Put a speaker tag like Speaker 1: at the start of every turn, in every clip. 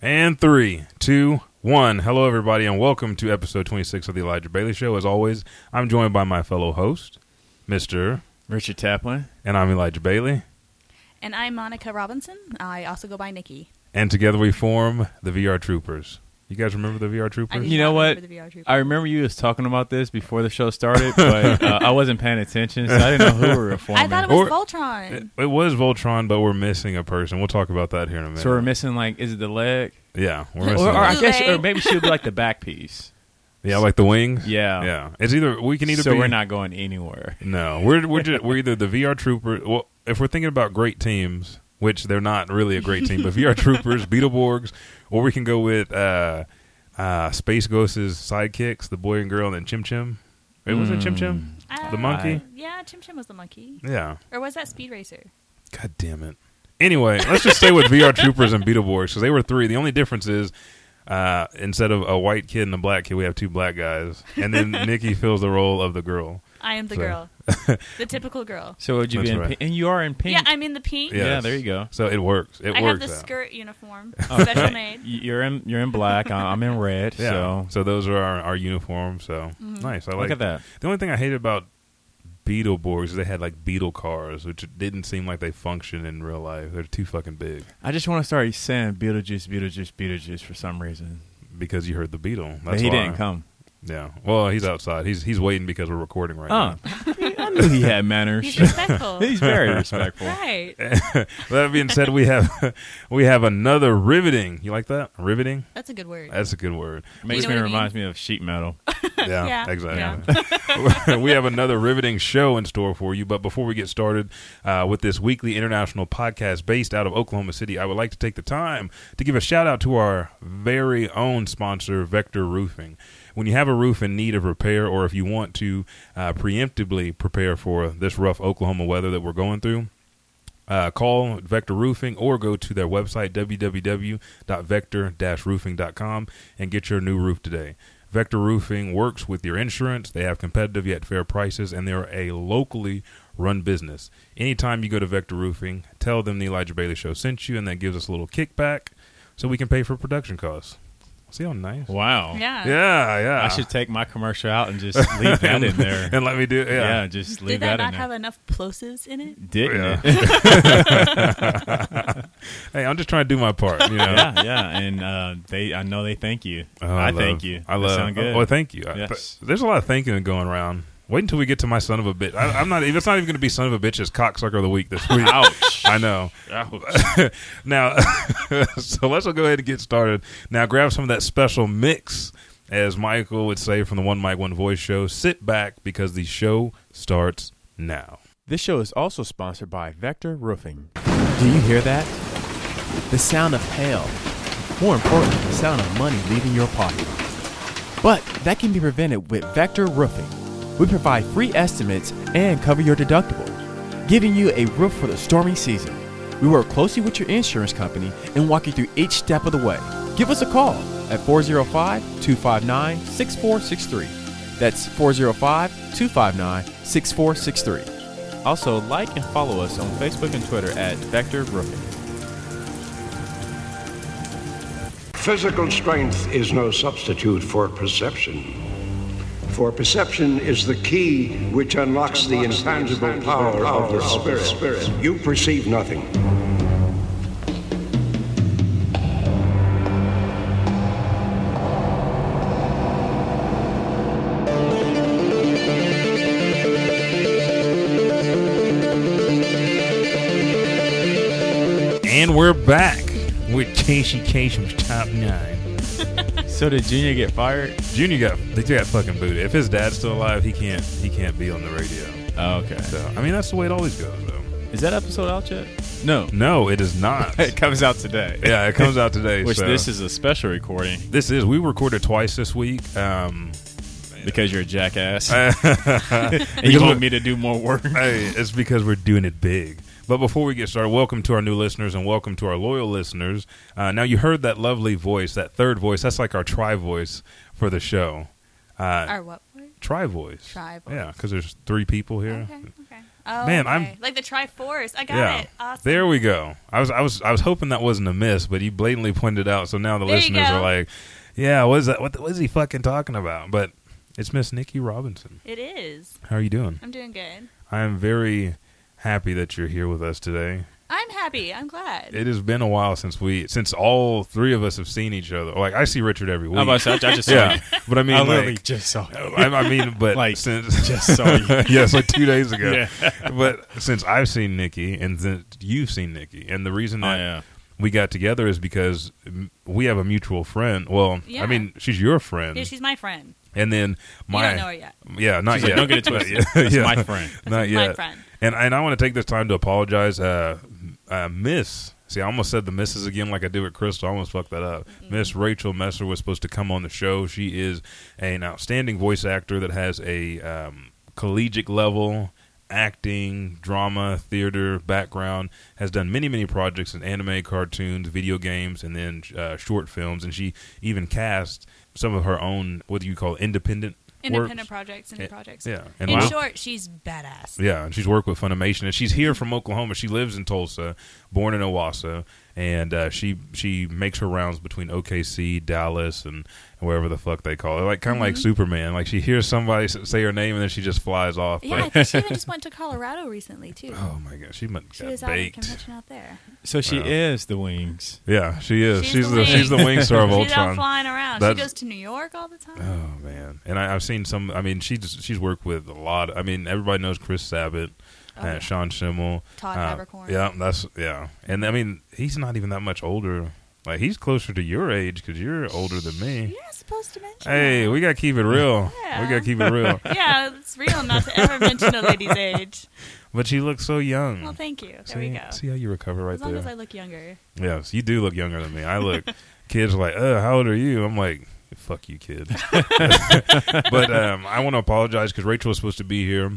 Speaker 1: And three, two, one. Hello, everybody, and welcome to episode 26 of the Elijah Bailey Show. As always, I'm joined by my fellow host, Mr.
Speaker 2: Richard Taplin.
Speaker 1: and I'm Elijah Bailey.
Speaker 3: And I'm Monica Robinson. I also go by Nikki.
Speaker 1: And together we form the VR Troopers. You guys remember the VR
Speaker 3: I
Speaker 1: Troopers?
Speaker 3: do
Speaker 2: You know
Speaker 3: not
Speaker 2: what?
Speaker 3: remember The VR troop.
Speaker 2: I remember you was talking about this before the show started, but uh, I wasn't paying attention, so I didn't know who we were reforming.
Speaker 3: I thought it was
Speaker 1: Or- It,
Speaker 3: Voltron.
Speaker 1: it was Voltron, but we're missing a person. We'll talk about that here in a minute.
Speaker 2: so we're missing like, is it the leg?
Speaker 1: yeah, we're
Speaker 2: Or,
Speaker 1: Oh, missing.
Speaker 2: or
Speaker 1: a-
Speaker 2: I guess,
Speaker 3: Leg.
Speaker 2: or maybe she'll be like the back piece.
Speaker 1: yeah, like the wings.
Speaker 2: Yeah.
Speaker 1: yeah. It's either we can either
Speaker 2: so
Speaker 1: be
Speaker 2: we're not going anywhere.
Speaker 1: No, we're we're just, we're either the VR Trooper. Well, if we're thinking about great teams, which they're not really a great team, but VR Troopers, Beetleborgs, or we can go with uh, uh, Space Ghost's sidekicks, the boy and girl, and then Chim Chim. It wasn't Chim Chim,
Speaker 3: Uh,
Speaker 1: the monkey.
Speaker 3: Yeah, Chim Chim was the monkey.
Speaker 1: Yeah.
Speaker 3: Or was that Speed Racer?
Speaker 1: God damn it. Anyway, let's just stay with VR Troopers and Beetleborgs because they were three. The only difference is. Uh, instead of a white kid and a black kid, we have two black guys, and then Nikki fills the role of the girl.
Speaker 3: I am the
Speaker 1: So-
Speaker 3: girl. the typical girl.
Speaker 2: So would you
Speaker 1: That's
Speaker 2: be in
Speaker 1: right.
Speaker 2: pink? And you are in pink.
Speaker 3: Yeah, I'm in the pink.
Speaker 1: Yeah.
Speaker 2: Yeah,
Speaker 1: Yes.
Speaker 2: there you go.
Speaker 1: So it works. It
Speaker 3: I have
Speaker 1: works.
Speaker 3: the
Speaker 1: out. Oh,
Speaker 3: skirt uniform,
Speaker 2: Okay.
Speaker 3: special made.
Speaker 2: Y- You're in you're in black. I- I'm in red.
Speaker 1: Yeah. So,
Speaker 2: So
Speaker 1: those are our, our uniforms. So nice. I like
Speaker 2: look at that.
Speaker 1: The only thing I hated about Beetleborgs is they had like Beetle cars, which it didn't seem like they function in real life. They're too fucking big
Speaker 2: I just want to start saying Beetlejuice, Beetlejuice, Beetlejuice for some reason.
Speaker 1: because you heard the Beetle. That's
Speaker 2: But he
Speaker 1: why.
Speaker 2: didn't come.
Speaker 1: Yeah. Well, he's outside. He's he's waiting because we're recording right
Speaker 2: Oh, I knew he had manners.
Speaker 3: He's respectful.
Speaker 2: He's very respectful.
Speaker 3: right.
Speaker 1: now. that being said, we have we have another riveting. You like that? Riveting.
Speaker 3: That's a good word.
Speaker 1: That's a good word.
Speaker 2: Makes
Speaker 3: You
Speaker 2: me
Speaker 3: know what I
Speaker 2: reminds me of sheet metal.
Speaker 1: Yeah,
Speaker 3: Yeah.
Speaker 1: exactly. we have another riveting show in store for you. But before we get started uh, with this weekly international podcast based out of Oklahoma City, I would like to take the time to give a shout out to our very own sponsor, Vector Roofing. When you have a roof in need of repair, or if you want to uh, preemptively prepare for this rough Oklahoma weather that we're going through, uh, call Vector Roofing or go to their website, www.vector roofing.com, and get your new roof today. Vector Roofing works with your insurance. They have competitive yet fair prices, and they're a locally run business. Anytime you go to Vector Roofing, tell them the Elijah Bailey Show sent you, and that gives us a little kickback so we can pay for production costs. See how nice?
Speaker 2: Wow.
Speaker 3: yeah.
Speaker 1: Yeah, yeah.
Speaker 2: I should take my commercial out and just leave that in there.
Speaker 1: and let me do
Speaker 2: yeah.
Speaker 1: yeah.
Speaker 2: just leave
Speaker 3: Did that
Speaker 2: in
Speaker 3: not
Speaker 2: there.
Speaker 3: have enough plosives in it?
Speaker 2: Didn't
Speaker 1: Yeah.
Speaker 2: it?
Speaker 1: Hey, I'm just trying to do my part. You know?
Speaker 2: yeah, yeah. And uh, they, I know they thank you.
Speaker 1: Oh,
Speaker 2: I,
Speaker 1: love-
Speaker 2: thank you.
Speaker 1: I
Speaker 2: That
Speaker 1: love.
Speaker 2: Sound good.
Speaker 1: Oh, well, thank you. I-
Speaker 2: Yes.
Speaker 1: th- there's a lot of thinking going around. Wait until we get to my son of a bitch. I, I'm not. It's not even going to be son of a bitch as cocksucker of the week this week.
Speaker 2: Ouch.
Speaker 1: I know. now, so let's go ahead and get started. Now, grab some of that special mix, as Michael would say from the One Mic One Voice show. Sit back because the show starts now.
Speaker 4: This show is also sponsored by Vector Roofing. Do you hear that? The sound of hail. More importantly, the sound of money leaving your pocket. But that can be prevented with Vector Roofing. We provide free estimates and cover your deductible, giving you a roof for the stormy season. We work closely with your insurance company and walk you through each step of the way. Give us a call at 405 259 6463. That's 405 259 6463. Also, like and follow us on Facebook and Twitter at Vector Roofing.
Speaker 5: Physical strength is no substitute for perception. For perception is the key which unlocks the intangible power of the spirit. You perceive nothing.
Speaker 1: And we're back with Casey Kasem's top nine.
Speaker 2: so did Junior get fired?
Speaker 1: Junior got they got fucking booted. If his dad's still alive, he can't he can't be on the radio.
Speaker 2: Oh, okay.
Speaker 1: So I mean that's the way it always goes though.
Speaker 2: Is that episode out yet? No.
Speaker 1: No, it is not.
Speaker 2: It comes out today.
Speaker 1: yeah, it comes out today.
Speaker 2: Which
Speaker 1: so-
Speaker 2: this is a special recording
Speaker 1: this is we recorded twice this week. Um,
Speaker 2: because you're a jackass and you
Speaker 1: because
Speaker 2: want
Speaker 1: we-
Speaker 2: me to do more work.
Speaker 1: hey, it's because we're doing it big. But before we get started, welcome to our new listeners and welcome to our loyal listeners. Uh, now you heard that lovely voice, that third voice. That's like our tri voice for the show. Uh,
Speaker 3: Or what word?
Speaker 1: tri voice.
Speaker 3: Tri-voice.
Speaker 1: Yeah, because there's three people here.
Speaker 3: Okay, okay. Oh,
Speaker 1: Man,
Speaker 3: okay.
Speaker 1: I'm-
Speaker 3: like the Triforce. I got
Speaker 1: yeah.
Speaker 3: it. Awesome.
Speaker 1: There we go. I was I was I was hoping that wasn't a miss, but you blatantly pointed it out. So now the
Speaker 3: There you
Speaker 1: listeners
Speaker 3: go.
Speaker 1: are like, "Yeah, what is that? What, the- what is he fucking talking about?" But it's Miss Nikki Robinson.
Speaker 3: It is.
Speaker 1: How are you doing?
Speaker 3: I'm doing good.
Speaker 1: I am very happy that you're here with us today.
Speaker 3: I'm happy. I'm glad.
Speaker 1: It has been a while since we since all three of us have seen each other. Like I see Richard every week.
Speaker 2: I'm about to say, I, I just saw
Speaker 1: yeah,
Speaker 2: you.
Speaker 1: but I mean,
Speaker 2: I
Speaker 1: like,
Speaker 2: literally just saw you.
Speaker 1: I, I mean, but
Speaker 2: Like,
Speaker 1: since
Speaker 2: just saw you.
Speaker 1: yes, like two days ago.
Speaker 2: Yeah.
Speaker 1: But since I've seen Nikki and then you've seen Nikki, and the reason
Speaker 2: Oh,
Speaker 1: that
Speaker 2: yeah.
Speaker 1: we got together is because mm, we have a mutual friend. Well, I
Speaker 3: Yeah.
Speaker 1: mean, she's your friend,
Speaker 3: Yeah, she's my friend.
Speaker 1: and then my
Speaker 3: you don't know her yet.
Speaker 1: yeah, not yet.
Speaker 2: She's like, don't get it
Speaker 1: Not
Speaker 2: twisted.
Speaker 1: yet.
Speaker 2: That's
Speaker 1: Yeah.
Speaker 2: my friend.
Speaker 1: Not
Speaker 3: my
Speaker 1: yet.
Speaker 3: friend.
Speaker 1: And and I want to take this time to apologize. Uh, uh, Miss, see, I almost said the misses again, like I did with Crystal. I almost fucked that up.
Speaker 3: Mm-hmm.
Speaker 1: Miss Rachel Messer was supposed to come on the show. She is an outstanding voice actor that has a um, collegiate level acting, drama, theater background. Has done many many projects in anime, cartoons, video games, and then uh, short films. And she even cast some of her own what do you call it, independent
Speaker 3: Independent
Speaker 1: works.
Speaker 3: projects. Indie projects.
Speaker 1: Eh, Yeah, and
Speaker 3: In
Speaker 1: wow.
Speaker 3: short, she's badass.
Speaker 1: Yeah, and she's worked with Funimation, and she's here from Oklahoma. She lives in Tulsa, born in Owasso, and uh, she she makes her rounds between OKC, Dallas, and wherever the fuck they call it. Like kind of
Speaker 3: Mm-hmm.
Speaker 1: like Superman. Like she hears somebody s- say her name, and then she just flies off.
Speaker 3: Yeah, I
Speaker 1: Like,
Speaker 3: think she even just went to Colorado recently too.
Speaker 1: oh my god, she must
Speaker 3: she
Speaker 1: got
Speaker 3: was out at a
Speaker 1: baked.
Speaker 3: convention out there.
Speaker 2: So she
Speaker 1: Wow.
Speaker 2: is the wings.
Speaker 1: Yeah, she is. She's,
Speaker 3: She's the
Speaker 1: the, she's the wing star of
Speaker 3: She's out
Speaker 1: Ultron.
Speaker 3: flying around.
Speaker 1: That's-
Speaker 3: she goes to New York all the time.
Speaker 1: Oh man, and I, I've seen some. I mean, she's she's worked with a lot. I mean, everybody knows Chris Sabat,
Speaker 3: Oh,
Speaker 1: uh,
Speaker 3: yeah.
Speaker 1: Sean Schimmel,
Speaker 3: Todd
Speaker 1: uh,
Speaker 3: Havercorn.
Speaker 1: Yeah, that's yeah. And I mean, he's not even that much older. Like he's closer to your age because you're older than me.
Speaker 3: You're not supposed to mention.
Speaker 1: Hey, we gotta keep it real. We
Speaker 3: Yeah.
Speaker 1: gotta keep it real.
Speaker 3: that. Yeah, it's real not to ever mention a lady's age.
Speaker 1: but she looks so young.
Speaker 3: Well, thank you. There
Speaker 1: Hmm. see,
Speaker 3: we go.
Speaker 1: see how you recover right
Speaker 3: as long
Speaker 1: there.
Speaker 3: as I look younger.
Speaker 1: Yes, you do look younger than me. I look. kids are like, "Uh, how old are you?" I'm like, "Fuck you, kid." but um, I want to apologize because Rachel was supposed to be here,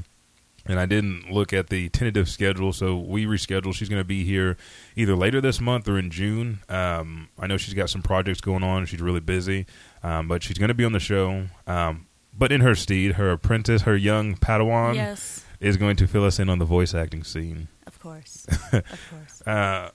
Speaker 1: and I didn't look at the tentative schedule, so we rescheduled. She's going to be here either later this month or in June. Um, I know she's got some projects going on. She's really busy, um, but she's going to be on the show. Um, but in her steed, her apprentice, her young Padawan,
Speaker 3: yes,
Speaker 1: is going to fill us in on the voice acting scene
Speaker 3: of course, of course.
Speaker 1: uh,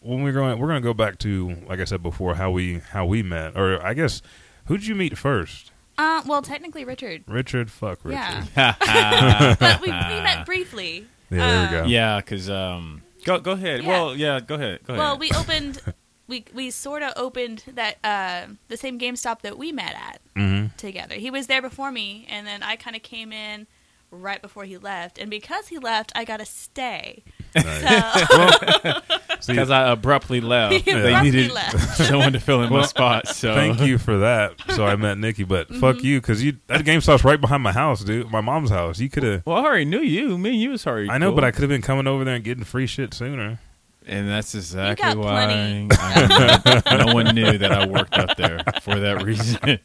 Speaker 1: when we're going, we're going to go back to, like I said before, how we how we met, or I guess who'd you meet first?
Speaker 3: Uh, well, technically, Richard.
Speaker 1: Richard, fuck Richard.
Speaker 3: Yeah,
Speaker 2: yeah,
Speaker 3: but we, we met briefly.
Speaker 1: Yeah, there we go.
Speaker 2: because um, go go ahead.
Speaker 3: Yeah.
Speaker 2: Well, Oh, yeah, go ahead. Go
Speaker 3: Well,
Speaker 2: ahead.
Speaker 3: we opened. We, we sort of opened that uh, the same GameStop that we met at
Speaker 1: Mhm.
Speaker 3: together. He was there before me, and then I kind of came in right before he left. And because he left, I got to stay.
Speaker 1: See,
Speaker 3: So
Speaker 2: because I abruptly left.
Speaker 3: he
Speaker 1: They
Speaker 3: abruptly left.
Speaker 2: someone to fill in my spot. So
Speaker 1: thank you for that. So I met Nikki, but fuck
Speaker 3: Mm-hmm.
Speaker 1: you because you that GameStop's right behind my house, dude. My mom's house. You could have.
Speaker 2: Well, I already knew you. Me and you was already.
Speaker 1: I know,
Speaker 2: cool.
Speaker 1: but I could have been coming over there and getting free shit sooner.
Speaker 2: And that's exactly
Speaker 3: got
Speaker 2: why
Speaker 3: plenty.
Speaker 2: I- no one knew that I worked up there for that reason.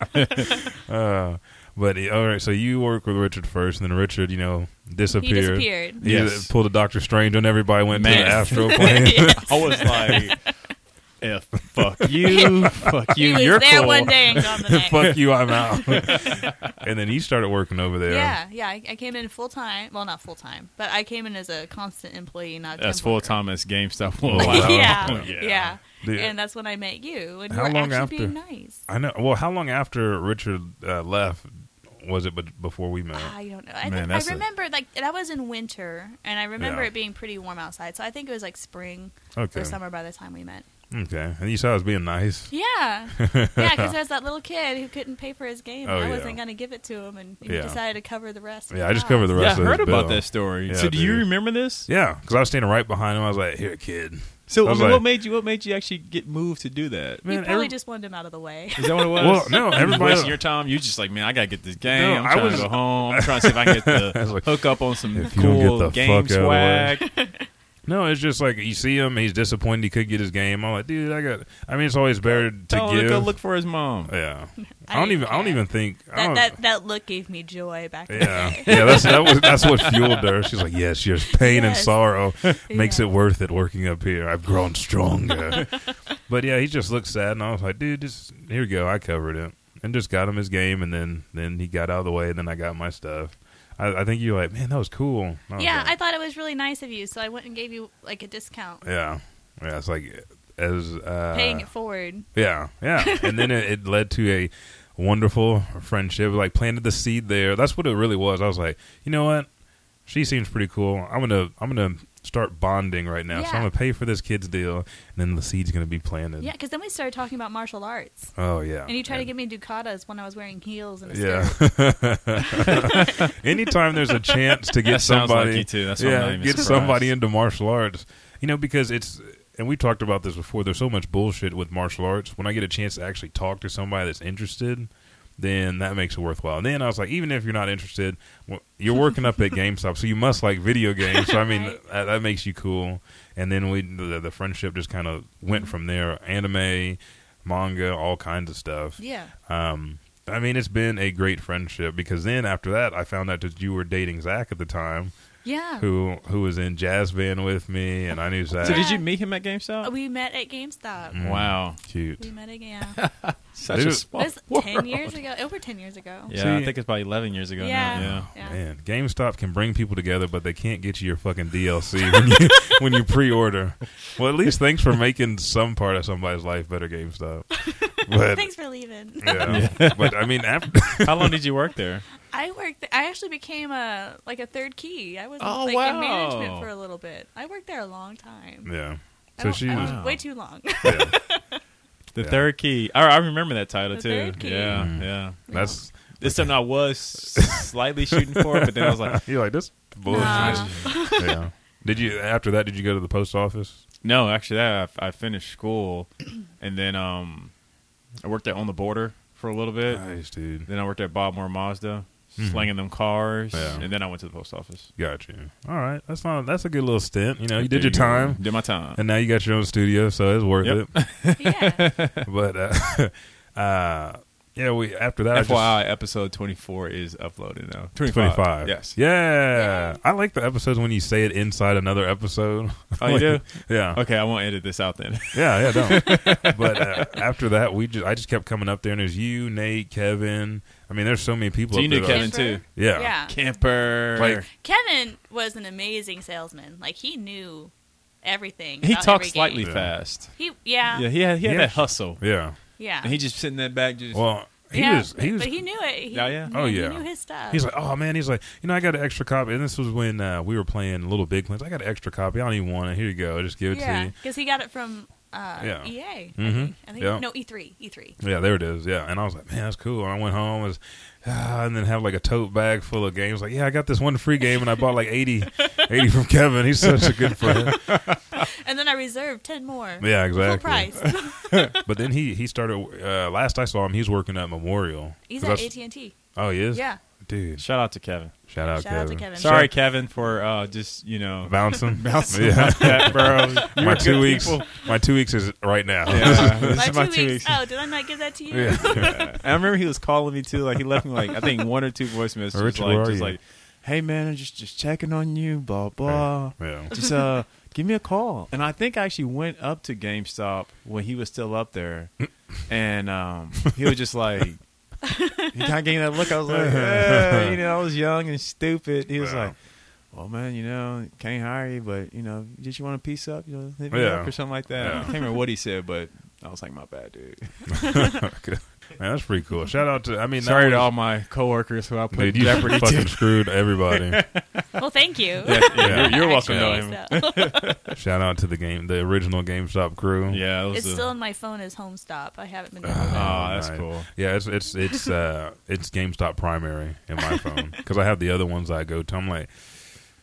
Speaker 1: Uh, but eh, all right, so you work with Richard first, and then Richard, you know, disappeared.
Speaker 3: He disappeared.
Speaker 1: He
Speaker 2: Yes.
Speaker 1: pulled a Doctor Strange on everybody. Went to
Speaker 2: Man.
Speaker 1: the astral plane.
Speaker 2: I was like, F, fuck you, fuck
Speaker 3: he
Speaker 2: you,
Speaker 3: was
Speaker 2: you're
Speaker 3: there
Speaker 2: cool.
Speaker 3: one day and gone the next.
Speaker 1: fuck you, I'm out. and then you started working over there.
Speaker 3: Yeah, yeah. I, I came in full time. Well, not full time, but I came in as a constant employee, not a
Speaker 2: That's
Speaker 3: temp worker.
Speaker 2: full time as GameStop will
Speaker 1: Oh, wow.
Speaker 2: allow.
Speaker 3: yeah,
Speaker 2: Yeah.
Speaker 3: yeah,
Speaker 1: Dude.
Speaker 3: And that's when I met you, and
Speaker 1: How
Speaker 3: you were
Speaker 1: long after?
Speaker 3: actually being nice.
Speaker 1: I know. Well, how long after Richard uh, left was it? But before we met,
Speaker 3: I don't know.
Speaker 2: Man,
Speaker 3: I, think,
Speaker 2: that's a-
Speaker 3: I remember like that was in winter, and I remember
Speaker 1: Yeah.
Speaker 3: it being pretty warm outside. So I think it was like spring
Speaker 1: okay,
Speaker 3: or summer by the time we met.
Speaker 1: okay. And you saw I was being nice.
Speaker 3: Yeah, yeah. Because there's that little kid who couldn't pay for his game.
Speaker 1: Oh,
Speaker 3: and I
Speaker 1: yeah.
Speaker 3: wasn't going to give it to him, and you
Speaker 1: Yeah.
Speaker 3: decided to cover the rest.
Speaker 1: Yeah, I just covered the
Speaker 2: Yeah, I
Speaker 1: rest. of
Speaker 2: heard
Speaker 1: his
Speaker 2: about
Speaker 1: bill.
Speaker 2: that story.
Speaker 1: Yeah,
Speaker 2: so, do you
Speaker 1: dude.
Speaker 2: remember this?
Speaker 1: Yeah, because I was standing right behind him. I was like, "Here, kid."
Speaker 2: So,
Speaker 1: I
Speaker 2: I
Speaker 1: was
Speaker 2: mean,
Speaker 1: like-
Speaker 2: what made you? What made you actually get moved to do that?
Speaker 3: You
Speaker 1: Man,
Speaker 3: probably
Speaker 1: every-
Speaker 3: just wanted him out of the way.
Speaker 2: Is that what it was?
Speaker 1: Well, no,
Speaker 2: You just
Speaker 1: everybody-
Speaker 2: wasting your time. You just like, man, I gotta get this game.
Speaker 1: No,
Speaker 2: I'm
Speaker 1: I
Speaker 2: trying
Speaker 1: was-
Speaker 2: to go home. I'm trying to see if I can get the
Speaker 1: was like,
Speaker 2: hook up on some
Speaker 1: "If you don't get
Speaker 2: cool
Speaker 1: the
Speaker 2: game
Speaker 1: fuck out of the way."
Speaker 2: swag.
Speaker 1: No, it's just like you see him. He's disappointed he could get his game. I'm like, dude, I got. I mean, it's always better to
Speaker 2: Tell him to
Speaker 1: give.
Speaker 2: go look for his mom.
Speaker 1: yeah, I,
Speaker 3: I
Speaker 1: don't
Speaker 3: didn't
Speaker 1: even. I don't
Speaker 3: care.
Speaker 1: even think. I
Speaker 3: that,
Speaker 1: don't,
Speaker 3: that that look gave me joy back. in the
Speaker 1: Yeah,
Speaker 3: day.
Speaker 1: yeah. That's that was that's what fueled her. She's like, yes, your pain and
Speaker 3: Yes.
Speaker 1: sorrow makes
Speaker 3: Yeah.
Speaker 1: it worth it working up here. I've grown stronger. but yeah, he just looked sad, and I was like, dude, just here we go. I covered it, and just got him his game, and then then he got out of the way, and then I got my stuff, I, I think you're like, man, that was cool. That was
Speaker 3: yeah,
Speaker 1: great."
Speaker 3: I thought it was really nice of you, so I went and gave you like a discount,
Speaker 1: yeah, yeah. It's like as uh,
Speaker 3: paying it forward.
Speaker 1: Yeah, yeah. and then it, it led to a wonderful friendship. Like planted the seed there. That's what it really was. I was like, you know what? She seems pretty cool. I'm gonna I'm gonna start bonding right now. So I'm
Speaker 3: Yeah.
Speaker 1: gonna pay for this kid's deal, and then the seed's gonna be planted.
Speaker 3: Yeah, because then we started talking about martial arts,
Speaker 1: Oh yeah.
Speaker 3: and you tried to get me ducatas when I was wearing heels and a
Speaker 1: Yeah.
Speaker 3: skirt.
Speaker 1: Anytime there's a chance to get
Speaker 2: That sounds
Speaker 1: somebody,
Speaker 2: like you, too. That's why I'm
Speaker 1: yeah,
Speaker 2: not even
Speaker 1: get
Speaker 2: surprised.
Speaker 1: somebody into martial arts. You know, because it's and we talked about this before. There's so much bullshit with martial arts. When I get a chance to actually talk to somebody that's interested, then that makes it worthwhile. And then I was like, even if you're not interested, well, you're working up at GameStop, so you must like video games. So I mean,
Speaker 3: Right.
Speaker 1: that, that makes you cool. And then we the, the friendship just kind of went from there. Anime, manga, all kinds of stuff.
Speaker 3: Yeah,
Speaker 1: Um, I mean, it's been a great friendship because then after that, I found out that you were dating Zach at the time,
Speaker 3: yeah.
Speaker 1: who who was in jazz band with me, and I knew Zach.
Speaker 2: So did you meet him at GameStop?
Speaker 3: Uh, We met at GameStop.
Speaker 2: Mm.
Speaker 1: Mm.
Speaker 2: Wow,
Speaker 1: Cute.
Speaker 3: We met again. Yeah.
Speaker 2: such
Speaker 1: Dude.
Speaker 2: a small
Speaker 3: It was
Speaker 2: world.
Speaker 3: ten years ago. Over ten years ago.
Speaker 2: Yeah,
Speaker 1: See-
Speaker 2: I think it's probably eleven years ago now. Yeah.
Speaker 3: Yeah.
Speaker 1: Man, GameStop can bring people together, but they can't get you your fucking DLC when you when you pre-order. Well, at least thanks for making some part of somebody's life better, GameStop. But
Speaker 3: Thanks for leaving.
Speaker 1: yeah, but I mean, after
Speaker 2: How long did you work there?
Speaker 3: I worked. I actually became a like a third key. I was
Speaker 2: Oh,
Speaker 3: like
Speaker 2: wow.
Speaker 3: in management for a little bit. I worked there a long time.
Speaker 1: yeah, so
Speaker 3: I don't-
Speaker 1: she
Speaker 3: I
Speaker 1: was.
Speaker 3: was way too long.
Speaker 1: Yeah.
Speaker 2: The
Speaker 1: Yeah.
Speaker 2: third key. I, I remember that title
Speaker 3: The
Speaker 2: too.
Speaker 3: third key.
Speaker 2: Yeah,
Speaker 1: Mhm.
Speaker 2: yeah.
Speaker 1: That's
Speaker 2: It's something I was slightly shooting for, but then I was like,
Speaker 1: you like this bullshit.
Speaker 3: Nah.
Speaker 1: Yeah. Did you after that? Did you go to the post office?
Speaker 2: no, actually, that I, I finished school, and then um, I worked at on the border for a little bit.
Speaker 1: Nice, dude.
Speaker 2: Then I worked at Bob Moore Mazda, slinging them cars,
Speaker 1: Mm-hmm. Yeah.
Speaker 2: and then I went to the post office.
Speaker 1: Got you. All right, that's not that's a good little stint. You know, you did
Speaker 2: There
Speaker 1: your time,
Speaker 2: go. Did my time.
Speaker 1: and now you got your own studio, so it's worth
Speaker 2: Yep.
Speaker 1: it.
Speaker 3: yeah.
Speaker 1: but uh, uh, yeah, we after that, I just-
Speaker 2: FYI, episode 24 is uploaded now.
Speaker 1: 25.
Speaker 2: Yes.
Speaker 1: Yeah. I like the episodes when you say it inside another episode.
Speaker 2: Oh, you do?
Speaker 1: Yeah.
Speaker 2: Okay, I won't edit this out then.
Speaker 1: Yeah, yeah, don't. but uh, after that, we just I just kept coming up there, and there's you, Nate, Kevin. I mean, there's so many people.
Speaker 2: So you
Speaker 1: up
Speaker 2: knew
Speaker 1: there.
Speaker 2: Kevin
Speaker 3: Camper.
Speaker 2: too.
Speaker 1: Yeah.
Speaker 3: Yeah.
Speaker 2: Camper.
Speaker 1: Like-
Speaker 3: Kevin was an amazing salesman. Like he knew everything.
Speaker 2: he
Speaker 3: about
Speaker 2: talks
Speaker 3: every
Speaker 2: slightly
Speaker 3: game.
Speaker 1: Yeah.
Speaker 2: fast.
Speaker 3: He
Speaker 2: Yeah,
Speaker 3: yeah yeah.
Speaker 2: he had he had
Speaker 1: Yeah.
Speaker 2: that hustle.
Speaker 1: Yeah.
Speaker 2: And he just sitting that back just
Speaker 1: Well, he
Speaker 3: Yeah,
Speaker 1: was. He was.
Speaker 3: but he knew it. He,
Speaker 2: Yeah, yeah.
Speaker 3: He,
Speaker 1: Oh, yeah.
Speaker 3: He knew his stuff.
Speaker 1: He's like, oh man, he's like, you know, I got an extra copy, and this was when uh, we were playing Little Big Plans. I got an extra copy. I don't even want it. Here you go. Just give it
Speaker 3: yeah,
Speaker 1: to
Speaker 3: because he got it from uh,
Speaker 1: Yeah.
Speaker 3: EA. I
Speaker 1: Mhm.
Speaker 3: think. I think
Speaker 1: Yeah.
Speaker 3: no E three E three.
Speaker 1: you. Yeah, there it is. Yeah, and I was like, man, that's cool. And I went home, was, ah, and then have like a tote bag full of games. Like, yeah, I got this one free game, and I bought like 80, 80 from Kevin. He's such a good friend.
Speaker 3: And then I reserved ten more.
Speaker 1: Yeah,
Speaker 3: Full
Speaker 1: exactly.
Speaker 3: price.
Speaker 1: But then he he started. Uh, last I saw him, he's working at Memorial.
Speaker 3: He's
Speaker 1: 'Cause
Speaker 3: at
Speaker 1: I s-
Speaker 3: AT and T.
Speaker 1: Oh, he is.
Speaker 3: Yeah.
Speaker 1: dude.
Speaker 2: shout out to Kevin.
Speaker 1: Shout out,
Speaker 3: Shout
Speaker 1: Kevin.
Speaker 3: out to Kevin.
Speaker 2: Sorry, Kevin, for uh, just you know
Speaker 1: Bouncing, bouncing.
Speaker 2: yeah.
Speaker 1: Yeah,
Speaker 2: that, bro.
Speaker 1: my two
Speaker 2: good
Speaker 1: weeks.
Speaker 2: people.
Speaker 1: My two weeks is right now.
Speaker 2: Yeah, this
Speaker 3: My
Speaker 2: is
Speaker 3: two,
Speaker 2: my
Speaker 3: weeks. Oh, did I not give that to you?
Speaker 1: Yeah.
Speaker 2: And I remember he was calling me too. Like he left me like I think one or two voice messages.
Speaker 1: Richard, where
Speaker 2: like
Speaker 1: are
Speaker 2: just
Speaker 1: you?
Speaker 2: like, hey man, I'm just just checking on you. Blah blah.
Speaker 1: yeah.
Speaker 2: Just uh, give me a call. And I think I actually went up to GameStop when he was still up there, and um, he was just like. He kind of gave me that look. I was like, "Eh," you know, I was young and stupid. He was
Speaker 1: Yeah.
Speaker 2: like, well, man, you know, can't hire you, but, you know, did you want to piece up? You know, hit me
Speaker 1: Yeah.
Speaker 2: up or something like that.
Speaker 1: Yeah.
Speaker 2: I can't remember what he said, but I was like, my bad, dude.
Speaker 1: Okay. Man, that's pretty cool. Shout out to I mean, that
Speaker 2: Sorry to
Speaker 1: was-
Speaker 2: all my coworkers who I put
Speaker 1: Dude, you
Speaker 2: Jeopardy
Speaker 1: fucking
Speaker 2: to.
Speaker 1: screwed everybody.
Speaker 3: Well, thank you.
Speaker 1: Yeah.
Speaker 2: You're, you're welcome,
Speaker 3: Actually,
Speaker 2: though.
Speaker 3: so-
Speaker 1: Shout out to the game, the original GameStop crew.
Speaker 2: Yeah, it was
Speaker 3: It's
Speaker 1: uh,
Speaker 2: a-
Speaker 3: still in my phone as HomeStop. I haven't been.
Speaker 2: Oh,
Speaker 3: Uh,
Speaker 2: that's
Speaker 1: Right.
Speaker 2: cool.
Speaker 1: yeah. It's it's it's uh it's GameStop primary in my phone because I have the other ones I go to. I'm like,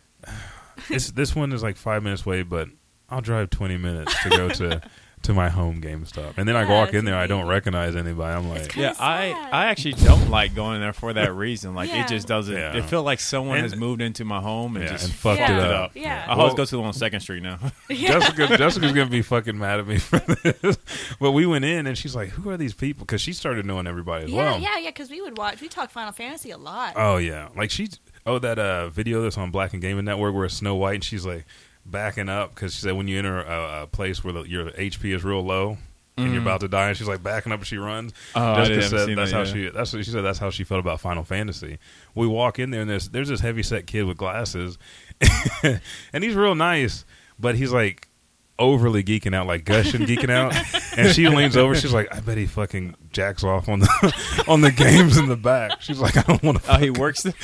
Speaker 1: this this one is like five minutes away, but I'll drive 20 minutes to go to to my home GameStop, and then I
Speaker 3: Yeah,
Speaker 1: walk
Speaker 3: that's
Speaker 1: in there, I don't
Speaker 3: amazing.
Speaker 1: recognize anybody. I'm like,
Speaker 2: Yeah,
Speaker 3: kinda
Speaker 2: I,
Speaker 3: sad.
Speaker 2: I actually don't like going there for that reason. Like
Speaker 3: Yeah.
Speaker 2: it just doesn't.
Speaker 1: Yeah.
Speaker 2: It felt like someone
Speaker 1: And-
Speaker 2: has moved into my home and
Speaker 1: yeah,
Speaker 2: just.
Speaker 1: and fucked
Speaker 3: Yeah.
Speaker 1: it up.
Speaker 3: Yeah.
Speaker 2: I
Speaker 1: Well-
Speaker 2: always go to the one on Second Street now.
Speaker 1: Jessica, Jessica's gonna be fucking mad at me for this. But we went in and she's like, "Who are these people?" Because she started knowing everybody as
Speaker 3: yeah,
Speaker 1: well.
Speaker 3: yeah, yeah. Because we would watch. We talk Final Fantasy a lot.
Speaker 1: Oh yeah, like she's oh that uh, video that's on Black and Gaming Network where it's Snow White and she's like backing up because she said when you enter a, a place where the, your HP is real low, and you're about to die, and she's like backing up and she runs.
Speaker 2: Mm. Oh, I
Speaker 1: Jessica
Speaker 2: haven't
Speaker 1: said
Speaker 2: seen
Speaker 1: that's
Speaker 2: that
Speaker 1: how
Speaker 2: yet.
Speaker 1: she that's what she said that's how she felt about Final Fantasy. We walk in there and there's there's this heavy set kid with glasses, and he's real nice, but he's like overly geeking out, like gushing, geeking out. And she leans over, she's like, "I bet he fucking jacks off on the on the games in the back." She's like, "I don't want to."
Speaker 2: Oh, he works there.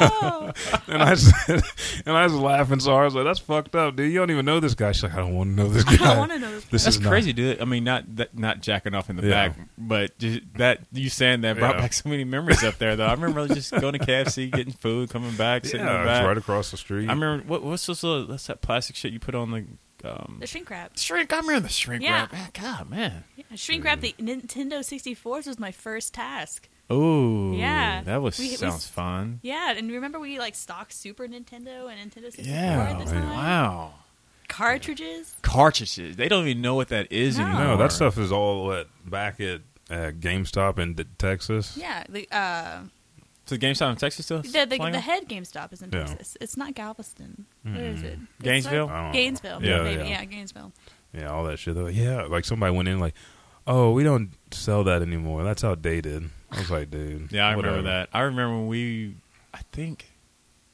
Speaker 3: Oh,
Speaker 1: And I said, and I was laughing, so I was like, "That's fucked up, dude. You don't even know this guy." She's like, "I don't want to know this guy.
Speaker 3: I don't want to know.
Speaker 1: This
Speaker 2: That's
Speaker 1: is not-
Speaker 2: crazy, dude. I mean, not that, not jacking off in the
Speaker 1: Yeah.
Speaker 2: back, but just that you saying that brought
Speaker 1: Yeah.
Speaker 2: back so many memories up there. Though I remember just going to KFC, getting food, coming back, sitting in
Speaker 1: Yeah,
Speaker 2: the
Speaker 1: it's
Speaker 2: back.
Speaker 1: right across the street.
Speaker 2: I remember what what's this little that's that plastic shit you put on the um,
Speaker 3: The shrink wrap.
Speaker 2: shrink. I remember the shrink
Speaker 3: Yeah.
Speaker 2: wrap. Man, God, man.
Speaker 3: Yeah, shrink wrap the
Speaker 1: Mm.
Speaker 3: Nintendo 64s was my first task.
Speaker 2: Ooh,
Speaker 3: Yeah.
Speaker 2: that was
Speaker 3: We- we-
Speaker 2: sounds fun.
Speaker 3: Yeah, and remember we like stocked Super Nintendo and Nintendo 64
Speaker 2: Yeah,
Speaker 3: at the time?
Speaker 2: wow.
Speaker 3: Cartridges?
Speaker 2: Cartridges. They don't even know what that is
Speaker 3: No.
Speaker 2: anymore.
Speaker 1: no, that stuff is all at back at uh, GameStop in D- Texas.
Speaker 3: Yeah, the uh
Speaker 2: So GameStop in Texas still.
Speaker 3: the, the,
Speaker 2: playing
Speaker 3: the
Speaker 2: on?
Speaker 3: head GameStop is in
Speaker 1: Yeah. Hmm.
Speaker 3: Texas. It's not Galveston. Where is it? It's
Speaker 2: Gainesville?
Speaker 3: like-
Speaker 1: I don't know.
Speaker 3: Gainesville.
Speaker 1: Yeah,
Speaker 3: Yeah, maybe.
Speaker 1: yeah.
Speaker 3: yeah, Gainesville.
Speaker 1: Yeah, all that shit. They're like, yeah, like somebody went in like, oh, we don't sell that anymore. That's outdated. I was like, dude.
Speaker 2: Yeah, I remember
Speaker 1: whatever.
Speaker 2: that. I remember when we. I think.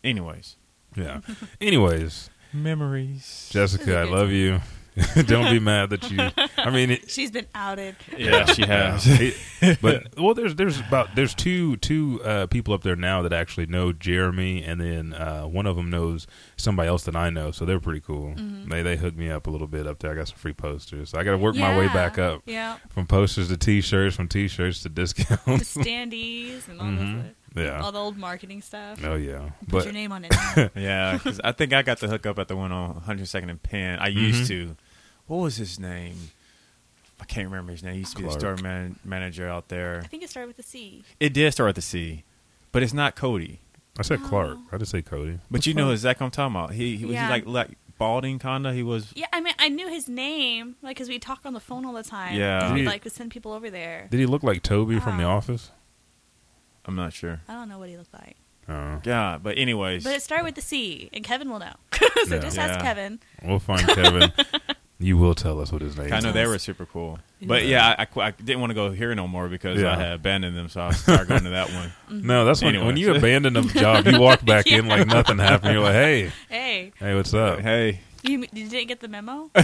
Speaker 2: Anyways,
Speaker 1: Yeah. Anyways,
Speaker 2: memories.
Speaker 1: Jessica, I
Speaker 3: good
Speaker 1: love you. don't be mad that you. I mean, it,
Speaker 3: She's been outed.
Speaker 2: yeah, she has.
Speaker 1: It- but well, there's there's about there's two two uh, people up there now that actually know Jeremy, and then uh, one of them knows somebody else that I know, so they're pretty cool.
Speaker 3: Mm-hmm.
Speaker 1: They they hooked me up a little bit up there. I got some free posters. So I got to work my way
Speaker 3: Yeah.
Speaker 1: back up
Speaker 3: Yeah.
Speaker 1: from posters to t-shirts, from t-shirts to
Speaker 3: The
Speaker 1: discounts.
Speaker 3: standees and all those
Speaker 1: Mm-hmm. yeah.
Speaker 3: all the old marketing stuff.
Speaker 1: oh yeah.
Speaker 3: Put
Speaker 1: But
Speaker 3: your name on it. now.
Speaker 2: Yeah, because I think I got the hookup at the one on 102nd and Penn. I used
Speaker 1: Mm-hmm.
Speaker 2: to. What was his name? I can't remember his name. He used to be the
Speaker 1: Clark.
Speaker 2: store man- manager out there.
Speaker 3: I think it started with a C.
Speaker 2: It did start with the C, but it's not Cody.
Speaker 1: I said Clark.
Speaker 3: Oh.
Speaker 1: I just say Cody.
Speaker 2: But you know exactly what I'm talking about. He, he was
Speaker 3: Yeah.
Speaker 2: he like like balding kinda. He was
Speaker 3: Yeah, I mean, I knew his name, like, because we talk on the phone all the time.
Speaker 2: Yeah.
Speaker 3: 'Cause we
Speaker 1: Did-
Speaker 3: like to send people over there.
Speaker 1: Did he look like Toby from The
Speaker 3: Oh.
Speaker 1: Office?
Speaker 2: I'm not sure.
Speaker 3: I don't know what he looked like.
Speaker 1: Uh,
Speaker 2: Yeah, but anyways,
Speaker 3: But it started with the C, and Kevin will know. so
Speaker 1: Yeah.
Speaker 3: just
Speaker 2: Yeah.
Speaker 3: ask Kevin.
Speaker 1: we'll find Kevin. You will tell us what his name
Speaker 2: I know
Speaker 1: is.
Speaker 2: they were super cool.
Speaker 3: Yeah.
Speaker 2: But yeah, I- I, qu- I didn't want to go here no more because
Speaker 1: Yeah.
Speaker 2: I had abandoned them, so I started going to that one.
Speaker 3: Mm-hmm.
Speaker 1: No, that's when, when
Speaker 2: Anyways.
Speaker 1: you abandon a job, you walk back in like nothing happened. You're like, hey,
Speaker 3: Hey,
Speaker 1: hey, what's up?
Speaker 2: Hey,
Speaker 3: you, you didn't get the memo?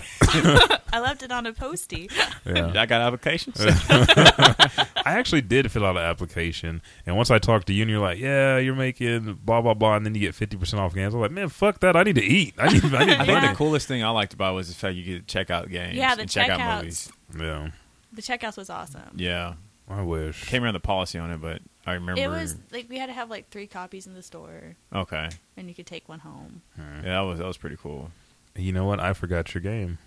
Speaker 3: I left it on a postie.
Speaker 1: Yeah.
Speaker 2: I got applications.
Speaker 1: I actually did fill out an application, and once I talked to you, and you're like, yeah, you're making blah blah blah, and then you get fifty percent off games. I'm like, man, fuck that. I need to eat. I need. I need
Speaker 2: I think
Speaker 3: Yeah.
Speaker 2: the coolest thing I liked about it was the fact you get to check out games
Speaker 3: Yeah, the
Speaker 2: and check out
Speaker 3: checkouts.
Speaker 2: movies.
Speaker 1: yeah,
Speaker 3: The checkouts was awesome.
Speaker 2: Yeah.
Speaker 1: I wish.
Speaker 2: Can't remember the policy on it, but I remember.
Speaker 3: It was like we had to have like three copies in the store,
Speaker 2: okay.
Speaker 3: and you could take one home.
Speaker 2: Yeah, that was that was pretty cool.
Speaker 1: you know what? I forgot your game.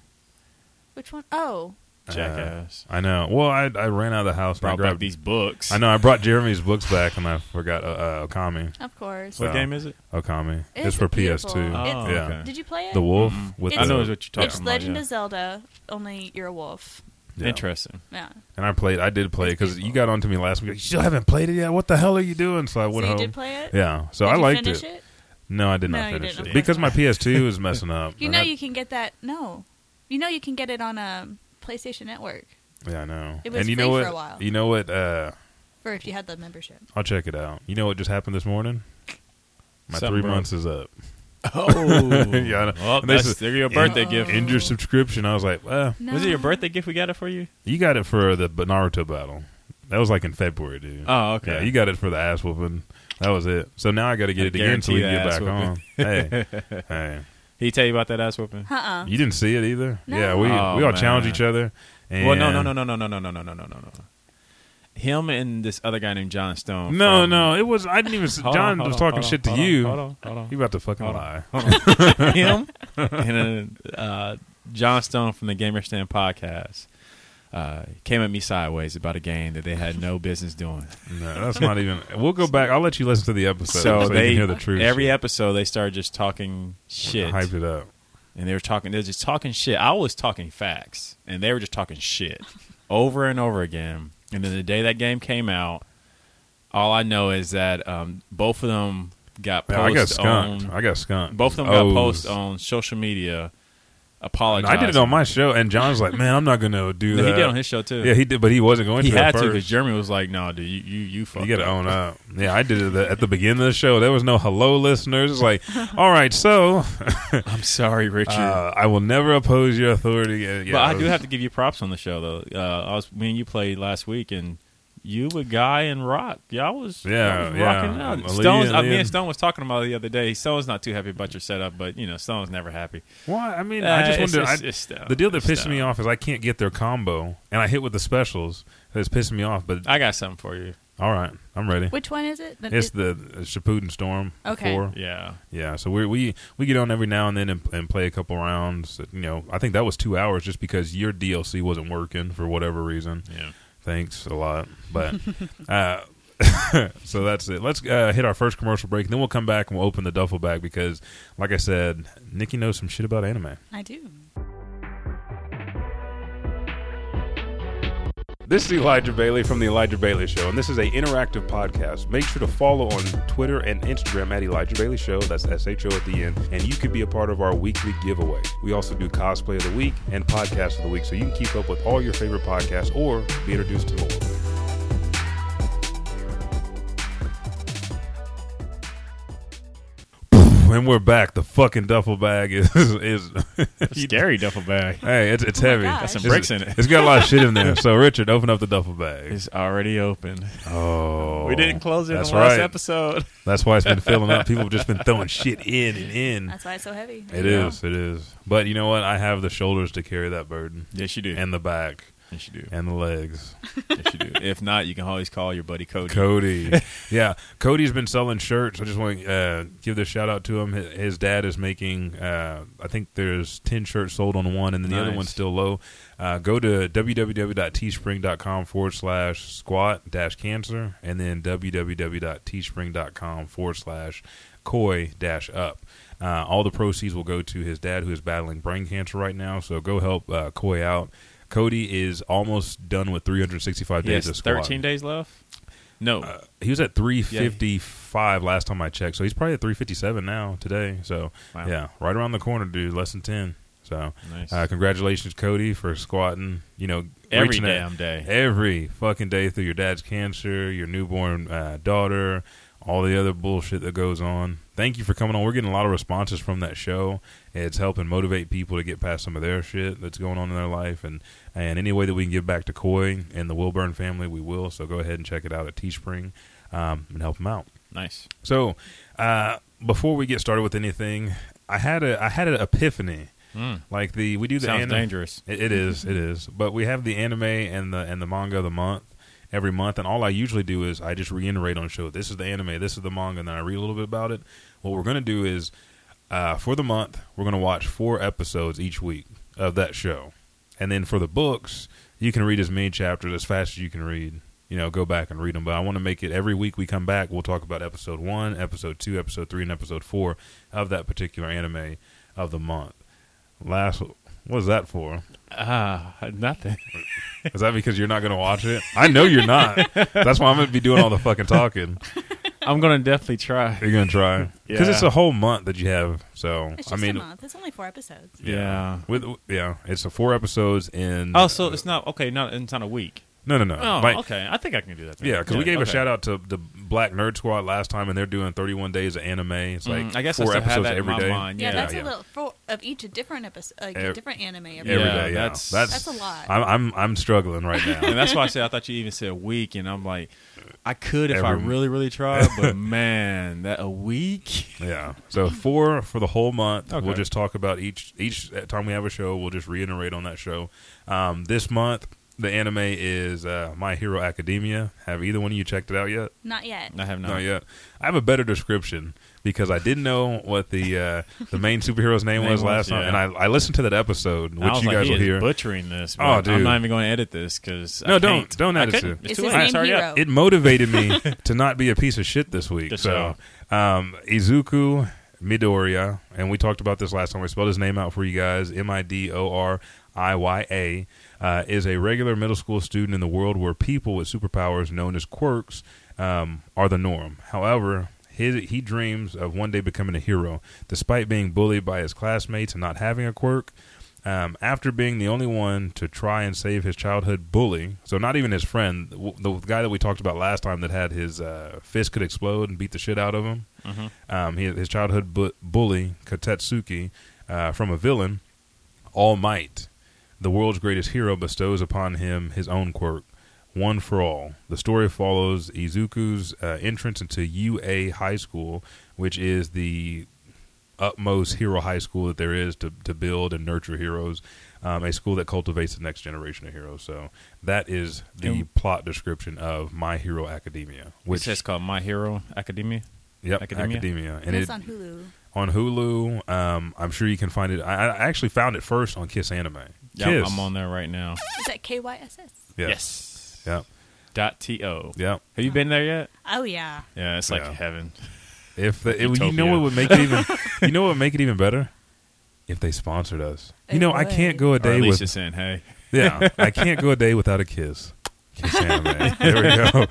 Speaker 3: Which one? Oh,
Speaker 2: Jackass.
Speaker 1: Uh, I know. Well, I I ran out of the house. And I
Speaker 2: Brought
Speaker 1: grabbed
Speaker 2: back these books.
Speaker 1: I know. I brought Jeremy's books back, and I forgot uh, uh, Okami.
Speaker 3: of course.
Speaker 1: Well,
Speaker 2: What game is it?
Speaker 1: Okami.
Speaker 3: It's
Speaker 1: It's, for
Speaker 3: beautiful.
Speaker 1: PS2.
Speaker 3: It's-
Speaker 2: Oh,
Speaker 1: yeah.
Speaker 2: okay.
Speaker 3: Did you play it?
Speaker 1: The wolf with
Speaker 3: It's-
Speaker 1: the,
Speaker 3: Uh, I know
Speaker 2: what you're
Speaker 3: It's
Speaker 2: talking about,
Speaker 3: Legend
Speaker 2: yeah.
Speaker 3: of Zelda, only you're a wolf.
Speaker 1: yeah.
Speaker 2: Interesting.
Speaker 3: Yeah.
Speaker 1: And I played. I did play it because you got onto me last week. You still haven't played it yet. What the hell are you doing? So I
Speaker 3: So
Speaker 1: went
Speaker 3: you
Speaker 1: home.
Speaker 3: did play it?
Speaker 1: Yeah. So
Speaker 3: Did
Speaker 1: I
Speaker 3: you
Speaker 1: liked
Speaker 3: finish
Speaker 1: it. No, I did
Speaker 3: No,
Speaker 1: not
Speaker 3: you
Speaker 1: finish
Speaker 3: didn't.
Speaker 1: it
Speaker 3: Okay.
Speaker 1: because my PS2 is messing up.
Speaker 3: You
Speaker 1: And
Speaker 3: know
Speaker 1: I-
Speaker 3: you can get that. No, you know you can get it on um, PlayStation Network
Speaker 1: Yeah, I know.
Speaker 3: It was
Speaker 1: and you
Speaker 3: free
Speaker 1: know
Speaker 3: for
Speaker 1: what?
Speaker 3: a while.
Speaker 1: You know what? Uh,
Speaker 3: for if you had the membership.
Speaker 1: I'll check it out. You know what just happened this morning? My
Speaker 2: Something
Speaker 1: three
Speaker 2: broke.
Speaker 1: months is up.
Speaker 2: Oh,
Speaker 1: yeah, I know.
Speaker 2: Well,
Speaker 1: And they
Speaker 2: that's,
Speaker 1: said,
Speaker 2: there your birthday
Speaker 1: end,
Speaker 2: gift.
Speaker 1: End
Speaker 3: Oh.
Speaker 1: your subscription. I was like, well,
Speaker 3: No.
Speaker 2: Was it your birthday gift we got it for you?
Speaker 1: you got it for the Naruto battle. That was like in February, dude.
Speaker 2: Oh,
Speaker 1: Yeah, you got it for the ass whooping. That was it. So now I got to get
Speaker 2: I
Speaker 1: it again so we can get back on.
Speaker 2: guarantee
Speaker 1: Hey, hey.
Speaker 2: he tell you about that ass whooping?
Speaker 3: Uh uh
Speaker 1: You didn't see it either.
Speaker 3: No.
Speaker 1: Yeah, we
Speaker 2: Oh,
Speaker 1: we all challenge
Speaker 2: man.
Speaker 1: each other. And
Speaker 2: Well, no, no, no, no, no, no, no, no, no, no, no, no. Him and this other guy named John Stone.
Speaker 1: no,
Speaker 2: from-
Speaker 1: no. It was I didn't even. s-
Speaker 2: Hold on,
Speaker 1: John
Speaker 2: hold
Speaker 1: was
Speaker 2: on,
Speaker 1: talking
Speaker 2: hold on,
Speaker 1: shit to
Speaker 2: hold on,
Speaker 1: you.
Speaker 2: hold on, hold on.
Speaker 1: You about to fucking
Speaker 2: Hold on.
Speaker 1: lie?
Speaker 2: him and uh, uh, John Stone from the Gamer Stand podcast uh, came at me sideways about a game that they had no business doing.
Speaker 1: No, that's not even. We'll go back. I'll let you listen to the episode so,
Speaker 2: So,
Speaker 1: you
Speaker 2: they
Speaker 1: can hear the truth.
Speaker 2: every episode they started just talking shit,
Speaker 1: hyped it up.
Speaker 2: and they were talking. They're just talking shit. I was talking facts, and they were just talking shit over and over again. And then the day that game came out, all I know is that um, both of them got
Speaker 1: Yeah, I got
Speaker 2: posts
Speaker 1: skunked.
Speaker 2: on.
Speaker 1: I got skunked.
Speaker 2: Both of them got
Speaker 1: O's.
Speaker 2: posts on social media
Speaker 1: And
Speaker 2: apologize.
Speaker 1: I did it on my show, and John's like, "Man, I'm not going to do
Speaker 2: No,
Speaker 1: that."
Speaker 2: he did on his show too.
Speaker 1: Yeah, he did, but he wasn't going
Speaker 2: he
Speaker 1: to. at
Speaker 2: had to
Speaker 1: first.
Speaker 2: because Jeremy was like, "No, dude, you you you fucked
Speaker 1: You got to
Speaker 2: up."
Speaker 1: own up. Yeah, I did it at the beginning of the show. There was no hello, listeners. It's like, all right, so
Speaker 2: I'm sorry, Richard.
Speaker 1: uh, I will never oppose your authority. Uh, yeah,
Speaker 2: but I
Speaker 1: it
Speaker 2: do
Speaker 1: was-
Speaker 2: have to give you props on the show though. Uh, I was me and you played last week, and you with Guy and Rock, y'all was
Speaker 1: Yeah,
Speaker 2: y'all was
Speaker 1: yeah.
Speaker 2: rocking out.
Speaker 1: Um,
Speaker 2: Stones,
Speaker 1: Aaliyah-
Speaker 2: I mean,
Speaker 1: Aaliyah.
Speaker 2: Stone was talking about it the other day. Stone's not too happy about your setup, but you know, Stone's never happy.
Speaker 1: Why? I mean,
Speaker 2: Uh,
Speaker 1: I just
Speaker 2: it's-
Speaker 1: wonder. I-
Speaker 2: it's- it's down.
Speaker 1: the deal that
Speaker 2: It's
Speaker 1: pisses
Speaker 2: down.
Speaker 1: me off is I can't get their combo, and I hit with the specials. That's pissing me off. But
Speaker 2: I got something for you.
Speaker 1: all right, I'm ready.
Speaker 3: Which one is it? The-
Speaker 1: It's
Speaker 3: it-
Speaker 1: the uh, Shippuden Storm.
Speaker 3: Okay.
Speaker 1: Four.
Speaker 2: Yeah,
Speaker 1: Yeah, so we we we get on every now and then and, and play a couple rounds. You know, I think that was two hours just because your DLC wasn't working for whatever reason.
Speaker 2: yeah.
Speaker 1: Thanks a lot, but uh, so that's it. Let's uh, hit our first commercial break, and then we'll come back and we'll open the duffel bag because, like I said, Nikki knows some shit about anime.
Speaker 3: I do.
Speaker 1: This is Elijah Bailey from The Elijah Bailey Show, and this is a interactive podcast. Make sure to follow on Twitter and Instagram at Elijah Bailey Show, that's S H O at the end, and you could be a part of our weekly giveaway. We also do cosplay of the week and podcast of the week, so you can keep up with all your favorite podcasts or be introduced to more. And we're back. The fucking duffel bag is is
Speaker 2: Scary duffel bag.
Speaker 1: hey, it's it's heavy.
Speaker 3: gosh. Got some
Speaker 2: bricks in it.
Speaker 1: It's got a lot of shit in there. So Richard, open up the duffel bag.
Speaker 2: It's already open.
Speaker 1: Oh,
Speaker 2: we didn't close it in
Speaker 1: that's
Speaker 2: the last
Speaker 1: right.
Speaker 2: episode.
Speaker 1: That's why it's been filling up. People have just been throwing shit in and in.
Speaker 3: That's why it's so heavy.
Speaker 1: It is, it is. But you know what? I have the shoulders to carry that burden,
Speaker 2: Yes, you do.
Speaker 1: and the back,
Speaker 2: yes, you do.
Speaker 1: and the legs.
Speaker 2: Yes, you do. If not, you can always call your buddy Cody.
Speaker 1: Cody, yeah, Cody's been selling shirts. I just want to uh, give this shout out to him. His, his dad is making. Uh, I think there's ten shirts sold on one, and then the other
Speaker 2: Nice.
Speaker 1: one's still low. Uh, go to www.teespring.com forward slash squat dash cancer, and then www.teespring.com forward slash coy dash up. Uh, all the proceeds will go to his dad, who is battling brain cancer right now. So go help uh, Coy out. Cody is almost done with 365 days
Speaker 2: Yes,
Speaker 1: of squat.
Speaker 2: thirteen days left. No,
Speaker 1: He was at 355 last time I checked, so he's probably at 357 now today. So
Speaker 2: Wow.
Speaker 1: yeah, right around the corner, dude. Less than 10. So
Speaker 2: Nice.
Speaker 1: uh, congratulations, Cody, for squatting. You know,
Speaker 2: Every
Speaker 1: reaching that-
Speaker 2: damn day.
Speaker 1: every fucking day through your dad's cancer, your newborn uh, daughter, all the other bullshit that goes on. Thank you for coming on. We're getting a lot of responses from that show. It's helping motivate people to get past some of their shit that's going on in their life, and and any way that we can give back to Coy and the Wilburn family, we will. So go ahead and check it out at Teespring um, and help them out.
Speaker 2: nice.
Speaker 1: So, uh, before we get started with anything, I had a I had an epiphany. Like the we do the
Speaker 2: Hmm. Sounds
Speaker 1: anim-
Speaker 2: dangerous.
Speaker 1: It, it is, it is. But we have the anime and the and the manga of the month every month, and all I usually do is I just reiterate on show. This is the anime, this is the manga, and then I read a little bit about it. What we're gonna do is uh, for the month, we're gonna watch four episodes each week of that show, and then for the books, you can read as many chapters as fast as you can read. You know, go back and read them. But I want to make it every week we come back. We'll talk about episode one, episode two, episode three, and episode four of that particular anime of the month. Last, what was that for?
Speaker 2: Ah, nothing.
Speaker 1: Is that because you're not going to watch it? I know you're not. That's why I'm going to be doing all the fucking talking.
Speaker 2: I'm gonna definitely try.
Speaker 1: You're going to try because it's
Speaker 2: Yeah.
Speaker 1: a whole month that you have. So
Speaker 3: It's just
Speaker 1: I mean,
Speaker 3: a month. It's only four episodes.
Speaker 2: Yeah.
Speaker 1: with yeah, it's a four episodes in.
Speaker 2: Oh, so it's not okay. Not it's not a week.
Speaker 1: no, no, no.
Speaker 2: Oh,
Speaker 1: Like,
Speaker 2: okay. I think I can do that. then.
Speaker 1: Yeah, because we gave a
Speaker 2: okay.
Speaker 1: shout out to the Black Nerd Squad last time, and they're doing 31 days of anime. It's like
Speaker 2: Mm, I guess I
Speaker 1: four
Speaker 2: still have
Speaker 1: episodes
Speaker 2: that in
Speaker 1: every
Speaker 2: my
Speaker 1: day.
Speaker 2: mind.
Speaker 3: Yeah,
Speaker 2: Yeah,
Speaker 3: that's
Speaker 1: yeah.
Speaker 3: a little four of each a different episode, like
Speaker 1: Ev-
Speaker 3: a different anime. Every
Speaker 1: Every
Speaker 3: day.
Speaker 2: Yeah,
Speaker 1: day, yeah.
Speaker 2: that's-
Speaker 3: That's a lot.
Speaker 1: I'm I'm, I'm struggling right now.
Speaker 2: And that's why I said I thought you even said a week, and I'm like, I could if I
Speaker 1: Every-
Speaker 2: really, really tried, but man, that a week.
Speaker 1: yeah. So four for the whole month. We'll
Speaker 2: Okay.
Speaker 1: just talk about each each time we have a show. We'll just reiterate on that show. Um, this month, the anime is uh, My Hero Academia. Have either one of you checked it out yet?
Speaker 3: Not yet.
Speaker 2: I have not.
Speaker 1: Not yet. I have a better description because I didn't know what the uh, the main superhero's name,
Speaker 2: Name
Speaker 1: was
Speaker 2: was,
Speaker 1: last
Speaker 2: yeah.
Speaker 1: time, and I, I listened to that episode, which
Speaker 2: I was
Speaker 1: you
Speaker 2: like,
Speaker 1: guys
Speaker 2: he
Speaker 1: will
Speaker 2: is
Speaker 1: hear.
Speaker 2: butchering this.
Speaker 1: Oh,
Speaker 2: but I'm
Speaker 1: dude.
Speaker 2: not even going to edit this because
Speaker 1: No, don't- don't edit it.
Speaker 3: It's
Speaker 2: It's too late.
Speaker 3: his name
Speaker 2: It's already
Speaker 3: hero.
Speaker 2: up.
Speaker 1: it motivated me to not be a piece of shit this week.
Speaker 2: Good
Speaker 1: so, um, Izuku Midoriya, and we talked about this last time. We spelled his name out for you guys. M I D O R I Y A uh, is a regular middle school student in the world where people with superpowers known as quirks um, are the norm. However. His, he dreams of one day becoming a hero, despite being bullied by his classmates and not having a quirk. Um, after being the only one to try and save his childhood bully, so not even his friend, w- the guy that we talked about last time that had his uh, fist could explode and beat the shit out of him, um, he, his childhood bu- bully, Katetsuki, uh, from a villain, All Might, the world's greatest hero, bestows upon him his own quirk, One for All. The story follows Izuku's uh, entrance into UA High School, which is the utmost hero high school that there is to, to build and nurture heroes, um, a school that cultivates the next generation of heroes. So that is the
Speaker 2: And-
Speaker 1: plot description of My Hero Academia,
Speaker 2: Which
Speaker 1: which
Speaker 2: is called My Hero Academia.
Speaker 1: yep,
Speaker 2: Academia?
Speaker 1: Academia, and
Speaker 3: it's
Speaker 1: it,
Speaker 3: on Hulu.
Speaker 1: on Hulu. Um, I'm sure you can find it. I, I actually found it first on Kiss Anime.
Speaker 2: Yeah,
Speaker 1: Kiss.
Speaker 2: I'm on there right now.
Speaker 3: Is that KYSS?
Speaker 1: Yeah.
Speaker 2: Yes.
Speaker 1: Yep.
Speaker 2: Dot to.
Speaker 1: Yep.
Speaker 2: Have you been there yet?
Speaker 3: Oh yeah.
Speaker 2: Yeah, it's like
Speaker 1: Yeah.
Speaker 2: heaven.
Speaker 1: If the, it, you
Speaker 2: Utopia.
Speaker 1: know what would make it even, you know what would make it even better, if they sponsored us. you
Speaker 3: It
Speaker 1: know I can't
Speaker 3: would.
Speaker 1: go a
Speaker 2: Or
Speaker 1: day
Speaker 2: at least
Speaker 1: with
Speaker 2: it's in. Hey,
Speaker 1: yeah I can't go a day without a kiss. Kiss anime. there we go.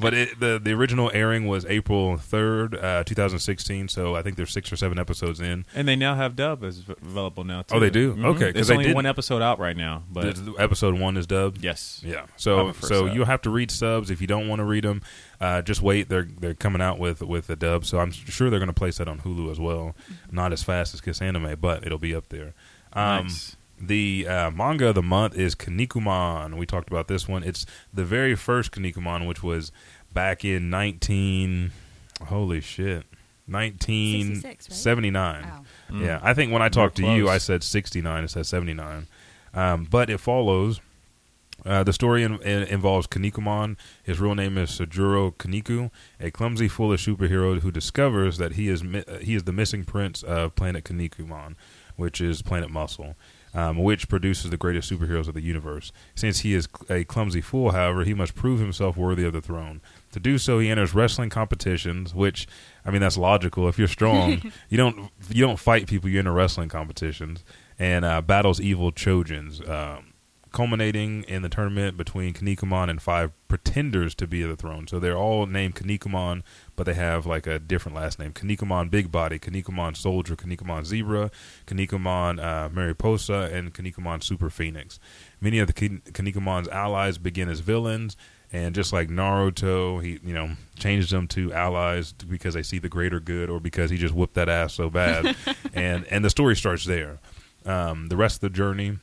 Speaker 1: But it, the the original airing was April third, uh, 2016. So I think there's six or seven episodes in.
Speaker 2: and they now have dub as v- available now. Too.
Speaker 1: Oh, they do?
Speaker 2: Mhm.
Speaker 1: Okay, 'cause
Speaker 2: it's
Speaker 1: I
Speaker 2: only
Speaker 1: didn't-
Speaker 2: one episode out right now, but
Speaker 1: The- the episode one is dubbed.
Speaker 2: yes,
Speaker 1: Yeah.
Speaker 2: I'm
Speaker 1: So
Speaker 2: a first
Speaker 1: so
Speaker 2: sub.
Speaker 1: you'll have to read subs if you don't want to read them. Uh, just wait. They're they're coming out with with the dub. So I'm sure they're going to place that on Hulu as well. Not as fast as Kiss Anime, but it'll be up there. Um,
Speaker 2: Nice.
Speaker 1: The uh, manga of the month is Kanikuman. We talked about this one. It's the very first Kanikuman, which was back in 19. Holy shit. 1979.
Speaker 3: Wow.
Speaker 1: Yeah, I think when I talked to you,
Speaker 2: Mm. close.
Speaker 1: I said 69. It says 79. Um, but it follows. Uh, the story in, in, involves Kanikuman. His real name is Sajuro Kaniku, a clumsy, foolish superhero who discovers that he is mi- uh, he is the missing prince of Planet Kanikuman, which is Planet Muscle, um, which produces the greatest superheroes of the universe. Since he is cl- a clumsy fool, however, he must prove himself worthy of the throne. To do so, he enters wrestling competitions, which I mean that's logical. If you're strong, you don't you don't fight people. You enter wrestling competitions and uh, battles evil Trojans. Um, culminating in the tournament between Kanikuman and five pretenders to be of the throne. So they're all named Kanikuman, but they have like a different last name. Kanikuman Big Body, Kanikuman Soldier, Kanikuman Zebra, Kanikuman uh, Mariposa, and Kanikuman Super Phoenix. Many of the Kin- Kanikuman's allies begin as villains, and just like Naruto, he you know changes them to allies because they see the greater good or because he just whooped that ass so bad. and and the story starts there. Um, the rest of the journey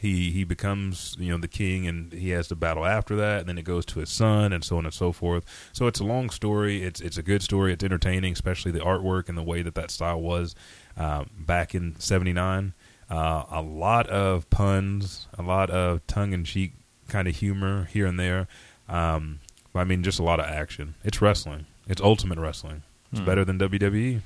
Speaker 1: he he becomes you know the king and he has to battle after that and then it goes to his son and so on and so forth so it's a long story it's it's a good story it's entertaining especially the artwork and the way that that style was um, back in 79 uh, a lot of puns a lot of tongue-in-cheek kind of humor here and there um, i mean just a lot of action it's wrestling it's ultimate wrestling it's better than wwe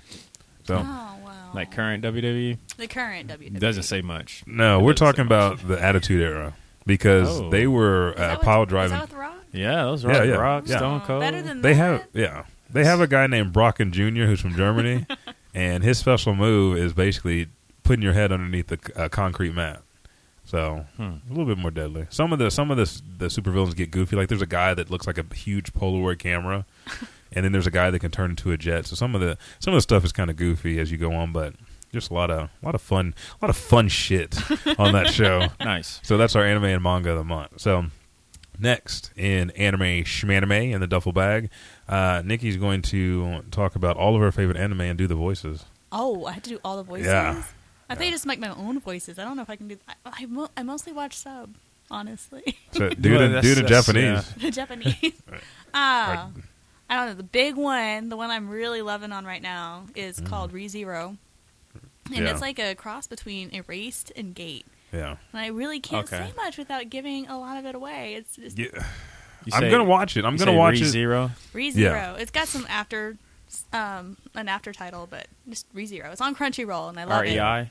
Speaker 1: so
Speaker 3: Oh wow.
Speaker 2: like current WWE
Speaker 3: the current E. WWE
Speaker 2: doesn't say much.
Speaker 1: no
Speaker 2: It
Speaker 1: we're
Speaker 2: doesn't say
Speaker 1: talking
Speaker 2: much.
Speaker 1: about the attitude era because
Speaker 2: Oh.
Speaker 1: they were
Speaker 3: Is that
Speaker 1: uh,
Speaker 3: with-
Speaker 1: pile
Speaker 3: Is
Speaker 1: driving
Speaker 3: that with Rock?
Speaker 2: Yeah, those
Speaker 1: Yeah,
Speaker 2: rock,
Speaker 1: yeah.
Speaker 2: rock
Speaker 1: Yeah.
Speaker 2: Stone
Speaker 3: Oh,
Speaker 2: Cold.
Speaker 3: Better than
Speaker 1: They
Speaker 3: that?
Speaker 1: have yeah. They have a guy named Brocken Jr. who's from Germany, and his special move is basically putting your head underneath a, a concrete mat. So
Speaker 2: Hmm.
Speaker 1: a little bit more deadly. Some of the some of the s- the supervillains get goofy. Like there's a guy that looks like a huge Polaroid camera, and then there's a guy that can turn into a jet. So some of the some of the stuff is kind of goofy as you go on, but just a lot of a lot of fun a lot of fun shit on that show.
Speaker 2: nice.
Speaker 1: So that's our anime and manga of the month. So next in anime shmanime in the duffel bag, uh, Nikki's going to talk about all of her favorite anime and do the voices.
Speaker 3: Oh, I had to do all the voices.
Speaker 1: Yeah.
Speaker 3: I think I just make my own voices. I don't know if I can do. I, I, mo- I mostly watch sub, honestly,
Speaker 1: So do it
Speaker 2: Well,
Speaker 1: in, do it in
Speaker 2: that's- that's,
Speaker 1: Japanese.
Speaker 3: the Japanese. Ah, I don't know. The big one, the one I'm really loving on right now, is called ReZero, and
Speaker 1: Mm. Yeah.
Speaker 3: it's like a cross between Erased and Gate.
Speaker 1: Yeah.
Speaker 3: And I really can't
Speaker 2: Okay.
Speaker 3: say much without giving a lot of it away. It's just
Speaker 1: yeah.
Speaker 2: You
Speaker 1: I'm
Speaker 2: say-
Speaker 1: gonna watch it. I'm
Speaker 2: you
Speaker 1: gonna
Speaker 2: say
Speaker 1: watch it.
Speaker 2: ReZero?
Speaker 3: ReZero. It's got some after, um, an after title, but just ReZero. It's on Crunchyroll, and I love
Speaker 2: R E
Speaker 3: it.
Speaker 2: I.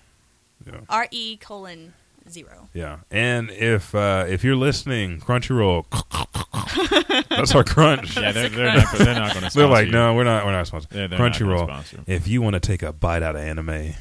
Speaker 3: R E colon zero.
Speaker 1: Yeah. And if uh, if you're listening, Crunchyroll, that's our crunch.
Speaker 2: Yeah, they're, they're not. They're not going to.
Speaker 1: They're like, no, we're not. We're not sponsored.
Speaker 2: Yeah, they're not gonna sponsor.
Speaker 1: Crunchyroll. If you want to take a bite out of anime,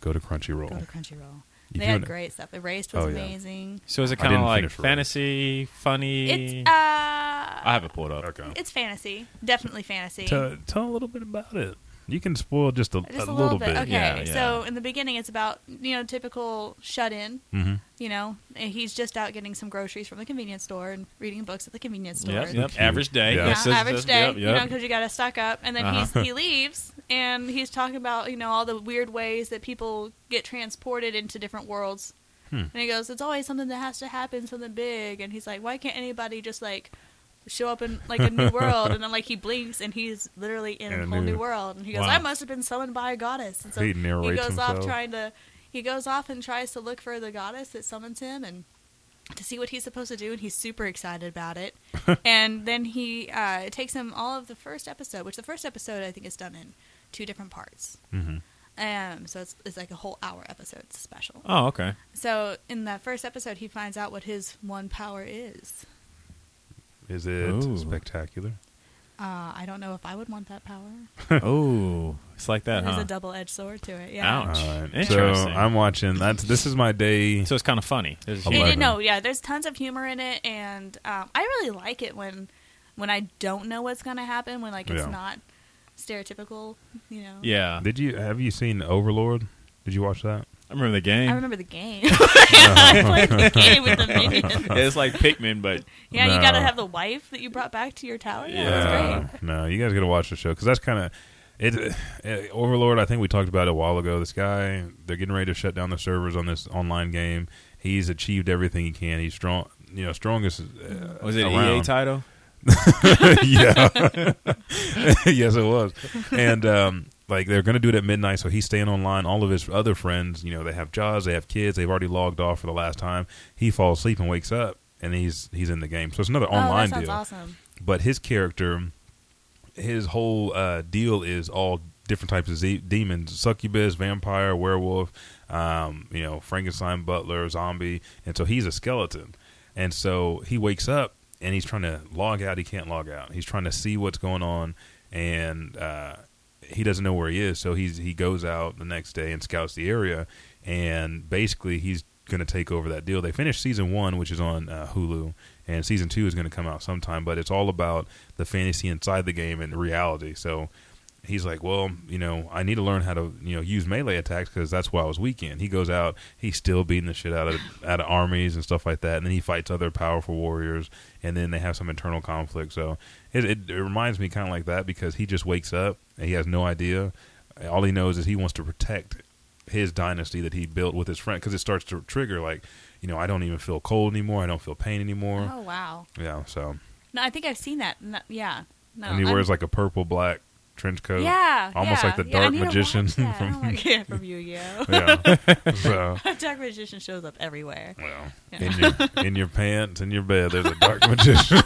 Speaker 1: go to Crunchyroll.
Speaker 3: Go to Crunchyroll.
Speaker 1: You
Speaker 3: they
Speaker 1: do
Speaker 3: had
Speaker 1: it.
Speaker 3: great stuff. Erased was
Speaker 1: Oh, yeah.
Speaker 3: amazing.
Speaker 2: So is it
Speaker 1: I
Speaker 2: kind of
Speaker 1: didn't
Speaker 2: like
Speaker 1: finish Rose.
Speaker 2: fantasy, funny?
Speaker 3: It's uh,
Speaker 2: I have it pulled up.
Speaker 1: Okay.
Speaker 3: it's fantasy, definitely fantasy.
Speaker 1: Tell, tell a little bit about it. You can spoil just a,
Speaker 3: Just
Speaker 1: a, little, bit.
Speaker 3: Okay.
Speaker 2: yeah, yeah.
Speaker 3: So in the beginning, it's about you know typical shut in.
Speaker 1: Mhm.
Speaker 3: You know, and he's just out getting some groceries from the convenience store and reading books at the convenience store.
Speaker 2: Yep, yep.
Speaker 1: Cute.
Speaker 2: Average day.
Speaker 1: Yeah.
Speaker 3: Yeah,
Speaker 2: Yes, yes,
Speaker 3: average
Speaker 2: yes,
Speaker 3: day,
Speaker 2: Yep,
Speaker 3: you know,
Speaker 2: yep.
Speaker 3: because you got to stock up. And then
Speaker 2: Uh-huh.
Speaker 3: he's, he leaves, and he's talking about you know all the weird ways that people get transported into different worlds. And he goes, "It's always something that has to happen, something big." And he's like, "Why can't anybody just like show up in like a new world?" And then like he blinks, and he's literally in,
Speaker 1: In
Speaker 3: a
Speaker 1: a
Speaker 3: whole new,
Speaker 1: new-
Speaker 3: world. And he goes,
Speaker 1: Wow.
Speaker 3: "I must have been summoned by a goddess." And so
Speaker 1: He
Speaker 3: he,
Speaker 1: narrates
Speaker 3: goes
Speaker 1: himself.
Speaker 3: off trying to. He goes off and tries to look for the goddess that summons him, and to see what he's supposed to do, and he's super excited about it. and then he uh, it takes him all of the first episode, which the first episode I think is done in two different parts.
Speaker 1: Mhm.
Speaker 3: Um, so it's, it's like a whole hour episode. It's special.
Speaker 2: Oh, okay.
Speaker 3: So in that first episode, he finds out what his one power is.
Speaker 1: Is it
Speaker 2: Ooh.
Speaker 1: spectacular?
Speaker 3: Uh, I don't know if I would want that power.
Speaker 2: oh, it's like
Speaker 1: Uh-huh.
Speaker 2: that,
Speaker 3: There's
Speaker 2: huh?
Speaker 3: a double-edged sword to it. Yeah.
Speaker 2: Ouch.
Speaker 1: All right. So
Speaker 2: Uh, Interesting.
Speaker 1: I'm watching. That's this is my day.
Speaker 2: so it's kind of funny. There's
Speaker 1: It
Speaker 3: It
Speaker 2: humor.
Speaker 1: Eleven.
Speaker 3: did, no, yeah. There's tons of humor in it, and um, I really like it when when I don't know what's going to happen. When like it's
Speaker 1: Yeah.
Speaker 3: not stereotypical, you know.
Speaker 2: Yeah,
Speaker 1: Did you have you seen Overlord? Did you watch that?
Speaker 2: I remember the game.
Speaker 3: I remember the game. I played the game with the minions.
Speaker 2: Yeah, it's like Pikmin, but
Speaker 3: Yeah, you got to
Speaker 1: No.
Speaker 3: have the wife that you brought back to your tower. Yeah,
Speaker 2: Yeah.
Speaker 3: that's
Speaker 1: Uh, no, you guys got to watch the show because that's kind of it. uh, Overlord, I think we talked about it a while ago. This guy, they're getting ready to shut down the servers on this online game. He's achieved everything he can. He's strong, you know, strongest. Uh,
Speaker 2: was it E EA
Speaker 1: around.
Speaker 2: title?
Speaker 1: yeah. yes, it was. And um, like they're going to do it at midnight, so he's staying online. All of his other friends, you know, they have jobs, they have kids, they've already logged off for the last time. He falls asleep and wakes up, and he's he's in the game. So it's another
Speaker 3: great. oh, that
Speaker 1: online
Speaker 3: sounds
Speaker 1: deal.
Speaker 3: awesome.
Speaker 1: But his character, his whole uh, deal is all different types of ze- demons: succubus, vampire, werewolf, um, you know, Frankenstein, butler, zombie, and so he's a skeleton. And so he wakes up and he's trying to log out. He can't log out. He's trying to see what's going on, and uh, he doesn't know where he is. So he's he goes out the next day and scouts the area, and basically he's going to take over that deal. They finished season one, which is on uh, Hulu, and season two is going to come out sometime. But it's all about the fantasy inside the game and reality. So he's like, well, you know, I need to learn how to, you know, use melee attacks because that's why I was weak in. He goes out, he's still beating the shit out of out of armies and stuff like that, and then he fights other powerful warriors, and then they have some internal conflict. So it, it, it reminds me kind of like that because he just wakes up and he has no idea. All he knows is he wants to protect his dynasty that he built with his friend because it starts to trigger like, you know, I don't even feel cold anymore, I don't feel pain anymore.
Speaker 3: Oh wow.
Speaker 1: Yeah, so
Speaker 3: No, I think I've seen that. No, yeah. No.
Speaker 1: and he
Speaker 3: I'm-
Speaker 1: wears like a purple black trench coat.
Speaker 3: yeah,
Speaker 1: almost
Speaker 3: yeah,
Speaker 1: like the
Speaker 3: yeah, I
Speaker 1: dark
Speaker 3: need to watch
Speaker 1: magician
Speaker 3: that.
Speaker 1: from-
Speaker 3: I don't like- yeah, from Yu-Gi-Oh.
Speaker 1: yeah. So,
Speaker 3: dark magician shows up everywhere.
Speaker 1: well,
Speaker 3: Yeah.
Speaker 1: in your in your pants, in your bed, there's a dark magician.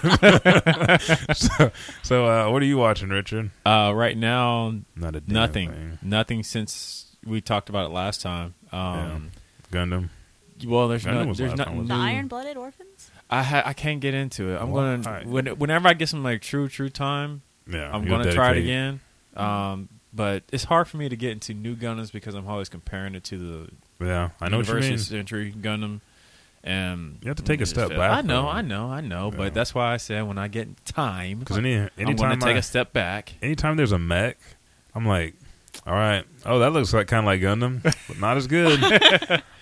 Speaker 1: so, so uh, what are you watching, Richard?
Speaker 2: Uh, right now,
Speaker 1: Not a damn
Speaker 2: nothing,
Speaker 1: thing.
Speaker 2: nothing since we talked about it last time. Um,
Speaker 1: Gundam.
Speaker 2: Well, there's
Speaker 1: I know it
Speaker 2: no,
Speaker 1: was
Speaker 2: there's
Speaker 1: last
Speaker 2: not
Speaker 1: time, wasn't
Speaker 3: The
Speaker 1: it?
Speaker 2: new-
Speaker 3: Iron-Blooded Orphans.
Speaker 2: I ha- I can't get into it. I'm
Speaker 1: Why?
Speaker 2: gonna when, whenever I get some like true true time,
Speaker 1: Yeah,
Speaker 2: I'm
Speaker 1: you'll
Speaker 2: gonna try it
Speaker 1: dedicate-
Speaker 2: again. Um, but it's hard for me to get into new Gundams because I'm always comparing it to the
Speaker 1: Yeah, I know what you
Speaker 2: Universal
Speaker 1: mean.
Speaker 2: Century Gundam. And
Speaker 1: You have to take a
Speaker 2: just
Speaker 1: step
Speaker 2: feel-
Speaker 1: back,
Speaker 2: I know,
Speaker 1: though.
Speaker 2: I know, I know.
Speaker 1: Yeah.
Speaker 2: But that's why I said when I get time,
Speaker 1: 'Cause any-
Speaker 2: I'm gonna
Speaker 1: anytime
Speaker 2: take
Speaker 1: I-
Speaker 2: a step back.
Speaker 1: Anytime there's a mech, I'm like, all right, oh that looks like kind of like Gundam, but not as good. what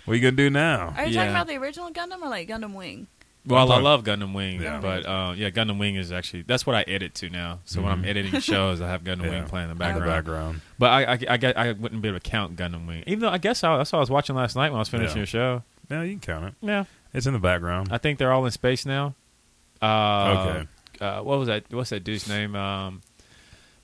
Speaker 1: are you gonna do now?
Speaker 3: Are you
Speaker 2: Yeah.
Speaker 3: talking about the original Gundam or like Gundam Wing?
Speaker 2: Well, I
Speaker 1: talking-
Speaker 2: love Gundam Wing,
Speaker 1: Yeah.
Speaker 2: but uh, yeah, Gundam Wing is actually that's what I edit to now. So when I'm editing shows, I have Gundam Wing playing in the
Speaker 1: Mm-hmm. In
Speaker 2: background.
Speaker 1: the background.
Speaker 2: But I, I, I, get- I wouldn't be able to count Gundam Wing, even though I guess I, that's what I was watching last night when I was finishing
Speaker 1: Yeah.
Speaker 2: the show.
Speaker 1: Yeah, you can count it.
Speaker 2: Yeah,
Speaker 1: It's in the background.
Speaker 2: I think they're all in space now. Uh,
Speaker 1: Okay.
Speaker 2: Uh, what was that? What's that dude's name? Um,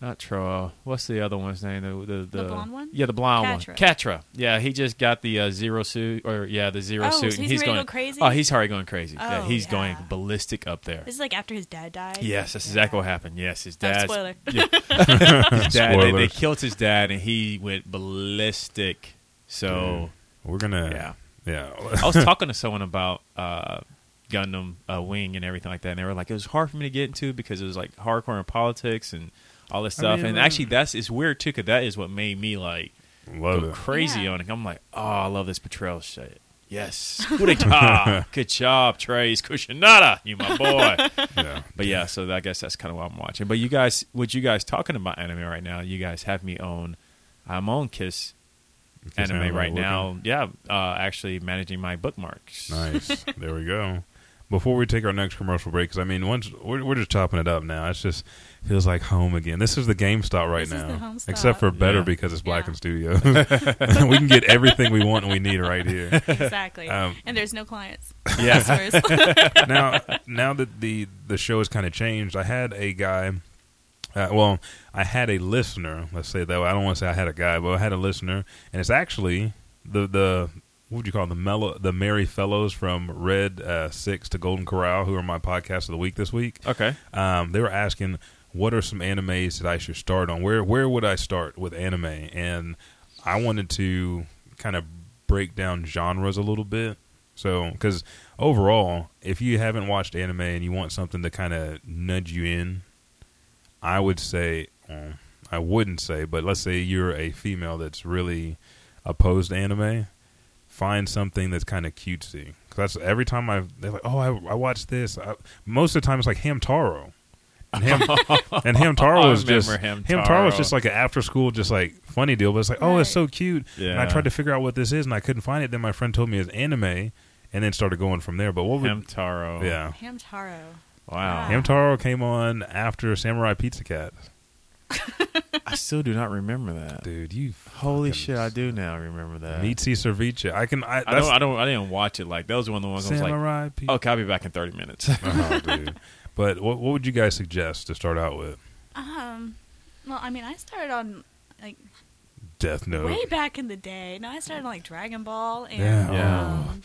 Speaker 2: not Troa. What's the other one's name? The the, the,
Speaker 3: The blonde one?
Speaker 2: Yeah, the blonde one.
Speaker 3: Catra.
Speaker 2: Catra. Yeah, he just got the uh, zero suit, or yeah, the zero
Speaker 3: Oh,
Speaker 2: suit.
Speaker 3: so
Speaker 2: and
Speaker 3: he's
Speaker 2: he's
Speaker 3: ready to
Speaker 2: going
Speaker 3: go crazy?
Speaker 2: Oh, he's already going crazy. yeah,
Speaker 3: Oh,
Speaker 2: he's
Speaker 3: yeah.
Speaker 2: going ballistic up there.
Speaker 3: This is like after his dad died.
Speaker 2: Yes, that's exactly what happened. Yes, his dad.
Speaker 3: spoiler.
Speaker 2: Yeah. his dad they, they
Speaker 1: Spoilers.
Speaker 2: killed his dad, and he went ballistic. So
Speaker 1: We're gonna.
Speaker 2: Yeah.
Speaker 1: Yeah.
Speaker 2: I was talking to someone about uh, Gundam uh, Wing and everything like that, and they were like, it was hard for me to get into because it was like hardcore in politics and all this stuff.
Speaker 1: mean,
Speaker 2: and
Speaker 1: like-
Speaker 2: actually, that's it's weird too, because that is what made me like
Speaker 1: Love
Speaker 2: go
Speaker 1: it.
Speaker 2: crazy
Speaker 3: Yeah.
Speaker 2: on it. I'm like, oh, I love this betrayal shit. Yes, good job, good job, Trace Cushionada, you my boy.
Speaker 1: Yeah.
Speaker 2: But yeah, so I guess that's kind of what I'm watching. But you guys, what you guys talking about anime right now? You guys have me on. I'm on Kiss,
Speaker 1: Kiss
Speaker 2: anime
Speaker 1: anime,
Speaker 2: right
Speaker 1: okay.
Speaker 2: now. Yeah, uh, actually managing my bookmarks.
Speaker 1: Nice. there we go. Before we take our next commercial break, because I mean, once we're, we're just chopping it up now. It's just feels like home again. This is the GameStop right
Speaker 3: This is
Speaker 1: now,
Speaker 3: the home
Speaker 1: except
Speaker 3: stop.
Speaker 1: for better
Speaker 2: Yeah.
Speaker 1: because it's Black
Speaker 3: Yeah.
Speaker 1: and Studios. we can get everything we want and we need right here.
Speaker 3: exactly.
Speaker 1: Um,
Speaker 3: and there's no clients.
Speaker 2: Yeah.
Speaker 3: Customers.
Speaker 1: now, now that the the show has kind of changed, I had a guy. Uh, well, I had a listener. Let's say it that way. I don't want to say I had a guy, but I had a listener, and it's actually the the what would you call it? the mellow the merry fellows from Red uh, Six to Golden Corral, who are my podcast of the week this week.
Speaker 2: Okay.
Speaker 1: Um, they were asking what are some animes that I should start on. Where where would I start with anime? And I wanted to kind of break down genres a little bit. So because overall, if you haven't watched anime and you want something to kind of nudge you in, I would say um, I wouldn't say, but let's say you're a female that's really opposed to anime find something that's kind of cutesy. Because that's every time I they're like, oh, I, I watched this. I, most of the time, it's like Hamtaro. And Ham, and Hamtaro
Speaker 2: I
Speaker 1: is just
Speaker 2: remember Hamtaro.
Speaker 1: Hamtaro is just like an after school, just like funny deal. But it's like, oh, it's so
Speaker 3: Right.
Speaker 1: cute. And I
Speaker 2: Yeah.
Speaker 1: tried to figure out what this is, and I couldn't find it. Then my friend told me it's anime, and then started going from there. But what would
Speaker 2: Hamtaro.
Speaker 1: yeah?
Speaker 3: Hamtaro.
Speaker 2: Wow.
Speaker 3: Yeah.
Speaker 1: Hamtaro came on after Samurai Pizza Cat.
Speaker 2: I still do not remember that.
Speaker 1: Dude, you
Speaker 2: Holy
Speaker 1: fucking
Speaker 2: shit, I do now remember that.
Speaker 1: Mitzi Cerviche. I can. I,
Speaker 2: I don't,
Speaker 1: that's
Speaker 2: I don't. I didn't watch it. Like that was one of the ones I was
Speaker 1: Samurai Pizza.
Speaker 2: like, okay, I'll be back in thirty minutes.
Speaker 1: Oh, dude. But what what would you guys suggest to start out with?
Speaker 3: Um, well, I mean, I started on like
Speaker 1: Death
Speaker 2: Oh,
Speaker 1: Note.
Speaker 3: way back in the day. No, I started on like Dragon Ball and
Speaker 1: Yeah.
Speaker 2: Yeah.
Speaker 3: um,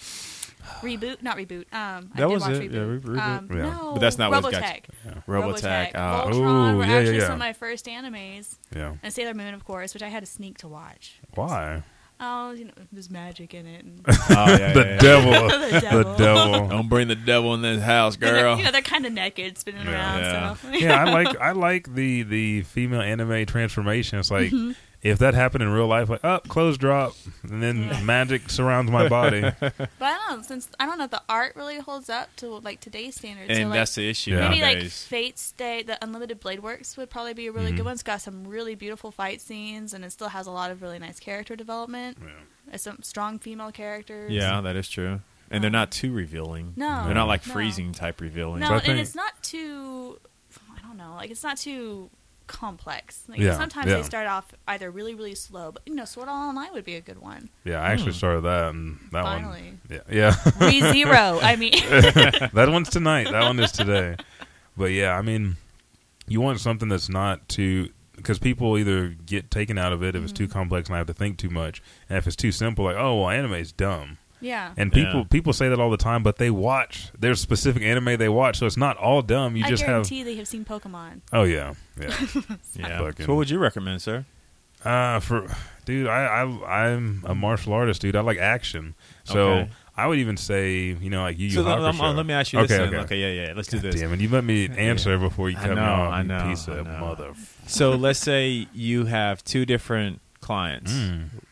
Speaker 3: reboot, not reboot. Um, I
Speaker 2: That
Speaker 3: did
Speaker 2: was
Speaker 3: watch
Speaker 2: it.
Speaker 3: Reboot.
Speaker 2: Yeah, Re- Reboot.
Speaker 3: Um,
Speaker 1: Yeah.
Speaker 3: No,
Speaker 2: But that's not
Speaker 3: Robotech.
Speaker 2: what got Robotech.
Speaker 3: Robotech.
Speaker 2: Ah.
Speaker 3: Voltron
Speaker 1: Ooh,
Speaker 3: were
Speaker 1: yeah, yeah,
Speaker 3: actually
Speaker 1: yeah.
Speaker 3: some of my first animes,
Speaker 1: Yeah.
Speaker 3: and Sailor Moon, of course, which I had to sneak to watch.
Speaker 1: Why?
Speaker 3: Oh, you know, there's magic in it. And
Speaker 2: oh, yeah,
Speaker 1: The
Speaker 2: yeah, yeah.
Speaker 1: devil.
Speaker 3: the
Speaker 1: the
Speaker 3: devil.
Speaker 1: devil.
Speaker 2: Don't bring the devil in this house,
Speaker 3: And they're,
Speaker 2: girl.
Speaker 3: you know, they're kind of naked, spinning
Speaker 1: Yeah.
Speaker 3: around.
Speaker 2: Yeah.
Speaker 3: So.
Speaker 1: yeah, I like I like the the female anime transformation. It's like
Speaker 3: Mm-hmm.
Speaker 1: if that happened in real life, like up, clothes drop, and then
Speaker 3: Yeah.
Speaker 1: magic surrounds my body.
Speaker 3: But I don't know, since I don't know if the art really holds up to like today's standards.
Speaker 2: and
Speaker 3: so, like,
Speaker 2: that's the issue
Speaker 1: Yeah.
Speaker 3: maybe like
Speaker 2: nowadays.
Speaker 3: Fate's Day, the Unlimited Blade Works would probably be a really
Speaker 1: Mm-hmm.
Speaker 3: good one. It's got some really beautiful fight scenes, and it still has a lot of really nice character development.
Speaker 1: Yeah.
Speaker 3: There's some strong female characters.
Speaker 2: yeah, that is true. And they're not too revealing.
Speaker 3: No,
Speaker 2: they're not like
Speaker 3: no.
Speaker 2: freezing type revealing.
Speaker 3: No,
Speaker 1: I
Speaker 3: and
Speaker 1: think-
Speaker 3: it's not too. I don't know. Like it's not too complex. Like
Speaker 1: Yeah,
Speaker 3: sometimes
Speaker 1: yeah.
Speaker 3: they start off either really really slow, but you know, Sword Art Online would be a good one.
Speaker 1: Yeah, I
Speaker 2: Hmm.
Speaker 1: actually started that and that
Speaker 3: Finally.
Speaker 1: one. Yeah, yeah.
Speaker 3: Re Zero. I mean,
Speaker 1: that one's tonight. That one is today. But yeah, I mean, you want something that's not too because people either get taken out of it if it's
Speaker 3: Mm-hmm.
Speaker 1: too complex and I have to think too much, and if it's too simple, like oh well, anime's dumb.
Speaker 3: yeah.
Speaker 1: And people
Speaker 2: Yeah.
Speaker 1: people say that all the time, but they watch there's specific anime they watch, so it's not all dumb. You
Speaker 3: I
Speaker 1: just have
Speaker 3: guarantee they have seen Pokemon.
Speaker 1: oh yeah yeah.
Speaker 2: yeah.
Speaker 1: Fucking-
Speaker 2: So what would you recommend, sir?
Speaker 1: Uh, for dude, I, I I'm a martial artist, dude. I like action, so
Speaker 2: Okay.
Speaker 1: I would even say you know like Yu Yu
Speaker 2: so let,
Speaker 1: Hakusho.
Speaker 2: let- uh, let me ask you
Speaker 1: Okay,
Speaker 2: this. then.
Speaker 1: okay.
Speaker 2: yeah, yeah. Let's do this.
Speaker 1: Damn it! You let me answer before you
Speaker 2: I
Speaker 1: cut me
Speaker 2: know,
Speaker 1: off.
Speaker 2: I
Speaker 1: you
Speaker 2: know,
Speaker 1: piece
Speaker 2: I
Speaker 1: of
Speaker 2: know.
Speaker 1: mother.
Speaker 2: So let's say you have two different clients.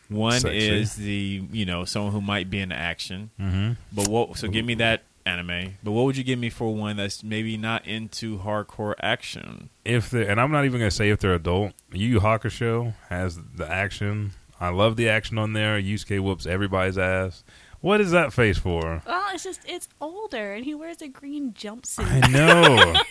Speaker 2: One
Speaker 1: Mm. Sexy.
Speaker 2: is the you know someone who might be in action,
Speaker 1: Mm-hmm.
Speaker 2: but what? So give me that anime. But what would you give me for one that's maybe not into hardcore action?
Speaker 1: If they and I'm not even gonna say if they're adult. Yu Yu Hakusho has the action. I love the action on there. Yusuke whoops everybody's ass. What is that face for?
Speaker 3: Well, it's just it's older, and he wears a green jumpsuit.
Speaker 1: I know,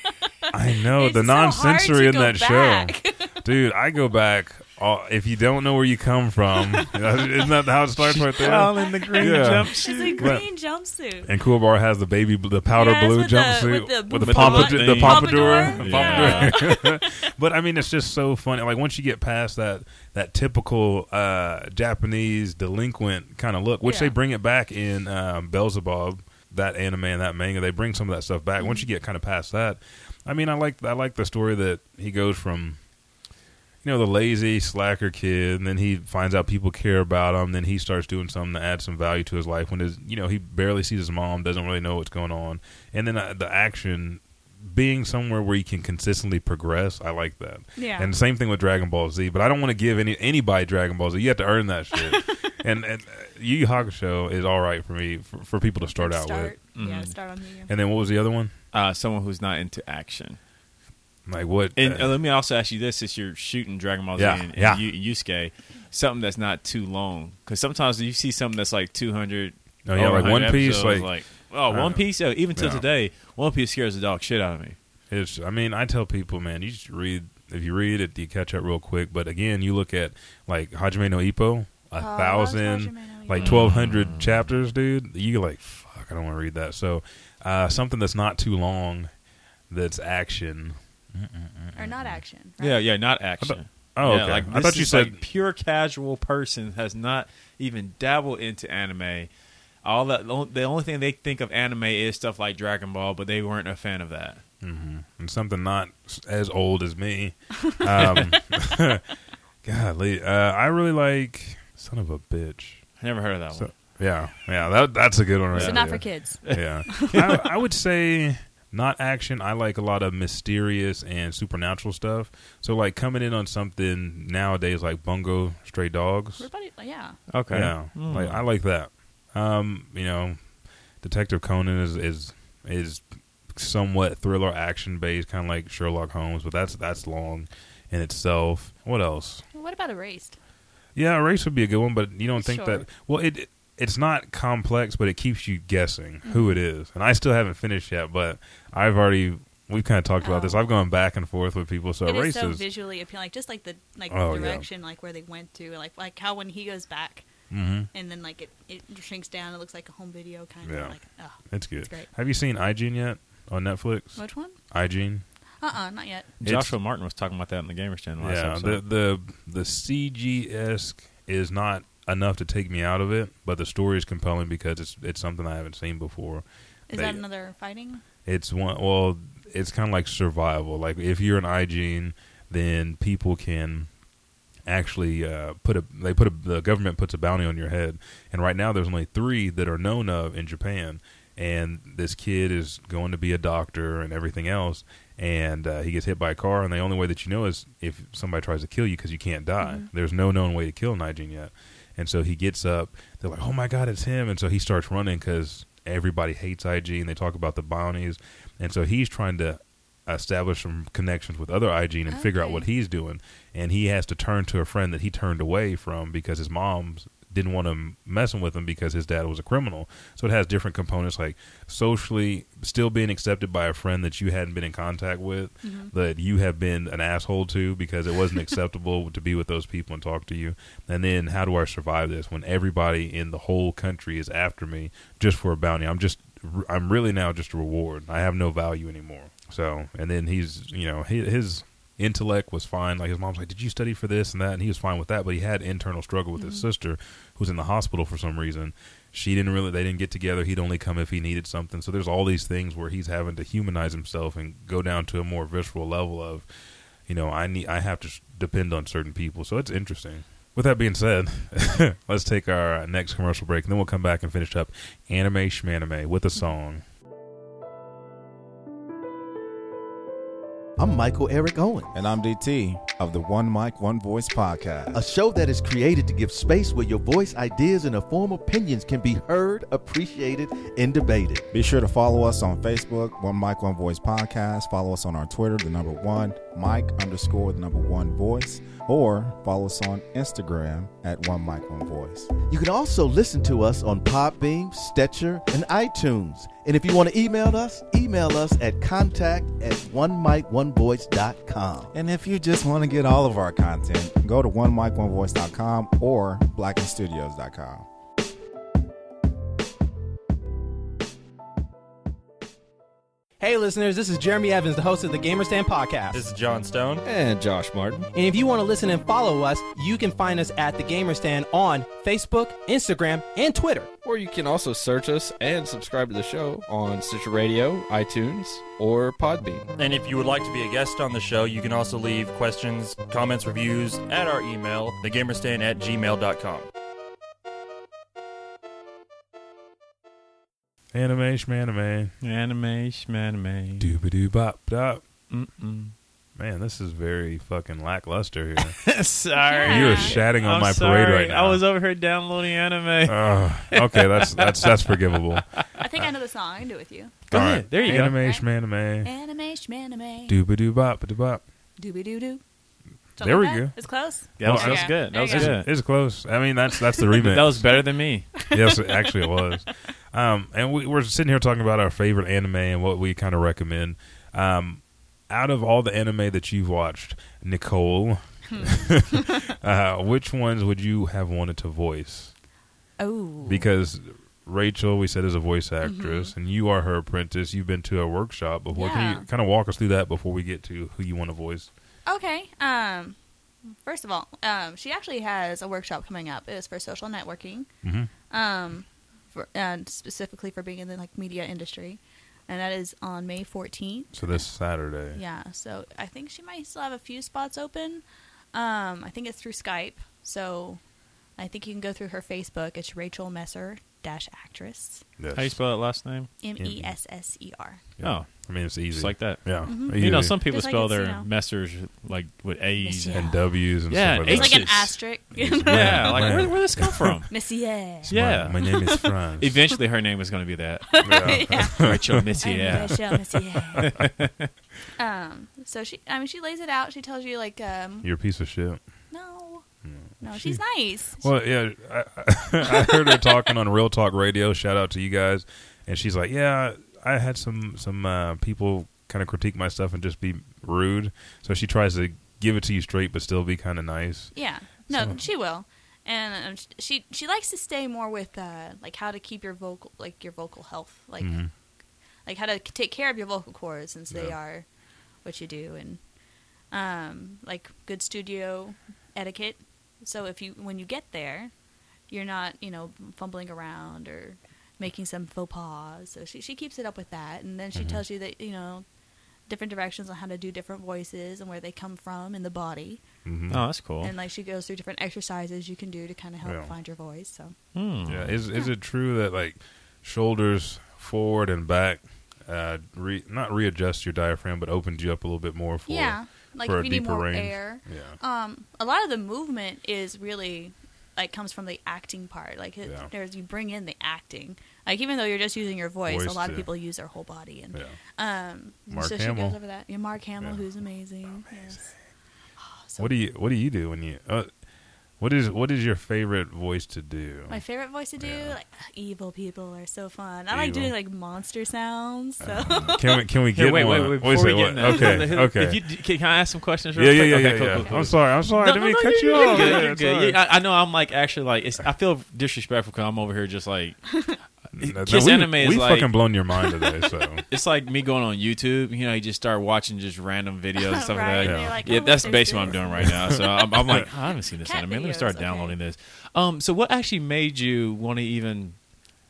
Speaker 1: I know
Speaker 3: It's
Speaker 1: the
Speaker 3: so
Speaker 1: non
Speaker 3: hard
Speaker 1: sensory
Speaker 3: to
Speaker 1: in
Speaker 3: go
Speaker 1: that
Speaker 3: back.
Speaker 1: show, dude. I go back. all if you don't know where you come from, isn't that how it starts right there?
Speaker 2: All in the green
Speaker 1: Yeah.
Speaker 3: It's
Speaker 2: jumpsuit.
Speaker 3: a
Speaker 1: But-
Speaker 3: green jumpsuit.
Speaker 1: And Cool Bar has the baby, bl- the powder
Speaker 3: Yes,
Speaker 1: blue
Speaker 3: with the-
Speaker 1: jumpsuit
Speaker 3: with the
Speaker 1: with the,
Speaker 3: bouffant
Speaker 1: pompadour, the
Speaker 2: thing.
Speaker 1: pompadour.
Speaker 3: Pompadour?
Speaker 1: The
Speaker 2: Yeah.
Speaker 1: pompadour. but I mean, it's just so funny. Like once you get past that that typical uh, Japanese delinquent kind of look, which they
Speaker 3: Yeah.
Speaker 1: bring it back in um, Beelzebub, that anime and that manga, they bring some of that stuff back. Once
Speaker 3: Mm-hmm.
Speaker 1: you get kind of past that, I mean, I like I like the story that he goes from you know, the lazy slacker kid, and then he finds out people care about him. Then he starts doing something to add some value to his life. When his, you know, he barely sees his mom, doesn't really know what's going on, and then uh, the action being somewhere where you can consistently progress. I like that.
Speaker 3: Yeah.
Speaker 1: And same thing with Dragon Ball Z, but I don't want to give any anybody Dragon Ball Z. You have to earn that shit. and and uh, Yu Yu Hakusho is all right for me for, for people to start out with.
Speaker 3: Yeah,
Speaker 2: Mhm.
Speaker 3: start on the.
Speaker 1: And then what was the other one?
Speaker 2: uh, someone who's not into action.
Speaker 1: Like what?
Speaker 2: And
Speaker 1: uh,
Speaker 2: uh, let me also ask you this: since you're shooting Dragon Ball Z
Speaker 1: Yeah,
Speaker 2: and, and
Speaker 1: yeah.
Speaker 2: Yu- Yusuke, something that's not too long, because sometimes you see something that's like 200.
Speaker 1: Oh, yeah,
Speaker 2: over
Speaker 1: like
Speaker 2: 100
Speaker 1: One Piece,
Speaker 2: episodes,
Speaker 1: like-
Speaker 2: oh,
Speaker 1: I
Speaker 2: One
Speaker 1: know.
Speaker 2: Piece. Oh, even till
Speaker 1: Yeah.
Speaker 2: today, One Piece scares the dog shit out of me.
Speaker 1: It's. I mean, I tell people, man, you just read. If you read it, you catch up real quick. But again, you look at like Hajime no Ippo, a
Speaker 3: Oh, love
Speaker 1: thousand,
Speaker 3: Hajime no
Speaker 1: like
Speaker 3: Ippo.
Speaker 1: twelve
Speaker 2: Mm.
Speaker 1: hundred chapters, dude. You're like, fuck, I don't want to read that. So, uh, something that's not too long, that's action.
Speaker 3: or not action.
Speaker 2: Yeah, yeah, not action.
Speaker 1: Oh,
Speaker 2: Yeah,
Speaker 1: okay.
Speaker 2: like,
Speaker 1: I
Speaker 2: this
Speaker 1: thought you
Speaker 2: is,
Speaker 1: said.
Speaker 2: like, pure casual person has not even dabbled into anime. All that the only thing they think of anime is stuff like Dragon Ball, but they weren't a fan of that.
Speaker 1: and something not s- as old as me. Um, golly, uh, I really like son of a bitch.
Speaker 2: I never heard of that
Speaker 1: So,
Speaker 2: one.
Speaker 1: yeah, yeah, that that's a good one. Right
Speaker 3: So not for
Speaker 1: there.
Speaker 3: kids.
Speaker 1: yeah. I, I would say not action. I like a lot of mysterious and supernatural stuff. So like coming in on something nowadays like Bungo Stray Dogs.
Speaker 3: Everybody, yeah.
Speaker 2: Okay,
Speaker 1: Yeah, like I like that. Um, you know, Detective Conan is is is somewhat thriller action based, kind of like Sherlock Holmes, but that's that's long in itself. What else?
Speaker 3: Well, what about erased?
Speaker 1: Yeah, race would be a good one, but you don't think
Speaker 3: Sure.
Speaker 1: that. Well, it it's not complex, but it keeps you guessing who
Speaker 3: Mm-hmm.
Speaker 1: it is. And I still haven't finished yet, but I've already we've kind of talked about this.
Speaker 3: Oh.
Speaker 1: I've gone back and forth with people, so
Speaker 3: It is
Speaker 1: race
Speaker 3: so
Speaker 1: is
Speaker 3: visually appealing, like just like the like
Speaker 1: Oh, yeah.
Speaker 3: the direction, like where they went to, like like how when he goes back
Speaker 1: Mhm.
Speaker 3: and then like it, it shrinks down, it looks like a home video kind
Speaker 1: Yeah.
Speaker 3: of like. Oh,
Speaker 1: it's good.
Speaker 3: It's great.
Speaker 1: Have you seen iGene yet on Netflix?
Speaker 3: which one?
Speaker 1: iGene,
Speaker 3: Uh uh not yet.
Speaker 2: Joshua Martin was talking about that in the Gamers Channel last
Speaker 1: yeah. The
Speaker 2: episode.
Speaker 1: the the CG esque is not enough to take me out of it, but the story is compelling because it's it's something I haven't seen before.
Speaker 3: Is
Speaker 1: They-
Speaker 3: that another fighting?
Speaker 1: It's one. Well, it's kind of like survival. Like if you're an iGene, then people can actually uh, put a they put a the government puts a bounty on your head. And right now, there's only three that are known of in Japan. And this kid is going to be a doctor and everything else. And uh, he gets hit by a car, and the only way that you know is if somebody tries to kill you because you can't die. There's no known way to kill an iGene yet. And so he gets up. They're like, "Oh my God, it's him!" And so he starts running because everybody hates IG, and they talk about the bounties. And so he's trying to establish some connections with other IG and figure out
Speaker 3: Okay.
Speaker 1: what he's doing. And he has to turn to a friend that he turned away from because his mom didn't want him messing with him because his dad was a criminal. So it has different components like socially still being accepted by a friend that you hadn't been in contact with that you have been an asshole to because it wasn't acceptable to be with those people and talk to you. And then how do I survive this when everybody in the whole country is after me just for a bounty? I'm just I'm really now just a reward. I have no value anymore. So, and then he's, you know, he, his intellect was fine. Like his mom's like, "Did you study for this and that?" And he was fine with that, but he had internal struggle with his sister, who's in the hospital for some reason. She didn't really. They didn't get together. He'd only come if he needed something. So there's all these things where he's having to humanize himself and go down to a more visceral level of, you know, I need. I have to s- depend on certain people. So it's interesting. With that being said, let's take our uh, next commercial break, and then we'll come back and finish up anime schmanime with a song.
Speaker 6: I'm Michael Eric Owen,
Speaker 7: And I'm DT of the One Mic, One Voice podcast.
Speaker 6: a show that is created to give space where your voice, ideas, and informed opinions can be heard, appreciated, and debated.
Speaker 7: Be sure to follow us on Facebook, One Mic, One Voice podcast. Follow us on our Twitter, the number one mic underscore the number one voice. Or follow us on Instagram at One Mic, One Voice.
Speaker 6: You can also listen to us on Podbeam, Stetcher, and iTunes. And if you want to email us, email us at contact at onemiconevoice.com.
Speaker 7: And if you just want to get all of our content, go to one mic, one voice.com or blackandstudios.com.
Speaker 8: Hey, listeners, this is Jeremy Evans, the host of the Gamer Stand podcast.
Speaker 9: This is John Stone.
Speaker 10: And Josh Martin.
Speaker 8: and if you want to listen and follow us, you can find us at the Gamer Stand on Facebook, Instagram, and Twitter.
Speaker 10: Or you can also search us and subscribe to the show on Stitcher Radio, iTunes, or Podbean.
Speaker 9: And if you would like to be a guest on the show, you can also leave questions, comments, reviews at our email, thegamerstand at gmail.com.
Speaker 1: Anime schmanime.
Speaker 2: Anime, shmanime.
Speaker 1: Doobie doo bop bop.
Speaker 2: Mm-mm.
Speaker 1: Man, this is very fucking lackluster here.
Speaker 2: sorry.
Speaker 1: you are shatting on
Speaker 2: I'm
Speaker 1: my
Speaker 2: sorry.
Speaker 1: parade right now.
Speaker 2: I was over here downloading
Speaker 1: Ugh.
Speaker 2: anime.
Speaker 1: Ah, okay, that's that's that's forgivable.
Speaker 3: I think I know the song. I can do it with you.
Speaker 2: Go
Speaker 1: All
Speaker 2: ahead.
Speaker 1: right.
Speaker 2: There you go.
Speaker 1: Anime, shmanime.
Speaker 3: Anime, shmanime,
Speaker 1: Dooba doo bop doo bop.
Speaker 3: doobie doo doo.
Speaker 1: There we go.
Speaker 3: It's close.
Speaker 2: That was,
Speaker 1: Well,
Speaker 2: that was
Speaker 3: I-
Speaker 2: good. That
Speaker 3: there
Speaker 2: was
Speaker 3: you go.
Speaker 2: good.
Speaker 1: It's close. I mean, that's that's the remix.
Speaker 2: That was better than me.
Speaker 1: yes, actually it was. Um, and we, we're sitting here talking about our favorite anime and what we kind of recommend. Um, out of all the anime that you've watched, Nicole, uh, which ones would you have wanted to voice?
Speaker 3: Oh.
Speaker 1: Because Rachel, we said, is a voice
Speaker 3: Mm-hmm.
Speaker 1: actress, and you are her apprentice. You've been to a workshop before. Can
Speaker 3: Yeah.
Speaker 1: you kind of walk us through that before we get to who you want to voice?
Speaker 3: Okay. Um, first of all, um, she actually has a workshop coming up. It is for social networking,
Speaker 1: Mhm.
Speaker 3: um, for, and specifically for being in the like media industry, and that is on May fourteenth.
Speaker 1: So this Saturday.
Speaker 3: Yeah, so I think she might still have a few spots open. Um, I think it's through Skype, so I think you can go through her Facebook. It's Rachel Messer dash actress
Speaker 1: Yes.
Speaker 2: How you spell that last name?
Speaker 3: M E S S E R.
Speaker 1: Yeah.
Speaker 2: Oh,
Speaker 1: I mean, it's easy.
Speaker 2: just like that.
Speaker 1: Yeah.
Speaker 3: Mm-hmm.
Speaker 2: You know,
Speaker 1: Easy.
Speaker 2: some people
Speaker 3: Just like
Speaker 2: spell
Speaker 3: it's,
Speaker 2: their
Speaker 3: you know.
Speaker 2: messers like with A's.
Speaker 3: Yes,
Speaker 2: and-
Speaker 1: and W's and
Speaker 2: Yeah,
Speaker 1: stuff
Speaker 2: and
Speaker 1: like
Speaker 3: It's like an
Speaker 2: Aces.
Speaker 3: asterisk.
Speaker 1: that.
Speaker 2: Yeah, like
Speaker 1: Man.
Speaker 2: where where this come from?
Speaker 3: Messier.
Speaker 2: Yeah.
Speaker 1: My, my name is Franz.
Speaker 2: Eventually, her name was going to be that.
Speaker 3: yeah.
Speaker 2: Rachel
Speaker 3: I'm
Speaker 2: Messier.
Speaker 3: Rachel Messier. um, so she, I mean, she lays it out. She tells you like, um,
Speaker 1: You're a piece of shit.
Speaker 3: no, no, she's nice.
Speaker 1: Well, yeah, I, I heard her talking on Real Talk Radio. Shout out to you guys. And she's like, "Yeah, I had some some uh, people kind of critique my stuff and just be rude." So she tries to give it to you straight, but still be kind of nice.
Speaker 3: Yeah. No,
Speaker 1: So-
Speaker 3: she will. And um, sh- she she likes to stay more with uh, like how to keep your vocal like your vocal health like like how to c- take care of your vocal cords since they
Speaker 1: Mm-hmm. Yeah.
Speaker 3: are what you do and um, like good studio etiquette. So if you when you get there, you're not you know fumbling around or making some faux pas. So she she keeps it up with that, and then
Speaker 1: Mm-hmm.
Speaker 3: she tells you that you know different directions on how to do different voices and where they come from in the body
Speaker 2: Oh, that's cool.
Speaker 3: and like she goes through different exercises you can do to kind of help
Speaker 1: Yeah.
Speaker 3: find your voice. So
Speaker 2: Hmm.
Speaker 1: Yeah. Is is it true that like shoulders forward and back, uh, re, not readjust your diaphragm, but opens you up a little bit more for
Speaker 3: yeah, like
Speaker 1: for
Speaker 3: if
Speaker 1: a
Speaker 3: you need
Speaker 1: deeper
Speaker 3: more
Speaker 1: range?
Speaker 3: air,
Speaker 1: Yeah.
Speaker 3: um, a lot of the movement is really like comes from the acting part. Like it,
Speaker 1: Yeah.
Speaker 3: there's you bring in the acting. Like even though you're just using your voice,
Speaker 1: Voice
Speaker 3: a lot of
Speaker 1: too.
Speaker 3: people use their whole body. And
Speaker 1: yeah.
Speaker 3: um,
Speaker 1: Mark
Speaker 3: so she
Speaker 1: Hamill.
Speaker 3: goes over that. Yeah, Mark Hamill,
Speaker 1: Yeah. Oh,
Speaker 3: who's amazing. Yes.
Speaker 1: What do you What do you do when you uh, What is What is your favorite voice to do?
Speaker 3: My favorite voice to do, like evil people are so fun. I like
Speaker 1: Evil. Uh-huh.
Speaker 3: doing like monster sounds. So
Speaker 1: Can we Can we get
Speaker 2: Here, wait,
Speaker 1: one?
Speaker 2: wait, wait. Before
Speaker 1: Wait,
Speaker 2: we
Speaker 1: say
Speaker 2: get in
Speaker 1: what?
Speaker 2: that-
Speaker 1: Okay,
Speaker 2: If
Speaker 1: okay.
Speaker 2: you, d- can, can I ask some questions?
Speaker 1: yeah,
Speaker 2: Real
Speaker 1: yeah,
Speaker 2: quick?
Speaker 1: yeah,
Speaker 2: okay,
Speaker 1: yeah,
Speaker 2: cool,
Speaker 1: yeah.
Speaker 2: Cool, cool.
Speaker 1: I'm sorry. I'm sorry. I didn't mean to cut you
Speaker 2: you're
Speaker 1: off.
Speaker 2: good,
Speaker 1: Yeah,
Speaker 2: you're
Speaker 1: it's
Speaker 2: good.
Speaker 1: all right.
Speaker 2: Yeah, I, I know I'm like actually like it's, I feel disrespectful because I'm over here just like
Speaker 1: No, no,
Speaker 2: Kiss
Speaker 1: we,
Speaker 2: anime is
Speaker 1: we
Speaker 2: like-
Speaker 1: fucking blown your mind today. So
Speaker 2: it's like me going on YouTube. You know, you just start watching just random videos and stuff
Speaker 3: Right,
Speaker 2: like
Speaker 3: and
Speaker 2: that.
Speaker 3: they're like,
Speaker 2: yeah,
Speaker 3: oh, look,
Speaker 2: that's
Speaker 3: there's
Speaker 2: basically what I'm
Speaker 3: this.
Speaker 2: doing right now. So I'm, I'm like, I haven't seen this
Speaker 3: Cat
Speaker 2: anime. Let me
Speaker 3: videos,
Speaker 2: start
Speaker 3: okay.
Speaker 2: downloading this. Um, so what actually made you want to even?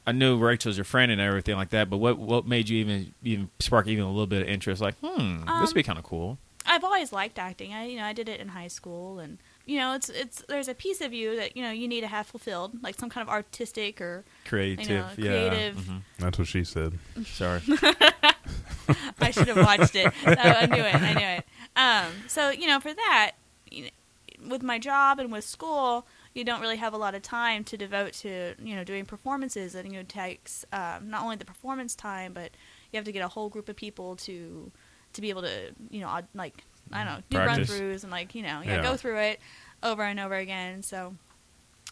Speaker 2: I knew Rachel's your friend and everything like that, but what what made you even even spark even a little bit of interest? Like, hmm, this
Speaker 3: Um,
Speaker 2: would be kind of cool.
Speaker 3: I've always liked acting. I you know I did it in high school, and you know it's it's there's a piece of you that you know you need to have fulfilled, like some kind of artistic or
Speaker 2: Creative,
Speaker 3: you know
Speaker 2: yeah. Mm-hmm.
Speaker 3: creative.
Speaker 1: that's what she said.
Speaker 2: Sorry.
Speaker 3: I should have watched it. So I knew it. I knew it. Um, so you know for that, you know, with my job and with school, you don't really have a lot of time to devote to you know doing performances, and you know it takes um, not only the performance time, but you have to get a whole group of people to to be able to you know aud- like I don't know do run
Speaker 2: Practice.
Speaker 3: throughs and like you know yeah,
Speaker 1: Yeah.
Speaker 3: go through it over and over again. So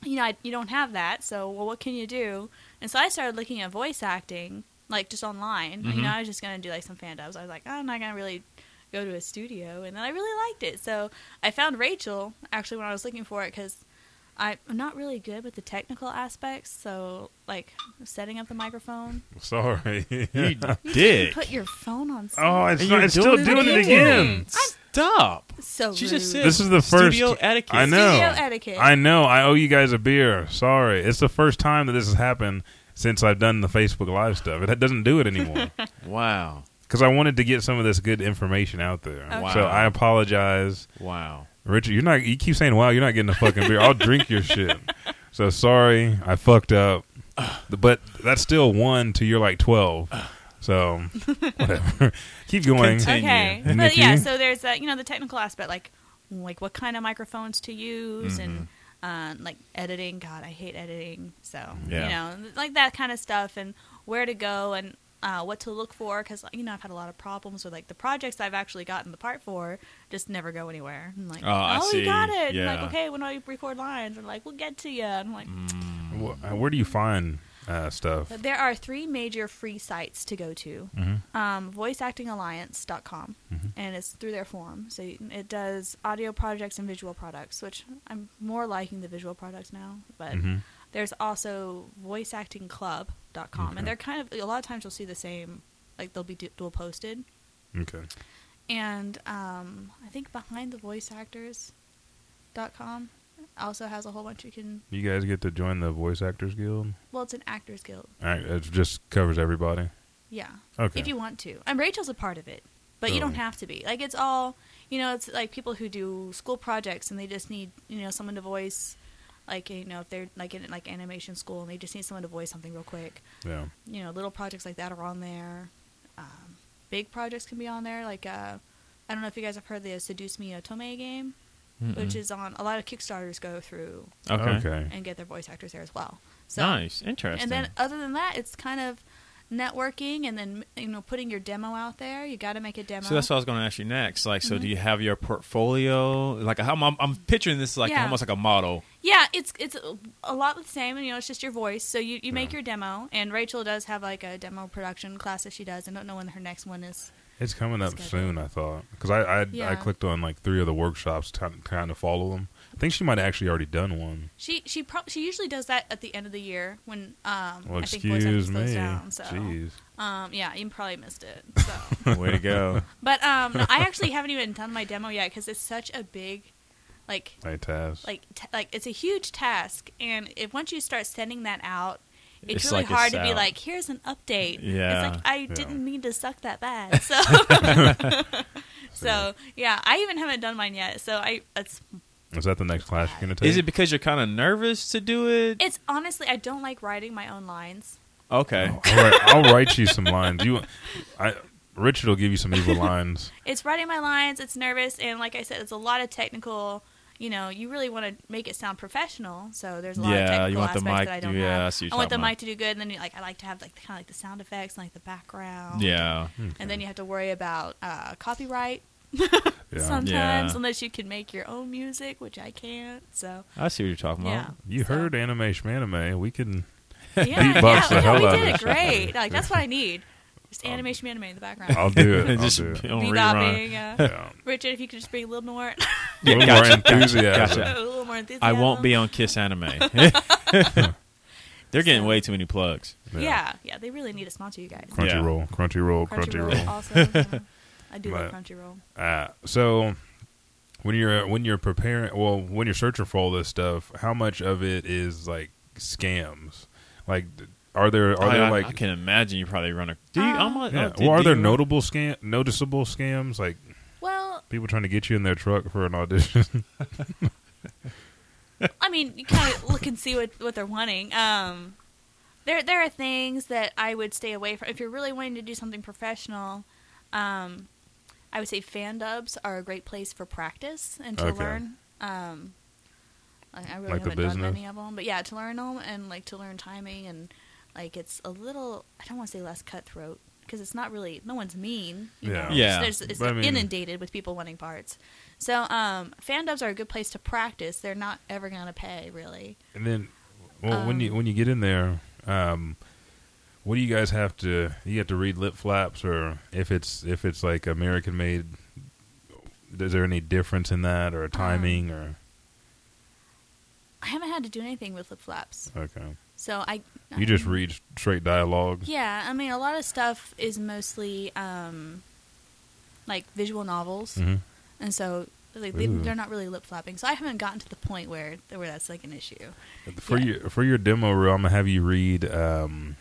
Speaker 3: you know I, you don't have that. So well, what can you do? And so I started looking at voice acting like just online. You know I was just gonna do like some fan dubs. I was like I'm not gonna really go to a studio, and then I really liked it. So I found Rachel actually when I was looking for it because. I'm not really good with the technical aspects, so like setting up the microphone.
Speaker 1: Sorry.
Speaker 2: You
Speaker 3: You
Speaker 2: dick.
Speaker 3: put your phone on.
Speaker 1: oh, it's,
Speaker 2: you're
Speaker 1: not, it's still
Speaker 2: doing it
Speaker 1: doing it again.
Speaker 2: Stop.
Speaker 3: So
Speaker 2: She just
Speaker 3: rude.
Speaker 2: said
Speaker 1: This is the first
Speaker 2: studio etiquette.
Speaker 1: I know.
Speaker 3: Studio etiquette.
Speaker 1: I know. I owe you guys a beer. Sorry. It's the first time that this has happened since I've done the Facebook Live stuff. It doesn't do it anymore.
Speaker 2: Wow.
Speaker 1: because I wanted to get some of this good information out there.
Speaker 2: Okay.
Speaker 1: So
Speaker 2: Wow.
Speaker 1: I apologize,
Speaker 2: Wow.
Speaker 1: Richard. You're not. You keep saying, "Wow, you're not getting a fucking beer." I'll drink your shit. So sorry, I fucked up. But that's still one to your like twelve. So whatever. Keep going.
Speaker 3: Okay, but
Speaker 1: Nikki?
Speaker 3: yeah, so there's that you know the technical aspect, like like what kind of microphones to use and
Speaker 2: Mm-hmm.
Speaker 3: um, like editing. God, I hate editing. So
Speaker 2: Yeah.
Speaker 3: you know, like that kind of stuff and where to go and uh, what to look for because you know I've had a lot of problems with like the projects I've actually gotten the part for just never go anywhere. I'm like,
Speaker 2: Oh, I
Speaker 3: oh,
Speaker 2: see.
Speaker 3: you got it. And
Speaker 2: Yeah.
Speaker 3: like, okay, when do I record lines? And like, we'll get to you. And I'm like.
Speaker 1: Wh- uh, where do you find uh, stuff?
Speaker 3: There are three major free sites to go to. Um, voiceactingalliance.com, and it's through their forum. So you, it does audio projects and visual products, which I'm more liking the visual products now. But there's also voiceactingclub.com, and they're kind of, a lot of times you'll see the same, like they'll be du- dual posted.
Speaker 1: Okay.
Speaker 3: And um, I think behind the voiceactors.com also has a whole bunch you can,
Speaker 1: You guys get to join the Voice Actors Guild.
Speaker 3: well, it's an actors guild.
Speaker 1: All right, it just covers everybody.
Speaker 3: Yeah.
Speaker 1: Okay.
Speaker 3: If you want to. And Rachel's a part of it, but you
Speaker 1: Oh.
Speaker 3: don't have to be. Like, it's all, you know, it's like people who do school projects and they just need, you know, someone to voice, like, you know, if they're like in like animation school and they just need someone to voice something real quick.
Speaker 1: Yeah.
Speaker 3: You know, little projects like that are on there. Um, big projects can be on there. Like, uh, I don't know if you guys have heard the Seduce Me Otome game, which is on a lot of Kickstarters go through
Speaker 2: Okay.
Speaker 3: and get their voice actors there as well. So,
Speaker 2: Nice. Interesting.
Speaker 3: and then other than that, it's kind of networking and then you know putting your demo out there. You got to make a demo.
Speaker 2: So that's what I was going to ask you next. Like, so do
Speaker 3: Mm-hmm.
Speaker 2: you have your portfolio? Like, how I'm, I'm picturing this like
Speaker 3: Yeah.
Speaker 2: almost like a model.
Speaker 3: yeah, it's it's a lot the same. You know, it's just your voice. So you, you make your demo, and Rachel does have like a demo production class that she does. I don't know when her next one is.
Speaker 1: It's coming up
Speaker 3: Schedule.
Speaker 1: soon, I thought, because I I, I
Speaker 3: Yeah.
Speaker 1: clicked on like three of the workshops to kind of follow them. I think she might have actually already done one.
Speaker 3: She she pro- she usually does that at the end of the year when um
Speaker 1: Well,
Speaker 3: I think voice acting
Speaker 1: excuse
Speaker 3: slows
Speaker 1: me.
Speaker 3: down. So
Speaker 1: Jeez.
Speaker 3: um yeah, you probably missed it. So.
Speaker 2: Way to go.
Speaker 3: But um, no, I actually haven't even done my demo yet because it's such a big, like,
Speaker 1: Hey, Taz.
Speaker 3: like, t- like it's a huge task, and if once you start sending that out, it's,
Speaker 2: It's
Speaker 3: really
Speaker 2: like it's
Speaker 3: hard to be
Speaker 2: out.
Speaker 3: like, here's an update.
Speaker 2: Yeah,
Speaker 3: it's like I didn't mean to suck that bad. So, so yeah, I even haven't done mine yet. So I, it's,
Speaker 1: Is that the next class you're going to take?
Speaker 2: Is it because you're kind of nervous to do it?
Speaker 3: it's honestly, I don't like writing my own lines.
Speaker 2: Okay.
Speaker 1: All right, I'll write you some lines. You, I, Richard will give you some evil lines.
Speaker 3: it's writing my lines it's nervous and like i said it's a lot of technical you know you really want to make it sound professional so there's a lot
Speaker 2: Yeah,
Speaker 3: of technical
Speaker 2: you want the
Speaker 3: aspects
Speaker 2: mic-
Speaker 3: that i don't
Speaker 2: yeah,
Speaker 3: have
Speaker 2: I see what you're
Speaker 3: want the
Speaker 2: talking about.
Speaker 3: mic to do good and then you, like i like to have like kind of like the sound effects and like the background
Speaker 2: Yeah.
Speaker 1: Hmm.
Speaker 3: and then you have to worry about uh, copyright
Speaker 1: Yeah.
Speaker 3: sometimes
Speaker 2: Yeah.
Speaker 3: unless you can make your own music which i can't so
Speaker 2: I see what you're talking about.
Speaker 3: yeah
Speaker 1: You
Speaker 3: So-
Speaker 1: heard anime shmanime. We can.
Speaker 3: yeah yeah,
Speaker 1: Beatbox the
Speaker 3: yeah,
Speaker 1: hell
Speaker 3: we
Speaker 1: out of
Speaker 3: did
Speaker 1: it.
Speaker 3: it great like that's what i need just animation anime in the background
Speaker 1: I'll do it. I'll
Speaker 2: Just
Speaker 1: do it.
Speaker 2: on rerun.
Speaker 3: Bebopping, yeah.
Speaker 1: Yeah.
Speaker 3: richard if you could just bring a little more
Speaker 1: A little more enthusiasm.
Speaker 3: a little more enthusiasm
Speaker 2: I won't be on Kiss Anime. They're getting way too many plugs.
Speaker 3: Yeah. yeah, they really need to sponsor you guys.
Speaker 1: Crunchyroll, Crunchyroll,
Speaker 3: Crunchyroll,
Speaker 1: Crunchyroll.
Speaker 3: also. yeah. I do love
Speaker 1: But-
Speaker 3: Crunchyroll.
Speaker 1: Uh, so when you're uh, when you're preparing, well, when you're searching for all this stuff, how much of it is like scams? Like, are there are
Speaker 2: I,
Speaker 1: there
Speaker 2: Oh, I-
Speaker 1: like
Speaker 2: I can imagine you probably run a. Do you?
Speaker 3: Uh,
Speaker 2: I'm like,
Speaker 1: yeah?
Speaker 2: oh, do-
Speaker 1: Well, are
Speaker 2: do
Speaker 1: there
Speaker 2: you-
Speaker 1: notable scam noticeable scams like
Speaker 3: Well,
Speaker 1: people trying to get you in their truck for an audition?
Speaker 3: I mean, you kind of look and see what, what they're wanting. Um, there there are things that I would stay away from. If you're really wanting to do something professional, um, I would say fan dubs are a great place for practice and to
Speaker 1: Okay.
Speaker 3: learn. Um, like, I really
Speaker 1: Like the
Speaker 3: haven't done
Speaker 1: business?
Speaker 3: many of them, but yeah, to learn them and like to learn timing and like it's a little. I don't want to say less cutthroat because it's not really. No one's mean. you
Speaker 1: Yeah.
Speaker 3: know?
Speaker 2: Yeah,
Speaker 3: There's- It's,
Speaker 1: but I mean-
Speaker 3: inundated with people wanting parts. So um, fan dubs are a good place to practice. They're not ever going to pay, really.
Speaker 1: and then, well, when you when you get in there, um, what do you guys have to? You have to read lip flaps, or if it's if it's like American made. Is there any difference in that, or timing, or
Speaker 3: I haven't had to do anything with lip flaps.
Speaker 1: okay?
Speaker 3: So I.
Speaker 1: You just read straight dialogue.
Speaker 3: Yeah, I mean, a lot of stuff is mostly um, like visual novels,
Speaker 1: Mhm.
Speaker 3: and so like they,
Speaker 1: Ooh.
Speaker 3: they're not really lip flapping. So I haven't gotten to the point where where that's like an issue.
Speaker 1: For
Speaker 3: Yeah.
Speaker 1: your for your demo reel, I'm gonna have you read um,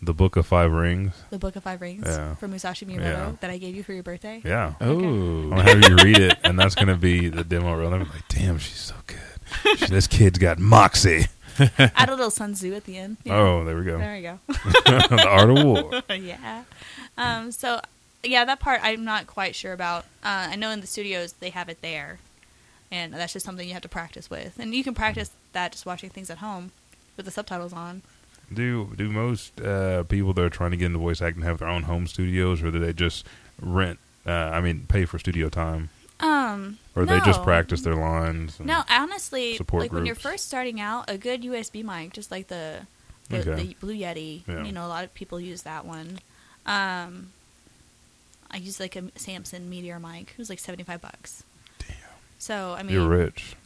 Speaker 1: the Book of Five Rings.
Speaker 3: The Book of Five Rings
Speaker 1: Yeah.
Speaker 3: from Musashi Miyamoto
Speaker 1: Yeah.
Speaker 3: that I gave you for your birthday.
Speaker 1: Yeah, I'm
Speaker 2: Oh.
Speaker 1: gonna have you read it, and that's gonna be the demo reel. And I'm like, damn, she's so good. She- this kid's got moxie.
Speaker 3: Add a little Sun Tzu at the end. Yeah.
Speaker 1: Oh, there we go.
Speaker 3: There we go.
Speaker 1: The Art of War.
Speaker 3: yeah. Um, so, yeah, that part I'm not quite sure about. Uh, I know in the studios they have it there, and that's just something you have to practice with. And you can practice that just watching things at home with the subtitles on.
Speaker 1: Do do most uh, people that are trying to get into voice acting have their own home studios, or do they just rent? Uh, I mean, pay for studio time,
Speaker 3: Um,
Speaker 1: or they just
Speaker 3: no.
Speaker 1: practice their lines? and-
Speaker 3: No, honestly,
Speaker 1: Mm. support
Speaker 3: like when you're
Speaker 1: groups.
Speaker 3: first starting out, a good USB mic, just like the the,
Speaker 1: Okay.
Speaker 3: the Blue Yeti.
Speaker 1: Yeah.
Speaker 3: You know, a lot of people use that one. Um, I use like a Samson Meteor mic. It was like seventy five bucks. Damn. So I mean,
Speaker 1: you're rich.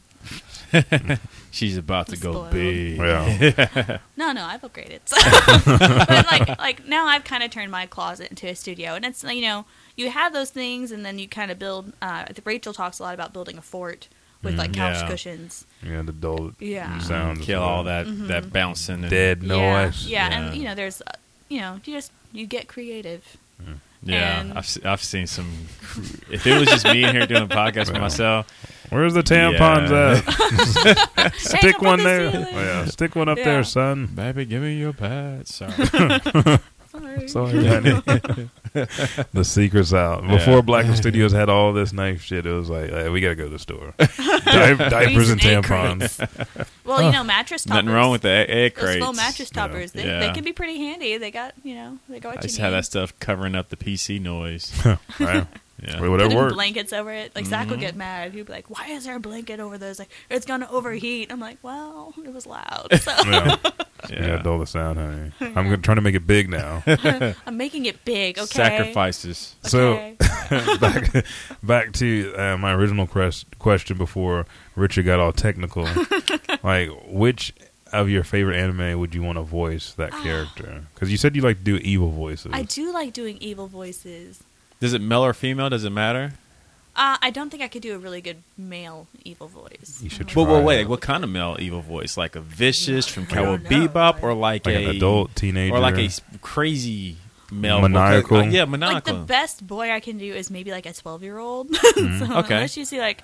Speaker 2: She's about to
Speaker 3: Just
Speaker 2: go
Speaker 3: blow.
Speaker 2: big.
Speaker 1: Yeah.
Speaker 3: No, no, I've upgraded. but like, like now I've kind of turned my closet into a studio, and it's you know you have those things, and then you kind of build. Uh, I think Rachel talks a lot about building a fort
Speaker 1: Mm,
Speaker 3: with like couch
Speaker 2: Yeah.
Speaker 3: cushions.
Speaker 1: yeah, the dull
Speaker 3: Yeah.
Speaker 1: sounds.
Speaker 2: Kill all that
Speaker 3: Mm-hmm.
Speaker 2: that bouncing. And,
Speaker 1: dead
Speaker 3: yeah.
Speaker 1: noise.
Speaker 3: Yeah.
Speaker 2: Yeah.
Speaker 3: and you know there's, uh, you know, you just you get creative.
Speaker 2: Yeah,
Speaker 3: And-
Speaker 2: I've, se- I've seen some. cr- If it was just me in here doing a podcast by myself,
Speaker 1: Where's the tampons
Speaker 2: Yeah.
Speaker 1: at?
Speaker 3: Shake
Speaker 1: Stick
Speaker 3: up on
Speaker 1: one
Speaker 3: the
Speaker 1: there. Oh,
Speaker 3: ceiling.
Speaker 1: Yeah, stick one up
Speaker 3: Yeah.
Speaker 1: there, son.
Speaker 2: baby, give me your pants. Sorry.
Speaker 3: Sorry.
Speaker 1: Sorry, Daddy. the secret's out. Before Black Studios had all this knife shit, it was like, hey, we gotta go to the store. Di- diapers and
Speaker 3: These egg
Speaker 1: tampons.
Speaker 3: crates. Well, you know, mattress toppers.
Speaker 2: Nothing wrong with the egg, egg
Speaker 3: those
Speaker 2: crates.
Speaker 3: full mattress toppers. They,
Speaker 2: Yeah.
Speaker 3: they can be pretty handy. They got you know they got what
Speaker 2: I
Speaker 3: you
Speaker 2: used to
Speaker 3: need.
Speaker 2: have that stuff covering up the PC noise.
Speaker 1: Right?
Speaker 2: Yeah.
Speaker 1: Well, Whatever
Speaker 3: Putting
Speaker 1: works. Mm-hmm.
Speaker 3: blankets over it. Like Zach would get mad. He'd be like, "Why is there a blanket over those? Like it's gonna overheat." I'm like, "Well, it was loud. So
Speaker 1: Yeah.
Speaker 2: Yeah.
Speaker 1: yeah. dull the sound, honey. I'm gonna try to make it big now.
Speaker 3: I'm making it big. Okay.
Speaker 2: Sacrifices.
Speaker 1: So
Speaker 3: Okay.
Speaker 1: back back to uh, my original quest- question before Richard got all technical. like, which of your favorite anime would you want to voice that character? Because you said you like to do evil voices.
Speaker 3: I do like doing evil voices.
Speaker 2: Does it male or female? Does it matter?
Speaker 3: Uh, I don't think I could do a really good male evil voice.
Speaker 1: You should
Speaker 3: I
Speaker 1: try.
Speaker 2: Well, well,
Speaker 1: it.
Speaker 2: wait. What kind of male evil voice? Like a vicious from
Speaker 3: I don't
Speaker 2: Cowboy
Speaker 3: know.
Speaker 2: Bebop, or like,
Speaker 1: Like
Speaker 2: a
Speaker 1: an adult teenager,
Speaker 2: or like a s- crazy male
Speaker 1: Maniacal?
Speaker 2: Like, yeah,
Speaker 3: don't- Like
Speaker 2: maniacal.
Speaker 3: the best boy I can do is maybe like a 12 year old.
Speaker 1: Mm-hmm.
Speaker 3: so
Speaker 2: Okay.
Speaker 3: Unless you see like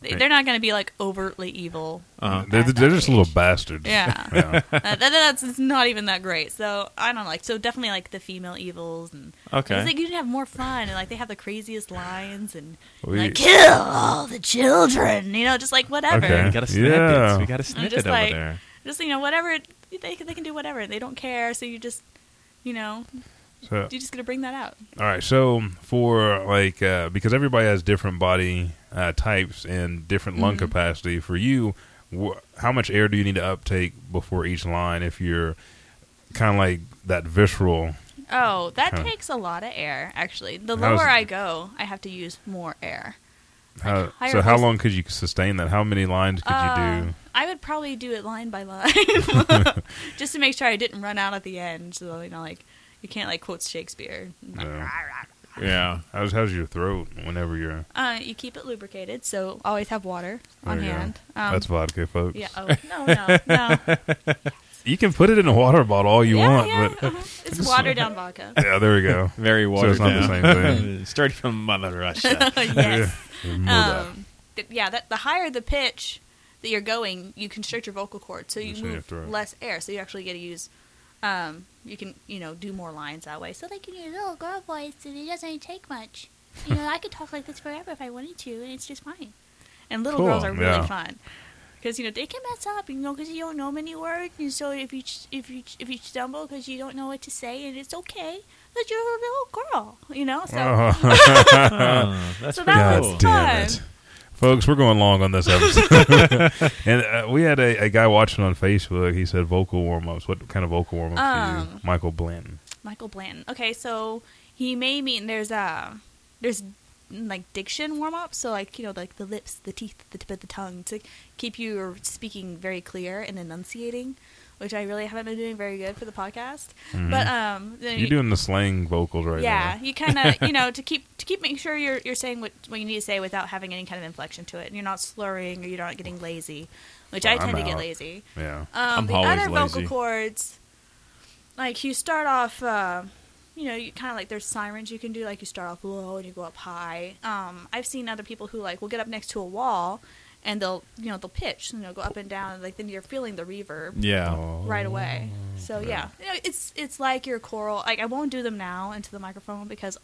Speaker 3: they- they're not going to be like overtly evil.
Speaker 2: uh-huh.
Speaker 1: They're,
Speaker 3: at
Speaker 1: they're
Speaker 3: that
Speaker 1: just little
Speaker 3: age.
Speaker 1: bastards.
Speaker 3: Yeah.
Speaker 1: Yeah.
Speaker 3: Uh, that, that's it's not even that great. So I don't like. So definitely like the female evils and
Speaker 2: Okay.
Speaker 3: It's like you can have more fun and like they have the craziest lines and
Speaker 1: We-
Speaker 3: like kill all the children. You know, just like whatever.
Speaker 1: Okay.
Speaker 2: We got to snippet.
Speaker 1: Yeah.
Speaker 2: We got to
Speaker 3: I'm
Speaker 2: snippet
Speaker 3: just
Speaker 2: over
Speaker 3: like
Speaker 2: there.
Speaker 3: just you know whatever they can, they can do whatever they don't care. So you just you know
Speaker 1: So,
Speaker 3: you're just gonna bring that out.
Speaker 1: all right. So for like uh, because everybody has different body uh, types and different lung
Speaker 3: Mm-hmm.
Speaker 1: capacity. For you, wh- how much air do you need to uptake before each line? If you're kind of like that visceral.
Speaker 3: Oh, that
Speaker 1: Kinda.
Speaker 3: takes a lot of air, actually. The
Speaker 1: How's-
Speaker 3: lower I go, I have to use more air.
Speaker 1: How,
Speaker 3: higher
Speaker 1: so how
Speaker 3: voice-
Speaker 1: long could you sustain that? How many lines could
Speaker 3: Uh,
Speaker 1: you do?
Speaker 3: I would probably do it line by line, just to make sure I didn't run out at the end. So you know, like you can't like quote Shakespeare.
Speaker 1: Yeah.
Speaker 2: Yeah.
Speaker 1: How's how's your throat whenever you're?
Speaker 3: Uh, you keep it lubricated, so always have water on
Speaker 1: There you go.
Speaker 3: hand. um,
Speaker 1: That's vodka, folks.
Speaker 3: yeah. Oh no, no, no.
Speaker 1: You can put it in a water bottle all you
Speaker 3: yeah,
Speaker 1: want,
Speaker 3: yeah.
Speaker 1: but
Speaker 3: uh-huh. It's water down vodka.
Speaker 1: yeah, there we go.
Speaker 2: Very
Speaker 1: so
Speaker 2: watered
Speaker 1: it's not
Speaker 2: down.
Speaker 1: the same thing.
Speaker 2: Straight from Mother Russia.
Speaker 3: yes.
Speaker 1: Moda.
Speaker 3: um, th- yeah, that, the higher the pitch that you're going, you constrict your vocal cord, so you
Speaker 1: That's in your
Speaker 3: move
Speaker 1: throat.
Speaker 3: less air. So you actually get to use, um, you can you know do more lines that way. So
Speaker 11: So they can use a little girl voice, and it doesn't take much. You know, I could talk like this forever if I wanted to, and it's just fine.
Speaker 3: and little
Speaker 1: Cool,
Speaker 3: girls are really
Speaker 1: yeah.
Speaker 3: fun because you know they can mess up, you know, because you don't know many words, and so if you ch- if you ch- if you stumble because you don't know what to say, and it's okay that you're a little girl, you know. So
Speaker 1: Oh,
Speaker 2: Oh, that's pretty
Speaker 3: so that
Speaker 1: God
Speaker 2: cool.
Speaker 3: was
Speaker 1: damn
Speaker 3: fun.
Speaker 1: it. Folks, we're going long on this episode. and uh, we had a, a guy watching on Facebook. He said vocal warm ups. What kind of vocal warm ups do you
Speaker 3: Um,
Speaker 1: do? Michael Blanton.
Speaker 3: Michael Blanton. Okay, so he may mean there's uh there's mm, like diction warm up, so like you know like the lips, the teeth, the tip of the tongue to keep you speaking very clear and enunciating, which I really haven't been doing very good for the podcast.
Speaker 1: Mm-hmm.
Speaker 3: But um, then
Speaker 1: You're doing the slang vocals right
Speaker 3: yeah,
Speaker 1: now.
Speaker 3: you kind of you know to keep to keep making sure you're you're saying what what you need to say without having any kind of inflection to it, and you're not slurring or you're not getting lazy, which I
Speaker 1: Well, Oh, I'm
Speaker 3: tend to get
Speaker 1: out.
Speaker 3: lazy.
Speaker 1: Yeah.
Speaker 3: Um,
Speaker 2: I'm
Speaker 3: the
Speaker 2: always
Speaker 3: other vocal
Speaker 2: lazy.
Speaker 3: cords, like you start off, uh, you know, you kind of like there's sirens you can do. Like you start off low and you go up high. Um, I've seen other people who like will get up next to a wall and they'll you know they'll pitch and they'll go up and down and like then you're feeling the reverb
Speaker 2: Yeah.
Speaker 1: Oh.
Speaker 3: right away so yeah you know, it's it's like your choral like i won't do them now into the microphone because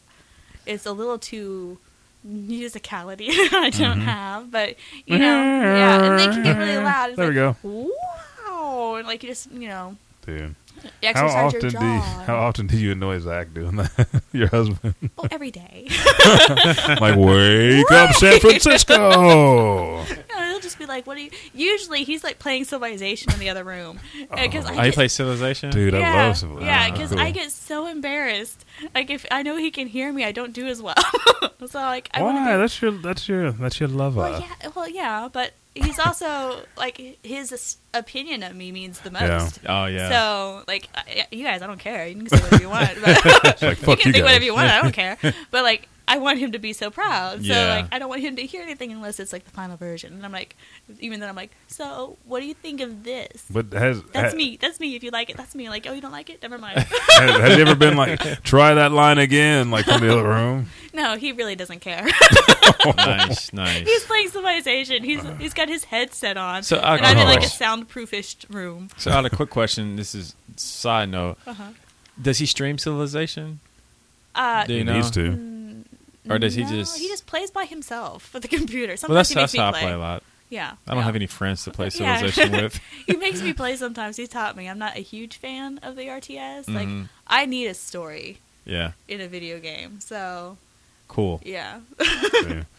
Speaker 3: it's a little too musicality i don't have but you know yeah and they can get really loud it's
Speaker 1: There we
Speaker 3: like, go wow and like you just you know
Speaker 1: Dude.
Speaker 3: You
Speaker 1: How
Speaker 3: exercise
Speaker 1: often
Speaker 3: your
Speaker 1: do you,
Speaker 3: jaw.
Speaker 1: how often do you annoy Zach doing that? Your husband?
Speaker 3: oh every day
Speaker 1: like wake up San
Speaker 3: Right.
Speaker 1: Francisco.
Speaker 3: No, he'll just be like, "What do you?" Usually, he's like playing Civilization in the other room. Because
Speaker 2: Oh, you play Civilization?
Speaker 1: Dude,
Speaker 3: yeah,
Speaker 1: I love Civilization.
Speaker 3: Yeah, because I get so embarrassed. Like if I know he can hear me, I don't do as well. so like I want to.
Speaker 1: Why? That's your that's your that's your lover.
Speaker 3: Well, yeah, well, yeah, but he's also like his as- opinion of me means the most.
Speaker 1: Yeah. Oh, yeah.
Speaker 3: So like, I, you guys, I don't care. You can say whatever you want. But
Speaker 1: She's like,
Speaker 3: you
Speaker 1: "Fuck
Speaker 3: can
Speaker 1: you
Speaker 3: think whatever
Speaker 1: guys."
Speaker 3: you want. I don't care. But like. I want him to be so proud. So
Speaker 1: Yeah.
Speaker 3: like I don't want him to hear anything unless it's like the final version. And I'm like even then I'm like, "So, what do you think of this?"
Speaker 1: But has
Speaker 3: That's
Speaker 2: Uh,
Speaker 1: ha-
Speaker 3: me. That's me if you like it. That's me like, "Oh, you don't like it? Never mind."
Speaker 1: has, has he ever been like try that line again like from the other room?
Speaker 3: no, he really doesn't care.
Speaker 1: Nice,
Speaker 2: nice.
Speaker 3: He's playing Civilization. He's he's got his headset on.
Speaker 2: Uh-huh. So, I-
Speaker 3: and I'm in like
Speaker 2: Oh.
Speaker 3: a soundproofish room.
Speaker 2: So I had a quick question. This is side note.
Speaker 3: Uh-huh.
Speaker 2: Does he stream Civilization?
Speaker 3: Uh,
Speaker 2: Do you
Speaker 3: He
Speaker 2: know?
Speaker 1: needs to.
Speaker 2: Or does
Speaker 3: no,
Speaker 2: he just?
Speaker 3: he just plays by himself with the computer. Sometimes
Speaker 2: well, that's
Speaker 3: he
Speaker 2: that's
Speaker 3: makes me
Speaker 2: how
Speaker 3: play.
Speaker 2: I play a lot.
Speaker 3: Yeah,
Speaker 2: I don't have any friends to play
Speaker 3: Yeah.
Speaker 2: Civilization with.
Speaker 3: he makes me play sometimes. He taught me. I'm not a huge fan of the RTS. Like
Speaker 1: Mm-hmm.
Speaker 2: Mhm.
Speaker 3: I need a story
Speaker 2: Yeah.
Speaker 3: in a video game. So
Speaker 2: Cool.
Speaker 3: yeah.
Speaker 1: Yeah.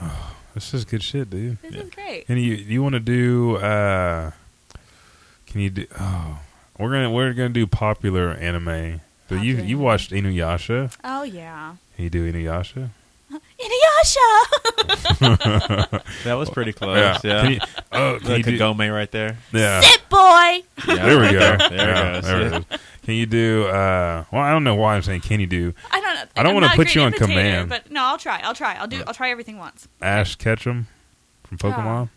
Speaker 1: Oh, this is good shit, dude.
Speaker 3: This is great.
Speaker 1: And you you want to do? uh Can you do? Oh, we're gonna we're gonna do popular anime. So you
Speaker 3: Popular
Speaker 1: you watched Inuyasha?
Speaker 3: oh yeah.
Speaker 1: Can you do Inuyasha?
Speaker 3: Inuyasha.
Speaker 2: That was pretty close.
Speaker 1: Yeah.
Speaker 2: Yeah.
Speaker 1: Can you- oh, can
Speaker 2: the
Speaker 1: you do-
Speaker 2: Kagome right there.
Speaker 1: Yeah.
Speaker 3: Sit boy.
Speaker 2: Yeah,
Speaker 1: there we go.
Speaker 2: there- there it
Speaker 1: Yeah,
Speaker 2: goes.
Speaker 1: there it is. Can you do? uh Well, I don't know why I'm saying can you do.
Speaker 3: I don't know.
Speaker 1: I don't
Speaker 3: I'm
Speaker 1: wanna
Speaker 3: not a
Speaker 1: put
Speaker 3: great
Speaker 1: you on
Speaker 3: imitator,
Speaker 1: command. Mm.
Speaker 3: but no, I'll try. I'll try. I'll do. I'll try everything once.
Speaker 1: Ash Ketchum from Pokemon,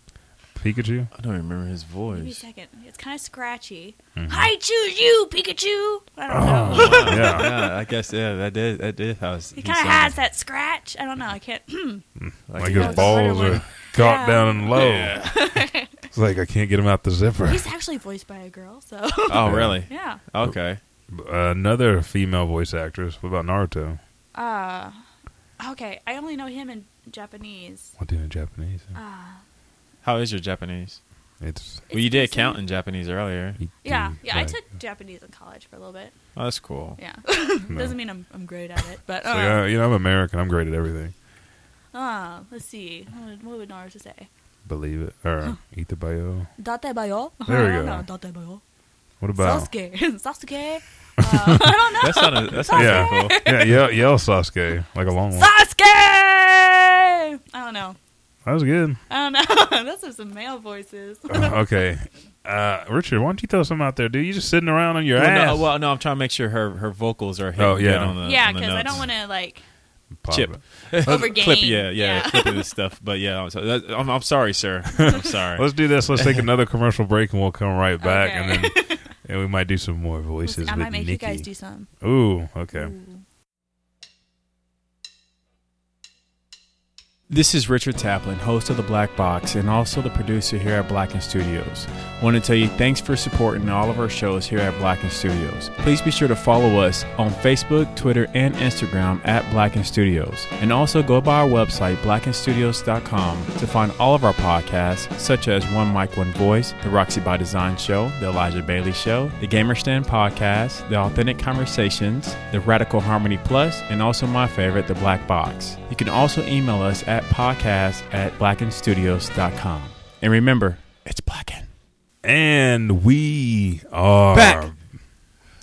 Speaker 1: Pikachu.
Speaker 2: I don't remember his
Speaker 3: Give me a
Speaker 2: voice.
Speaker 3: second. It's kind of scratchy.
Speaker 1: Mhm.
Speaker 3: I choose you, Pikachu. I don't
Speaker 1: Ah.
Speaker 3: know.
Speaker 2: Wow.
Speaker 1: Oh, Yeah.
Speaker 2: yeah, I guess yeah, that did that did how s-
Speaker 3: He
Speaker 2: he
Speaker 3: kind of
Speaker 2: sounded.
Speaker 3: has that scratch. I don't know. I can't.
Speaker 1: Like,
Speaker 2: Like
Speaker 1: his
Speaker 2: this.
Speaker 1: balls
Speaker 3: Spider-Man.
Speaker 1: are caught
Speaker 3: Yeah.
Speaker 1: down and low.
Speaker 3: Yeah.
Speaker 1: it's like I can't get him out the zipper.
Speaker 3: He's actually voiced by a girl, so.
Speaker 2: Oh really?
Speaker 3: Yeah.
Speaker 2: Okay.
Speaker 1: Another female voice actress. What about Naruto?
Speaker 3: Uh, okay. I only know him in Japanese.
Speaker 1: What do you know in Japanese?
Speaker 3: Uh,
Speaker 2: How is your Japanese?
Speaker 1: It's E
Speaker 2: Well, you did count in Japanese earlier.
Speaker 3: yeah, yeah.
Speaker 1: Mm,
Speaker 3: I
Speaker 1: right.
Speaker 3: took Japanese in college for a little bit.
Speaker 2: Oh, that's cool.
Speaker 3: Yeah.
Speaker 1: No.
Speaker 3: Doesn't mean I'm I'm great at it, but
Speaker 1: It's like,
Speaker 3: uh,
Speaker 1: uh, you know, I'm American. I'm great at everything.
Speaker 3: uh, let's see. What would- What would Naruto say?
Speaker 1: Believe it or eat the bio.
Speaker 3: Date bayo.
Speaker 1: There we
Speaker 3: I
Speaker 1: go.
Speaker 3: don't know. Uh-huh. Date bayo.
Speaker 1: What about?
Speaker 3: Sasuke. Sasuke. Uh, I don't know.
Speaker 2: That sounded that sounded
Speaker 1: Yeah, Oh,
Speaker 2: cool.
Speaker 1: yeah, yell, yell Sasuke like a long one.
Speaker 3: Sasuke. I don't know.
Speaker 1: That was good.
Speaker 3: I don't know. Those are some male voices.
Speaker 1: okay, uh, Richard, why don't you throw some out there, dude? You just sitting around on your
Speaker 2: Well,
Speaker 1: ass.
Speaker 2: no, well, no, I'm trying to make sure her her vocals are hitting
Speaker 1: Oh, yeah.
Speaker 2: good on the
Speaker 3: yeah,
Speaker 2: on the
Speaker 3: because I don't
Speaker 2: notes.
Speaker 3: want to like.
Speaker 1: Pop
Speaker 2: chip
Speaker 1: it.
Speaker 3: Overgain.
Speaker 2: clip yeah yeah,
Speaker 3: Yeah.
Speaker 2: clip of this stuff but yeah I'm, so- that- I'm, I'm sorry sir i'm sorry
Speaker 1: Let's do this. Let's take another commercial break, and we'll come right back, and
Speaker 3: Okay.
Speaker 1: then and we might do some more voices
Speaker 3: I
Speaker 1: with
Speaker 3: might make
Speaker 1: Nikki.
Speaker 3: you guys do some.
Speaker 1: Ooh, okay.
Speaker 2: This is Richard Taplin, host of The Black Box and also the producer here at Blacken Studios. want to tell you thanks for supporting all of our shows here at Blacken Studios. Please be sure to follow us on Facebook, Twitter, and Instagram at Blacken Studios. And also go by our website, blackenstudios.com, to find all of our podcasts, such as One Mic, One Voice, The Roxy by Design Show, The Elijah Bailey Show, The Gamer Stand Podcast, The Authentic Conversations, The Radical Harmony Plus, and also my favorite, The Black Box. You can also email us at podcast at blackenstudios.com. And remember, it's Blacken.
Speaker 1: And we are
Speaker 2: Back.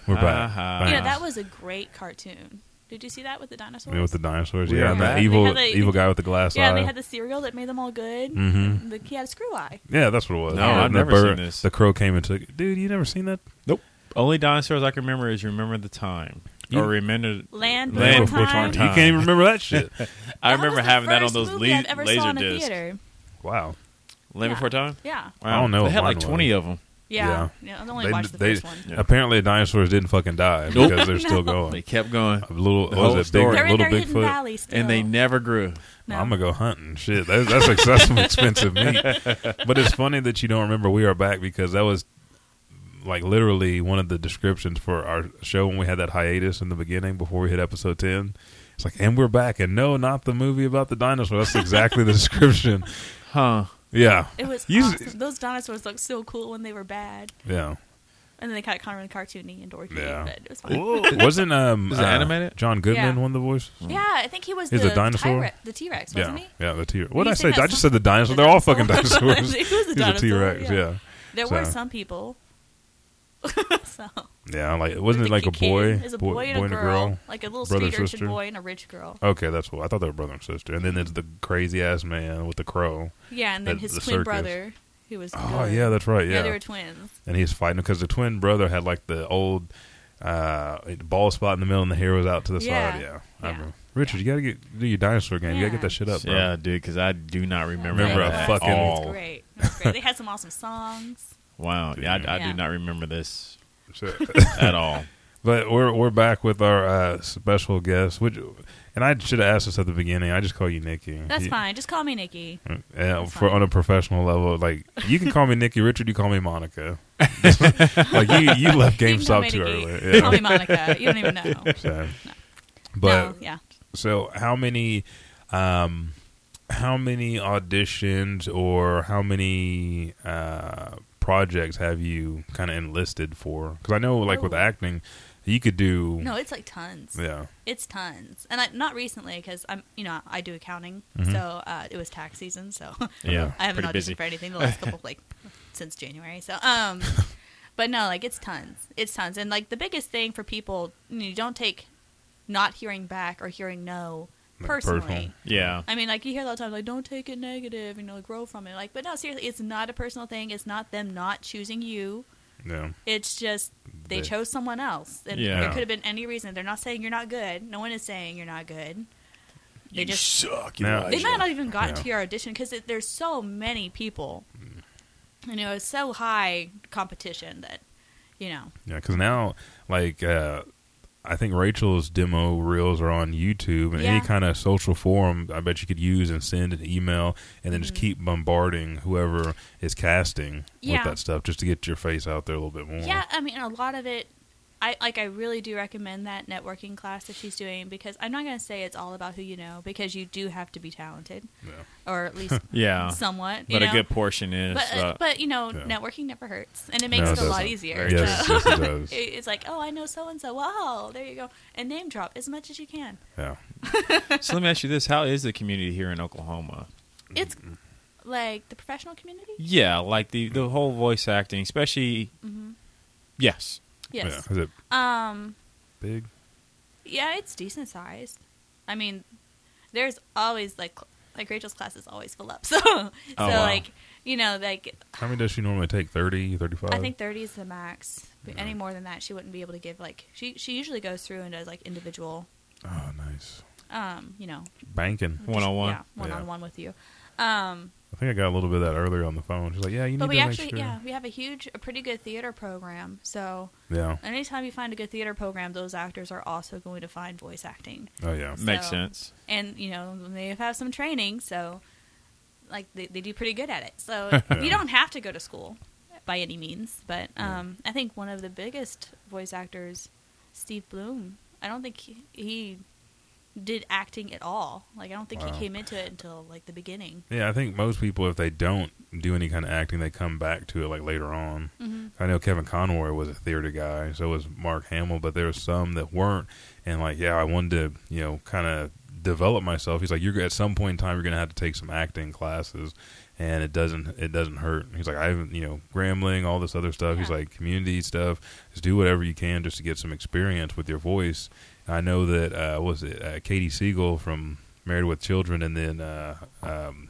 Speaker 1: We're back.
Speaker 2: Uh-huh.
Speaker 1: Back.
Speaker 3: Yeah, that was a great cartoon. Did you see that with the dinosaurs?
Speaker 1: I mean, with the dinosaurs,
Speaker 2: We
Speaker 1: yeah,
Speaker 2: are
Speaker 1: and that
Speaker 2: back.
Speaker 1: evil,
Speaker 3: They had the-
Speaker 1: evil guy with the glass
Speaker 3: yeah,
Speaker 1: eye.
Speaker 3: they had the cereal that made them all good.
Speaker 2: Mm-hmm.
Speaker 1: Mhm.
Speaker 3: The, he had a screw eye.
Speaker 1: yeah, that's what it was.
Speaker 2: No,
Speaker 1: And
Speaker 2: I've
Speaker 1: the
Speaker 2: never seen this.
Speaker 1: The crow came and took. it. Dude, you never seen that?
Speaker 2: Nope. Only dinosaurs I can remember is remember the time.
Speaker 1: You-
Speaker 2: or remember.
Speaker 3: Land,
Speaker 2: Land
Speaker 3: Before
Speaker 2: Before
Speaker 3: Time.
Speaker 1: You can't even remember that shit.
Speaker 2: I remember
Speaker 3: was the
Speaker 2: having that on
Speaker 3: first
Speaker 2: those
Speaker 3: movie
Speaker 2: le-
Speaker 3: I've ever saw
Speaker 2: laser
Speaker 3: in a
Speaker 2: discs.
Speaker 3: theater.
Speaker 1: wow.
Speaker 2: Land
Speaker 3: Yeah.
Speaker 2: Before Time?
Speaker 3: Yeah.
Speaker 1: I don't know
Speaker 2: They
Speaker 1: what
Speaker 2: had like
Speaker 1: mine
Speaker 2: 20 of them.
Speaker 3: Yeah. Yeah, I've only watched the first one.
Speaker 1: Apparently, dinosaurs didn't fucking die
Speaker 2: Nope.
Speaker 1: because they're still
Speaker 3: No.
Speaker 1: going.
Speaker 2: They kept going.
Speaker 1: A little,
Speaker 2: The
Speaker 1: what
Speaker 2: whole
Speaker 1: was it, big,
Speaker 2: story. They're in
Speaker 1: little
Speaker 3: their hidden
Speaker 1: Bigfoot,
Speaker 3: valley still.
Speaker 1: Oh.
Speaker 2: And they never grew.
Speaker 3: No.
Speaker 1: I'm gonna go hunting. Shit, that's, that's like that's some expensive meat. But it's funny that you don't remember we are back because that was like literally one of the descriptions for our show when we had that hiatus in the beginning before we hit episode ten. It's like, and we're back, and no, not the movie about the dinosaur. That's exactly the description.
Speaker 2: Huh?
Speaker 1: Yeah.
Speaker 3: It was
Speaker 1: You-
Speaker 3: awesome. Those dinosaurs looked so cool when they were bad.
Speaker 1: Yeah.
Speaker 3: And then they got kind of cartoony and dorky,
Speaker 1: Yeah.
Speaker 3: but it was fine.
Speaker 1: Wasn't um
Speaker 2: Is it
Speaker 1: uh,
Speaker 2: animated?
Speaker 1: John Goodman
Speaker 3: Yeah.
Speaker 1: one of the voices?
Speaker 3: Yeah, I think he was
Speaker 1: He's
Speaker 3: the
Speaker 1: a dinosaur?
Speaker 3: T-Rex, the T-Rex,
Speaker 1: yeah,
Speaker 3: wasn't he?
Speaker 1: yeah, the T. Rex.
Speaker 3: You
Speaker 1: What did I
Speaker 3: said
Speaker 1: say?
Speaker 3: that
Speaker 1: I just
Speaker 3: some-
Speaker 1: said the dinosaur.
Speaker 3: the
Speaker 1: They're all
Speaker 3: dinosaur.
Speaker 1: fucking dinosaurs.
Speaker 3: It was a
Speaker 1: He's a
Speaker 3: dinosaur,
Speaker 1: T Rex.
Speaker 3: yeah.
Speaker 1: Yeah.
Speaker 3: There
Speaker 1: So,
Speaker 3: were some people. so
Speaker 1: Yeah, like wasn't it
Speaker 3: think
Speaker 1: like
Speaker 3: he
Speaker 1: a boy,
Speaker 3: can. It's a boy, and, a girl, like a little
Speaker 1: brother,
Speaker 3: street urchin
Speaker 1: sister?
Speaker 3: boy and a rich girl.
Speaker 1: Okay, that's what I thought they were brother and sister. And then there's the crazy ass man with the crow.
Speaker 3: Yeah, and then
Speaker 1: at
Speaker 3: his
Speaker 1: the
Speaker 3: twin
Speaker 1: circus.
Speaker 3: brother, who was.
Speaker 1: Oh
Speaker 3: good.
Speaker 1: yeah, that's right. Yeah,
Speaker 3: they were twins.
Speaker 1: And he's fighting because the twin brother had like the old uh, ball spot in the middle, and the hair was out to the
Speaker 3: Yeah.
Speaker 1: side. Yeah, I remember. Richard, you gotta get do your dinosaur game. You gotta get that shit up, bro.
Speaker 2: Yeah, dude. Because I do not remember.
Speaker 1: Remember a
Speaker 2: that at
Speaker 1: fucking-
Speaker 2: all.
Speaker 3: It was great. It was great. they had some awesome songs.
Speaker 2: Wow. Yeah, I, I
Speaker 3: Yeah.
Speaker 2: do not remember this
Speaker 1: Shit.
Speaker 2: at all.
Speaker 1: But we're we're back with our uh, special guest, which, and I should have asked this at the beginning. I just call you Nikki.
Speaker 3: That's
Speaker 1: You-
Speaker 3: fine. Just call me Nikki.
Speaker 1: Yeah,
Speaker 3: That's
Speaker 1: for
Speaker 3: fine.
Speaker 1: on a professional level, like you can call me Nikki Richard, you call me Monica. like you, you left
Speaker 3: You can
Speaker 1: GameStop
Speaker 3: call me
Speaker 1: too
Speaker 3: Nikki.
Speaker 1: early. Yeah.
Speaker 3: Call me Monica. You don't even know.
Speaker 1: So,
Speaker 3: No.
Speaker 1: but
Speaker 3: no, yeah.
Speaker 1: so how many, um, how many auditions or how many uh, projects have you kind of enlisted for? Because I know, like with
Speaker 3: Oh.
Speaker 1: acting, you could do
Speaker 3: No, it's like tons.
Speaker 1: Yeah.
Speaker 3: It's tons, and I, not recently because I'm, you know, I do accounting,
Speaker 1: Mhm.
Speaker 3: so uh, it was tax season, so
Speaker 1: Yeah,
Speaker 3: I haven't
Speaker 1: pretty
Speaker 3: auditioned
Speaker 1: busy.
Speaker 3: for anything the last couple like since January. So, um, but no, like it's tons, it's tons, and like the biggest thing for people, you, know, you don't take not hearing back or hearing no
Speaker 2: Like,
Speaker 3: personally.
Speaker 2: personal. Yeah.
Speaker 3: I mean, like you hear a lot of times, like don't take it negative, you know, grow from it. Like, but no, seriously, it's not a personal thing. It's not them not choosing you.
Speaker 1: yeah.
Speaker 3: It's just they,
Speaker 1: They-
Speaker 3: chose someone else. And
Speaker 1: Yeah.
Speaker 3: It could have been any reason. They're not saying you're not good. No one is saying you're not good. They just
Speaker 1: suck.
Speaker 3: They might not even gotten
Speaker 1: Yeah.
Speaker 3: to your audition because there's so many people. You know, it's so high competition that, you know,
Speaker 1: Yeah, because now, like, uh, I think Rachel's demo reels are on YouTube and any
Speaker 3: Yeah.
Speaker 1: kind of social forum. I bet you could use and send an email, and then just
Speaker 3: Mm-hmm.
Speaker 1: keep bombarding whoever is casting
Speaker 3: Yeah.
Speaker 1: with that stuff, just to get your face out there a little bit more.
Speaker 3: Yeah, I mean, a lot of it. I like. I really do recommend that networking class that she's doing because I'm not going to say it's all about who you know because you do have to be talented, or at least
Speaker 2: Yeah.
Speaker 3: somewhat. you
Speaker 2: But a
Speaker 3: know?
Speaker 2: good portion is,
Speaker 3: But uh,
Speaker 2: uh,
Speaker 3: but you know,
Speaker 2: yeah.
Speaker 3: networking never hurts, and it makes
Speaker 2: No, it
Speaker 3: it, a lot
Speaker 2: doesn't.
Speaker 3: easier.
Speaker 2: Very Yes,
Speaker 3: So-
Speaker 2: yes, it does.
Speaker 3: it- it's like, oh, I know so and so. Wow, there you go, and name drop as much as you can.
Speaker 1: Yeah.
Speaker 2: uh, so let me ask you this: How is the community here in Oklahoma?
Speaker 3: It's
Speaker 2: Mm-hmm.
Speaker 3: like the professional community.
Speaker 2: Yeah, like the the whole voice acting, especially.
Speaker 3: Mhm.
Speaker 2: Yes.
Speaker 3: Yes.
Speaker 1: Yeah. Is it
Speaker 3: Um.
Speaker 1: big?
Speaker 3: Yeah, it's decent sized. I mean, there's always like cl- like Rachel's classes always full up. So
Speaker 2: Oh,
Speaker 3: so
Speaker 1: wow.
Speaker 3: like you know like
Speaker 1: How many does she normally take? 30, 35?
Speaker 2: Uh,
Speaker 3: I think 30 is the max. But
Speaker 2: mm-hmm.
Speaker 3: Any more than that, she wouldn't be able to give like she she usually goes through and does like individual.
Speaker 1: Oh, nice.
Speaker 3: Um, you know,
Speaker 1: Banking.
Speaker 3: just- Yeah, one on one with you. Um,
Speaker 1: I think I got a little bit of that earlier on the phone. She's like, "Yeah, you need
Speaker 3: but
Speaker 1: to
Speaker 3: we
Speaker 1: make
Speaker 3: actually
Speaker 1: sure."
Speaker 3: yeah we have a huge a pretty good theater program. So
Speaker 1: Yeah.
Speaker 3: anytime you find a good theater program, those actors are also going to find voice acting.
Speaker 1: Oh, yeah.
Speaker 2: Makes
Speaker 3: So-
Speaker 2: sense.
Speaker 3: and you know they have some training so like they, they do pretty good at it so you don't have to go to school by any means but um, i think one of the biggest voice actors steve bloom i don't think he, he did acting at all like i don't think
Speaker 1: Wow.
Speaker 3: he came into it until like the beginning
Speaker 1: Yeah, I think most people, if they don't do any kind of acting, they come back to it like later on.
Speaker 3: Mhm.
Speaker 1: I know Kevin Conroy was a theater guy, so was Mark Hamill, but there were some that weren't. And like, yeah, I wanted to, you know, kind of develop myself. He's like, you're at some point in time, you're gonna have to take some acting classes, and it doesn't it doesn't hurt. He's like, I haven't, you know, Grambling, all this other stuff. He's like, community stuff. Just do whatever you can just to get some experience with your voice. And I know that uh, what was it uh, Katie Siegel from Married with Children, and then uh, um,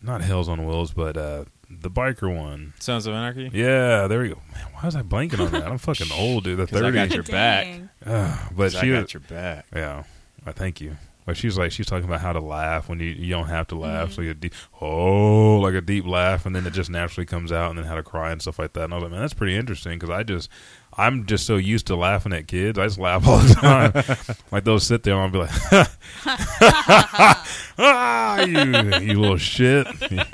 Speaker 1: not Hells on Wheels, but uh, the biker one.
Speaker 2: Sons of Anarchy.
Speaker 1: Yeah, there we go. Man, why was I blanking on that? I'm fucking old, dude. The
Speaker 2: 'Cause I
Speaker 1: thirty.
Speaker 2: got your back. Dang.
Speaker 1: Ah, but
Speaker 2: 'Cause I
Speaker 1: she
Speaker 2: got
Speaker 1: was-
Speaker 2: your back.
Speaker 1: Yeah, I Oh, thank you. Like she's like she's talking about how to laugh when you, you don't have to laugh. So you deep, oh like a deep laugh, and then it just naturally comes out, and then how to cry and stuff like that. And I was like, man, that's pretty interesting because I just I'm just so used to laughing at kids. I just laugh all the time. like they'll sit there and I'll be like, ah, you, you little shit,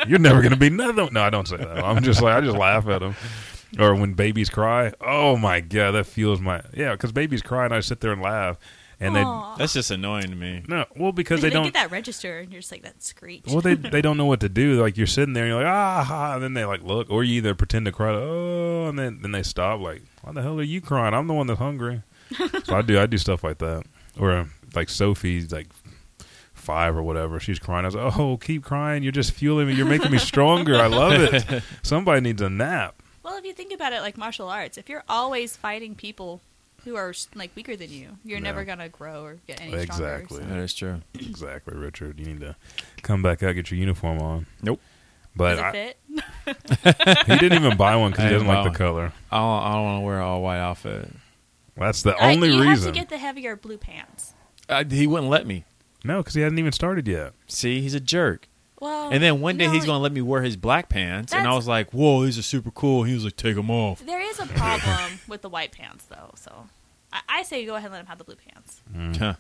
Speaker 1: you're never gonna be nothing. No, I don't say that. I'm just like I just laugh at them. Or when babies cry, oh my god, that fuels my yeah. Because babies cry and I sit there and laugh, and
Speaker 3: Aw.
Speaker 1: they
Speaker 2: That's just annoying to me.
Speaker 1: no, well because they, don't
Speaker 3: get that register, and you're just like that screech.
Speaker 1: well, they they don't know what to do. Like you're sitting there, and you're like ah, ha, and then they like look, or you either pretend to cry, like, oh, and then then they stop. Like, why the hell are you crying? I'm the one that's hungry. so I do I do stuff like that, or uh, like Sophie's like five or whatever. She's crying. I was like, oh, keep crying. You're just fueling me. You're making me stronger. I love it. Somebody needs a nap.
Speaker 3: Well, if you think about it, like martial arts, if you're always fighting people who are like weaker than you, you're
Speaker 1: Yeah.
Speaker 3: never gonna grow or get any stronger.
Speaker 1: exactly.
Speaker 3: so-
Speaker 2: That is true.
Speaker 1: Exactly, Richard. You need to come back out, get your uniform on.
Speaker 2: Nope.
Speaker 1: But
Speaker 3: Does it
Speaker 1: I-
Speaker 3: fit?
Speaker 1: he didn't even buy one because
Speaker 2: I
Speaker 1: he doesn't
Speaker 2: didn't buy
Speaker 1: like
Speaker 2: one.
Speaker 1: the color.
Speaker 2: I don't, I don't want to wear an all white outfit.
Speaker 1: That's the
Speaker 3: I-
Speaker 1: only
Speaker 3: you have to
Speaker 1: reason.
Speaker 3: get the heavier blue pants.
Speaker 2: I, Uh, he wouldn't let me.
Speaker 1: No, because he hasn't even started yet.
Speaker 2: See, he's a jerk.
Speaker 3: Well,
Speaker 2: And then one day
Speaker 3: Oh, no,
Speaker 2: he's going to let me wear his black pants, and I
Speaker 3: That's-
Speaker 2: was like, "Whoa, these are super cool." He was like, "Take them off."
Speaker 3: There is a problem with the white pants, though. So I, I say go ahead and let him have the blue pants.
Speaker 2: Huh.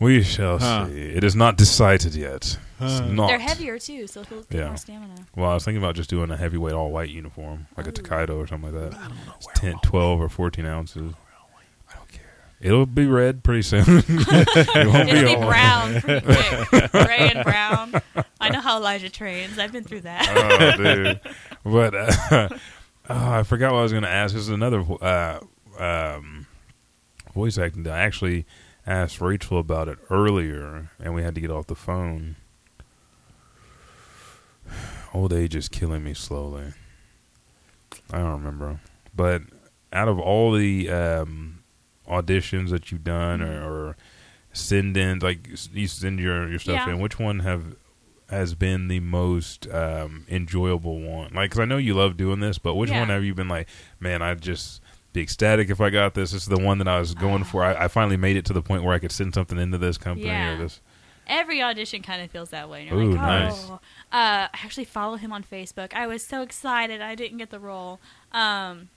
Speaker 1: We shall
Speaker 2: Huh.
Speaker 1: see. It is not decided yet. It's not.
Speaker 3: They're heavier too, so he'll get
Speaker 1: Yeah.
Speaker 3: more stamina.
Speaker 1: Well, I was thinking about just doing a heavyweight all white uniform, like a Takedo or something like that. I don't know. 10, 12, or 14 ounces. I don't care. It'll be red pretty soon. it won't be,
Speaker 3: It'll
Speaker 1: all
Speaker 3: be
Speaker 1: white.
Speaker 3: brown, pretty quick. Gray and brown. I know how Elijah trains. I've been through that.
Speaker 1: oh, dude. But uh, oh, I forgot what I was going to ask. This is another uh, um, voice acting. I actually asked Rachel about it earlier, and we had to get off the phone. Old age is killing me slowly. I don't remember, but out of all the um, auditions that you've done or, or send in, like you send your your stuff
Speaker 3: Yeah.
Speaker 1: in, which one have has been the most um, enjoyable one? Like, 'cause I know you love doing this, but which
Speaker 3: Yeah.
Speaker 1: one have you been like, man, I just be ecstatic if I got this. This is the one that I was going for. I, I finally made it to the point where I could send something into this company
Speaker 3: Ah. Yeah.
Speaker 1: or this.
Speaker 3: Every audition kind of feels that way. You're
Speaker 1: Ooh,
Speaker 3: like, oh.
Speaker 1: nice.
Speaker 3: Uh, I actually follow him on Facebook. I was so excited. I didn't get the role. Um,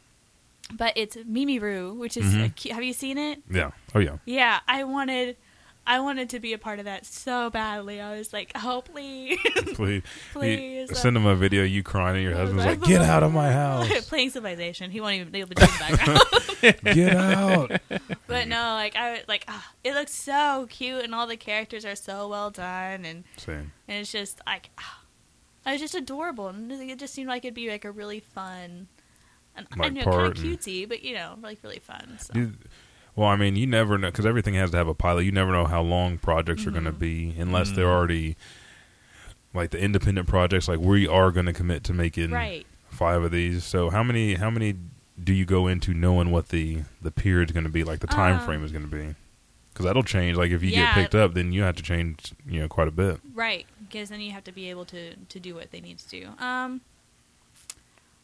Speaker 3: but it's Mimi Rue, which is a
Speaker 1: Mhm.
Speaker 3: cu- have you seen it?
Speaker 1: Yeah. Oh yeah.
Speaker 3: Yeah, I wanted, I wanted to be a part of that so badly. I was like, oh please,
Speaker 1: Please,
Speaker 3: Please.
Speaker 1: You- send them a video of you crying and your husband's
Speaker 3: like-
Speaker 1: like, "Get out of my house!
Speaker 3: playing Civilization. He won't even be able to do the background.
Speaker 1: Get out!"
Speaker 3: but no, like I was like, ah, it looks so cute, and all the characters are so well done, and
Speaker 1: Same.
Speaker 3: and it's just like, ah, it was just adorable, and it just seemed like it'd be like a really fun. And, I
Speaker 1: Like
Speaker 3: know, kind of
Speaker 1: part and-
Speaker 3: cutesy, but you know, like really fun. So.
Speaker 1: You- well, I mean, you never know because everything has to have a pilot. You never know how long projects are going
Speaker 3: Mm-hmm.
Speaker 1: to be unless they're already like the independent projects. Like we are going to commit to making
Speaker 3: Right.
Speaker 1: five of these. So how many? How many do you go into knowing what the the period's going to be? Like the time
Speaker 3: Um,
Speaker 1: frame is going to be? Because that'll change. Like if you
Speaker 3: Yeah.
Speaker 1: get picked up, then you have to change. You know, quite a bit.
Speaker 3: Right, because then you have to be able to to do what they need to do. Um,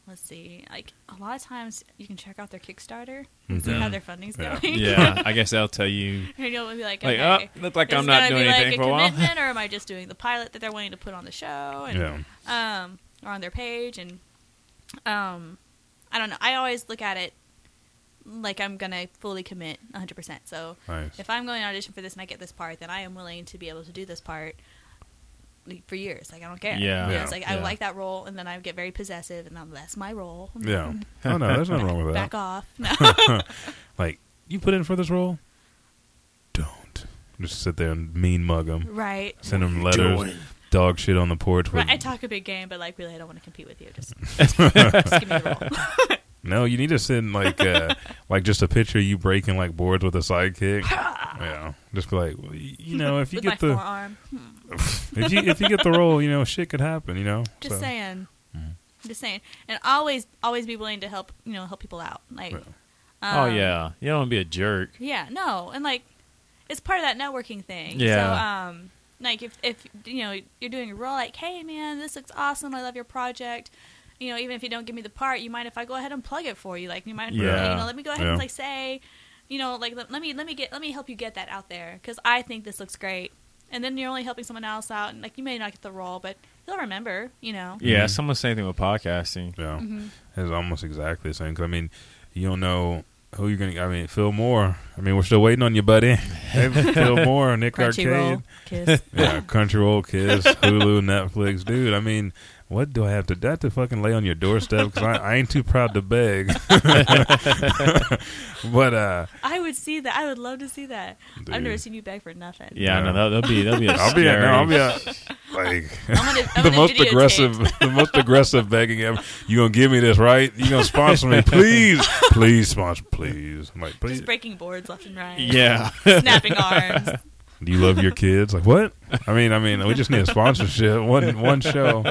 Speaker 3: let's see. Like a lot of times, you can check out their Kickstarter and see
Speaker 1: Mhm.
Speaker 3: how their funding's
Speaker 1: Yeah.
Speaker 3: going.
Speaker 2: Mm-hmm. yeah, I guess that'll tell you.
Speaker 3: and you'll be like,
Speaker 2: Like,
Speaker 3: okay,
Speaker 2: oh, look like
Speaker 3: is
Speaker 2: I'm
Speaker 3: it
Speaker 2: not
Speaker 3: gonna
Speaker 2: doing
Speaker 3: be
Speaker 2: anything
Speaker 3: like a
Speaker 2: for a while.
Speaker 3: commitment, or am I just doing the pilot that they're wanting to put on the show and um or on their page and um I don't know. I always look at it like I'm gonna fully commit 100. percent So
Speaker 1: Nice.
Speaker 3: if I'm going to audition for this and I get this part, then I am willing to be able to do this part like, for years. Like I don't care.
Speaker 2: Yeah.
Speaker 3: You know, it's
Speaker 1: Yeah.
Speaker 3: like I
Speaker 1: Yeah.
Speaker 3: like that role, and then I get very possessive, and I'm, that's my role.
Speaker 1: Yeah. Oh no, there's nothing wrong with that.
Speaker 3: Back off. No.
Speaker 1: like you put in for this role. Don't just sit there and mean mug them.
Speaker 3: right.
Speaker 1: Send them letters. Dog shit on the porch. With,
Speaker 3: Right, I talk a big game, but like really, I don't want to compete with you. Just, just give me the role.
Speaker 1: no, you need to send like uh, like just a picture of you breaking like boards with a sidekick. yeah, just be like, well, y- you know, if you
Speaker 3: with
Speaker 1: get
Speaker 3: my
Speaker 1: the
Speaker 3: forearm. Hmm.
Speaker 1: if you if you get the role, you know, shit could happen. You know,
Speaker 3: Just
Speaker 1: So,
Speaker 3: saying.
Speaker 2: Mm-hmm.
Speaker 3: Just saying, and always, always be willing to help. You know, help people out. Like,
Speaker 2: oh
Speaker 3: um,
Speaker 2: yeah, you don't want to be a jerk.
Speaker 3: Yeah, no, and like it's part of that networking thing.
Speaker 2: Yeah.
Speaker 3: So, um, like if if you know you're doing a role, like, hey man, this looks awesome. I love your project. You know, even if you don't give me the part, you mind if I go ahead and plug it for you? Like, you mind?
Speaker 2: Yeah.
Speaker 3: You know, let me go ahead
Speaker 1: Yeah.
Speaker 3: and like say, you know, like let, let me let me get let me help you get that out there because I think this looks great. And then you're only helping someone else out, and like you may not get the role, but they'll remember. You know.
Speaker 2: Yeah, someone say anything with podcasting.
Speaker 1: Yeah,
Speaker 3: Mhm.
Speaker 1: it's almost exactly the same. 'Cause, I mean, you don't know who you're gonna. I mean, Phil Moore. I mean, we're still waiting on you, buddy. Hey, Phil Moore, Nick
Speaker 3: Crunchyroll,
Speaker 1: Arcade,
Speaker 3: Kiss.
Speaker 1: yeah, Crunchyroll, Kiss, Hulu, Netflix, dude. I mean. What do I have to that to fucking lay on your doorstep? Because I, I ain't too proud to beg. but uh,
Speaker 3: I would see that. I would love to see that. I've never
Speaker 1: Dude.
Speaker 3: seen you beg for nothing.
Speaker 2: Yeah, no, that'll- that'll be- that'll be a
Speaker 1: I'll be a, no,
Speaker 2: scary-
Speaker 1: I'll be a, like
Speaker 3: I'm gonna- I'm
Speaker 1: the
Speaker 3: gonna
Speaker 1: most
Speaker 3: videotape.
Speaker 1: aggressive, the most aggressive begging ever. You gonna give me this, right? You gonna sponsor me, please, please sponsor, please. I'm like, please.
Speaker 3: Just breaking boards left and right.
Speaker 1: Yeah.
Speaker 3: Snapping arms.
Speaker 1: Do you love your kids? Like what? I mean, I mean, we just need a sponsorship, one one show.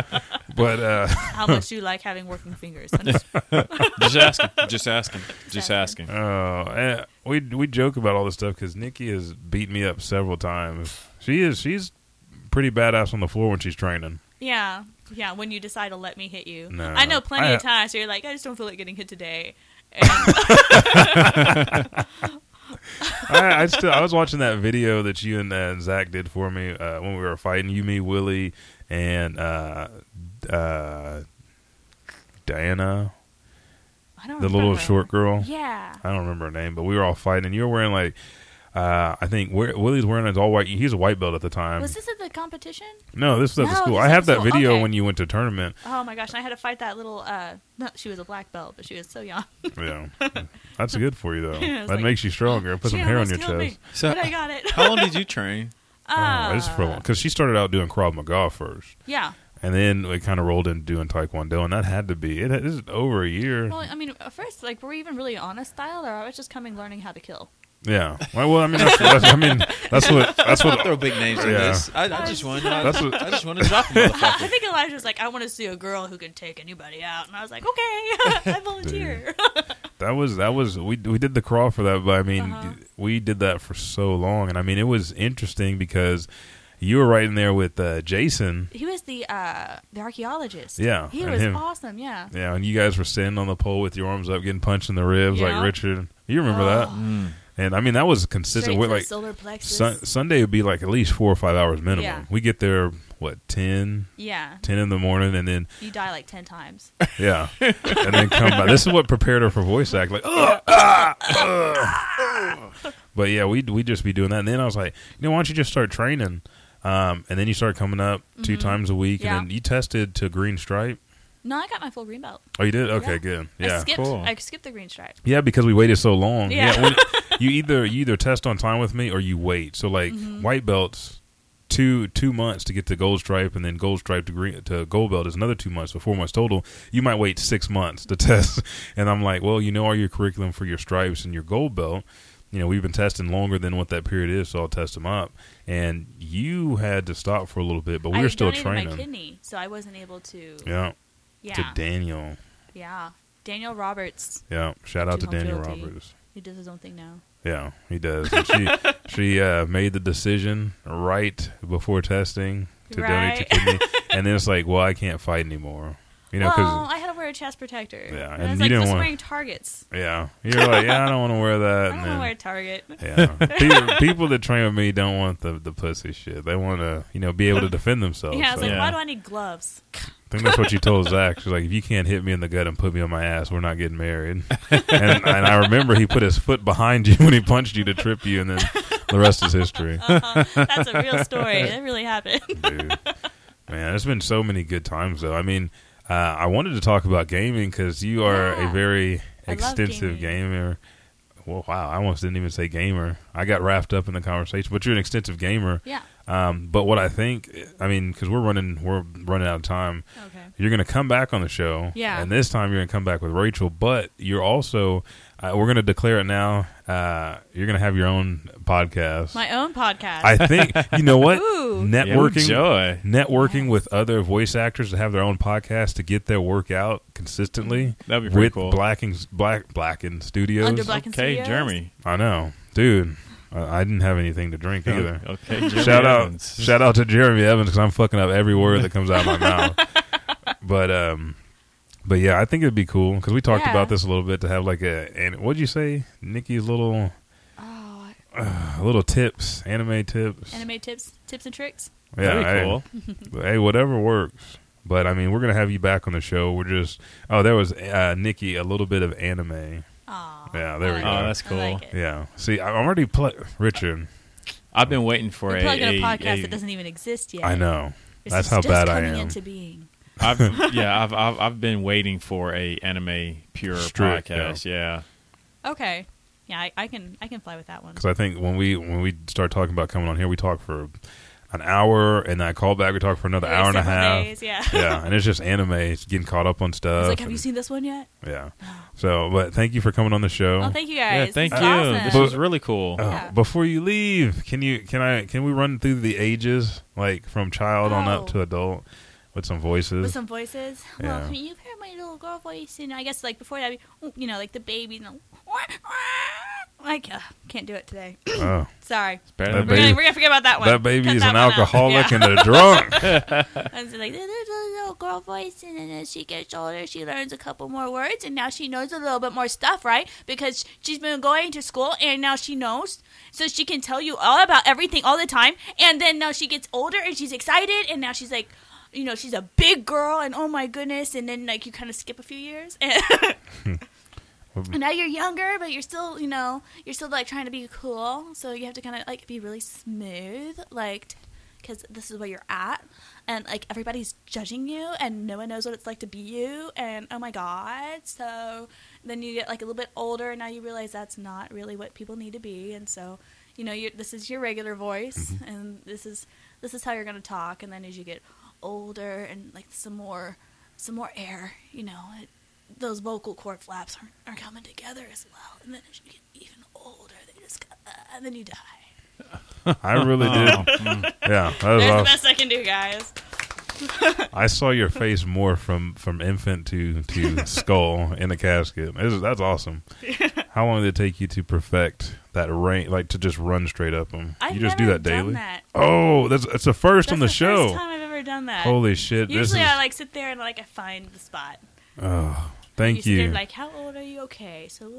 Speaker 1: But uh,
Speaker 3: How much do you like having working fingers? I'm just-
Speaker 2: just asking. Just asking. Just asking.
Speaker 1: Oh, eh, we we joke about all this stuff because Nikki has beat me up several times. She is she's pretty badass on the floor when she's training.
Speaker 3: Yeah, yeah. When you decide to let me hit you,
Speaker 1: No.
Speaker 3: I know plenty
Speaker 1: I-
Speaker 3: of times where you're like, I just don't feel like getting hit today. And-
Speaker 1: I, I still I was watching that video that you and uh, Zach did for me uh, when we were fighting you, me, Willie, and uh, uh, Diana,
Speaker 3: I don't
Speaker 1: the little
Speaker 3: remember.
Speaker 1: short girl.
Speaker 3: Oh, Yeah.
Speaker 1: I don't remember her name, but we were all fighting. and You were wearing like uh, I think where, Willie's wearing his all white. He's a white belt at the time.
Speaker 3: was this at the competition?
Speaker 1: no, this is at the
Speaker 3: No,
Speaker 1: school.
Speaker 3: this
Speaker 1: I
Speaker 3: is at
Speaker 1: have
Speaker 3: the
Speaker 1: that
Speaker 3: school.
Speaker 1: video
Speaker 3: Okay.
Speaker 1: when you went to tournament.
Speaker 3: Oh my gosh! And I had to fight that little. Uh, not, she was a black belt, but she was so young.
Speaker 1: Yeah, that's good for you though.
Speaker 3: Yeah, it's
Speaker 1: that
Speaker 3: like,
Speaker 1: makes you stronger. Put
Speaker 3: she
Speaker 1: some hair on
Speaker 3: almost
Speaker 1: your
Speaker 3: killed me, Ah.
Speaker 1: chest.
Speaker 3: but I got it.
Speaker 2: How long did you train?
Speaker 1: Oh, it's for because she started out doing Krav Maga first.
Speaker 3: Yeah.
Speaker 1: and then it kind of rolled into doing Taekwondo, and that had to be it. It is over a year.
Speaker 3: Well, I mean, at first, like, were we even really on a style, or I was just coming learning how to kill?
Speaker 1: yeah. Well, well, I mean, that's, that's, I mean, that's what that's
Speaker 2: Let's
Speaker 1: what
Speaker 2: not throw big names in this. I- I just wanted- I-
Speaker 1: That's what-
Speaker 2: I just wanted to drop a motherfucker.
Speaker 3: I think Elijah was like, I want to see a girl who can take anybody out, and I was like, okay, I volunteer.
Speaker 1: That was that was we we did the crawl for that, but I mean
Speaker 3: Uh-huh.
Speaker 1: we did that for so long, and I mean it was interesting because you were right in there with uh, Jason.
Speaker 3: He was the uh, the archaeologist.
Speaker 1: Yeah,
Speaker 3: he
Speaker 1: and
Speaker 3: was
Speaker 1: him.
Speaker 3: awesome. Yeah,
Speaker 1: Yeah, and you guys were standing on the pole with your arms up, getting punched in the ribs
Speaker 3: Yeah. Oh.
Speaker 1: like Richard. You remember that? And I mean that was consistent.
Speaker 3: Straight
Speaker 1: with
Speaker 3: to the
Speaker 1: like
Speaker 3: solar plexus.
Speaker 1: Sun- Sunday would be like at least four or five hours minimum.
Speaker 3: Yeah.
Speaker 1: We get there what ten?
Speaker 3: Yeah.
Speaker 1: ten in the morning, and then
Speaker 3: you die like ten times.
Speaker 1: yeah, and then come back. This is what prepared her for voice act. Like, "Ugh, ah, ugh." but yeah, we we just be doing that. And then I was like, you know, why don't you just start training? Um, and then you start coming up 2
Speaker 3: Mhm.
Speaker 1: times a week,
Speaker 3: Yeah.
Speaker 1: and then you tested to green stripe.
Speaker 3: No, I got my full green belt.
Speaker 1: Oh, you did? Okay, good.
Speaker 3: I
Speaker 1: Yeah.
Speaker 3: skipped.
Speaker 1: Cool.
Speaker 3: I skipped the green stripe.
Speaker 1: Yeah, because we waited so long.
Speaker 3: Yeah.
Speaker 1: when- you either you either test on time with me or you wait. So like
Speaker 3: Mhm.
Speaker 1: white belts, two two months to get to gold stripe, and then gold stripe to green to gold belt is another two months, so four months total. You might wait six months to test, and I'm like, well, you know, all your curriculum for your stripes and your gold belt. You know, we've been testing longer than what that period is, so I'll test them up. And you had to stop for a little bit, but we
Speaker 3: I
Speaker 1: were still
Speaker 3: donated
Speaker 1: training.
Speaker 3: my kidney, so I wasn't able to.
Speaker 1: Yeah.
Speaker 3: Yeah.
Speaker 1: To Daniel.
Speaker 3: Yeah. Daniel Roberts.
Speaker 1: Yeah. Shout out to
Speaker 3: Juvenile
Speaker 1: Daniel
Speaker 3: guilty.
Speaker 1: Roberts.
Speaker 3: He does his own thing now.
Speaker 1: Yeah, he does. And she she uh, made the decision right before testing to donate
Speaker 3: Right.
Speaker 1: to kidney, and then it's like, well, I can't fight anymore. You know,
Speaker 3: well,
Speaker 1: because
Speaker 3: I had to wear a chest protector.
Speaker 1: Yeah, and
Speaker 3: and, I was
Speaker 1: you
Speaker 3: like,
Speaker 1: didn't
Speaker 3: just
Speaker 1: wanna-
Speaker 3: wearing targets.
Speaker 1: yeah, you're like, yeah, I don't want to wear that. and
Speaker 3: I don't want
Speaker 1: then-
Speaker 3: to wear a target.
Speaker 1: Yeah, people, people that train with me don't want the the pussy shit. They want to, you know, be able to defend themselves.
Speaker 3: yeah, I was
Speaker 1: So-
Speaker 3: like, why do I need gloves?
Speaker 1: I think that's what you told Zach. She's like, if you can't hit me in the gut and put me on my ass, we're not getting married. and, and I remember he put his foot behind you when he punched you to trip you, and then the rest is history.
Speaker 3: Uh-huh. That's a real story. That really happened.
Speaker 1: Dude. Man, there's been so many good times, though. I mean, uh, I wanted to talk about gaming because you are a very
Speaker 3: I love
Speaker 1: extensive gamer. Well, wow, I almost didn't even say gamer. I got wrapped up in the conversation, but you're an extensive gamer.
Speaker 3: Yeah.
Speaker 1: Um, but what I think, I mean, because we're running, we're running out of time.
Speaker 3: Okay.
Speaker 1: You're going to come back on the show.
Speaker 3: Yeah.
Speaker 1: And this time you're going to come back with Rachel, but you're also, uh, we're going to declare it now. Uh, you're going to have your own podcast.
Speaker 3: My own podcast.
Speaker 1: I think you know what
Speaker 3: Ooh.
Speaker 1: networking
Speaker 2: Enjoy.
Speaker 1: networking with other voice actors that have their own podcast to get their work out consistently.
Speaker 2: That'd be pretty
Speaker 1: with
Speaker 2: cool.
Speaker 1: Blacking Black Blacken Studios.
Speaker 3: Under Black and
Speaker 2: E
Speaker 3: Okay, Studios? Jeremy.
Speaker 1: I know, dude. I, I didn't have anything to drink
Speaker 2: Oh,
Speaker 1: either.
Speaker 2: okay, Jeremy
Speaker 1: shout out,
Speaker 2: Evans.
Speaker 1: shout out to Jeremy Evans because I'm fucking up every word that comes out of my mouth. But um, but yeah, I think it'd be cool because we talked
Speaker 3: Yeah.
Speaker 1: about this a little bit to have like a and what'd you say, Nikki's little
Speaker 3: Oh,
Speaker 1: little tips, anime tips.
Speaker 3: Anime tips, tips and tricks.
Speaker 1: Yeah, hey, hey, whatever works. But I mean, we're gonna have you back on the show. We're just oh, there was uh, Nikki a little bit of anime. yeah, there we go.
Speaker 2: Oh, that's cool. like
Speaker 1: yeah, see, I- I'm already pl- Richard.
Speaker 2: I've been waiting for
Speaker 3: We're
Speaker 2: a,
Speaker 3: plugging a,
Speaker 2: a-
Speaker 3: podcast
Speaker 2: a-
Speaker 3: that doesn't even exist yet.
Speaker 1: I know.
Speaker 3: This
Speaker 1: That's
Speaker 3: is
Speaker 1: how
Speaker 3: just
Speaker 1: bad I
Speaker 3: coming
Speaker 1: am.
Speaker 3: Into being.
Speaker 2: I've yeah, I've, I've I've been waiting for a anime pure
Speaker 1: Strict,
Speaker 2: podcast. Yeah.
Speaker 3: Okay. Yeah, I, I can I can fly with that one.
Speaker 1: Because I think when we when we start talking about coming on here, we talk for an hour, and then I call back. We talk for another
Speaker 3: Yeah,
Speaker 1: hour and a
Speaker 3: several
Speaker 1: half.
Speaker 3: days, yeah.
Speaker 1: yeah, and it's just anime. It's getting caught up on
Speaker 3: I
Speaker 1: stuff.
Speaker 3: was like, have
Speaker 1: and-
Speaker 3: you seen this one yet?
Speaker 1: yeah. So, but thank you for coming on the show.
Speaker 3: Oh, thank you guys.
Speaker 2: Yeah, thank
Speaker 3: This
Speaker 2: you.
Speaker 3: is awesome.
Speaker 2: This
Speaker 1: But-
Speaker 2: was really cool.
Speaker 1: Uh, Before you leave, can you can I can we run through the ages like from child on up
Speaker 3: Oh.
Speaker 1: to adult with some voices?
Speaker 3: With some voices. Well,
Speaker 1: Yeah.
Speaker 3: I mean, you've heard my little girl voice, and I guess like before that, you know, like the baby. And the, like, uh, can't do it today.
Speaker 1: Oh.
Speaker 3: Sorry.
Speaker 1: better
Speaker 3: we're,
Speaker 1: than
Speaker 3: gonna,
Speaker 1: baby-
Speaker 3: we're gonna forget about that one.
Speaker 1: that baby
Speaker 3: Cut
Speaker 1: is an
Speaker 3: one out.
Speaker 1: alcoholic
Speaker 3: Yeah.
Speaker 1: and a drunk.
Speaker 3: I was like, there's a little girl voice, and then as she gets older, she learns a couple more words, and now she knows a little bit more stuff, right? Because she's been going to school, and now she knows, so she can tell you all about everything all the time. And then now she gets older, and she's excited, and now she's like, you know, she's a big girl, and oh my goodness. And then like you kind of skip a few years, and, and now you're younger, but you're still, you know, you're still like trying to be cool, so you have to kind of like be really smooth, like because this is where you're at and like everybody's judging you and no one knows what it's like to be you and oh my god so then you get like a little bit older and now you realize that's not really what people need to be and so you know you this is your regular voice and this is this is how you're going to talk and then as you get older and like some more some more air you know it, those vocal cord flaps are, are coming together as well and then as you get even older they just go, uh, and then you die
Speaker 1: I really did. yeah, that was
Speaker 3: Oh. there's the
Speaker 1: awesome.
Speaker 3: best i can do guys
Speaker 1: I saw your face more from from infant to to skull in the casket. This is- that's awesome. How long did it take you to perfect that range? Like to just run straight up them?
Speaker 3: I've
Speaker 1: you just do
Speaker 3: never
Speaker 1: that
Speaker 3: done
Speaker 1: daily.
Speaker 3: that.
Speaker 1: Oh, that's that's the first on the,
Speaker 3: That's
Speaker 1: show.
Speaker 3: First time I've ever done that.
Speaker 1: Holy shit!
Speaker 3: Usually
Speaker 1: this is,
Speaker 3: I like sit there and like I find the spot.
Speaker 1: Oh, thank
Speaker 3: you. sit
Speaker 1: you.
Speaker 3: there like, how old are you? Okay, so uh,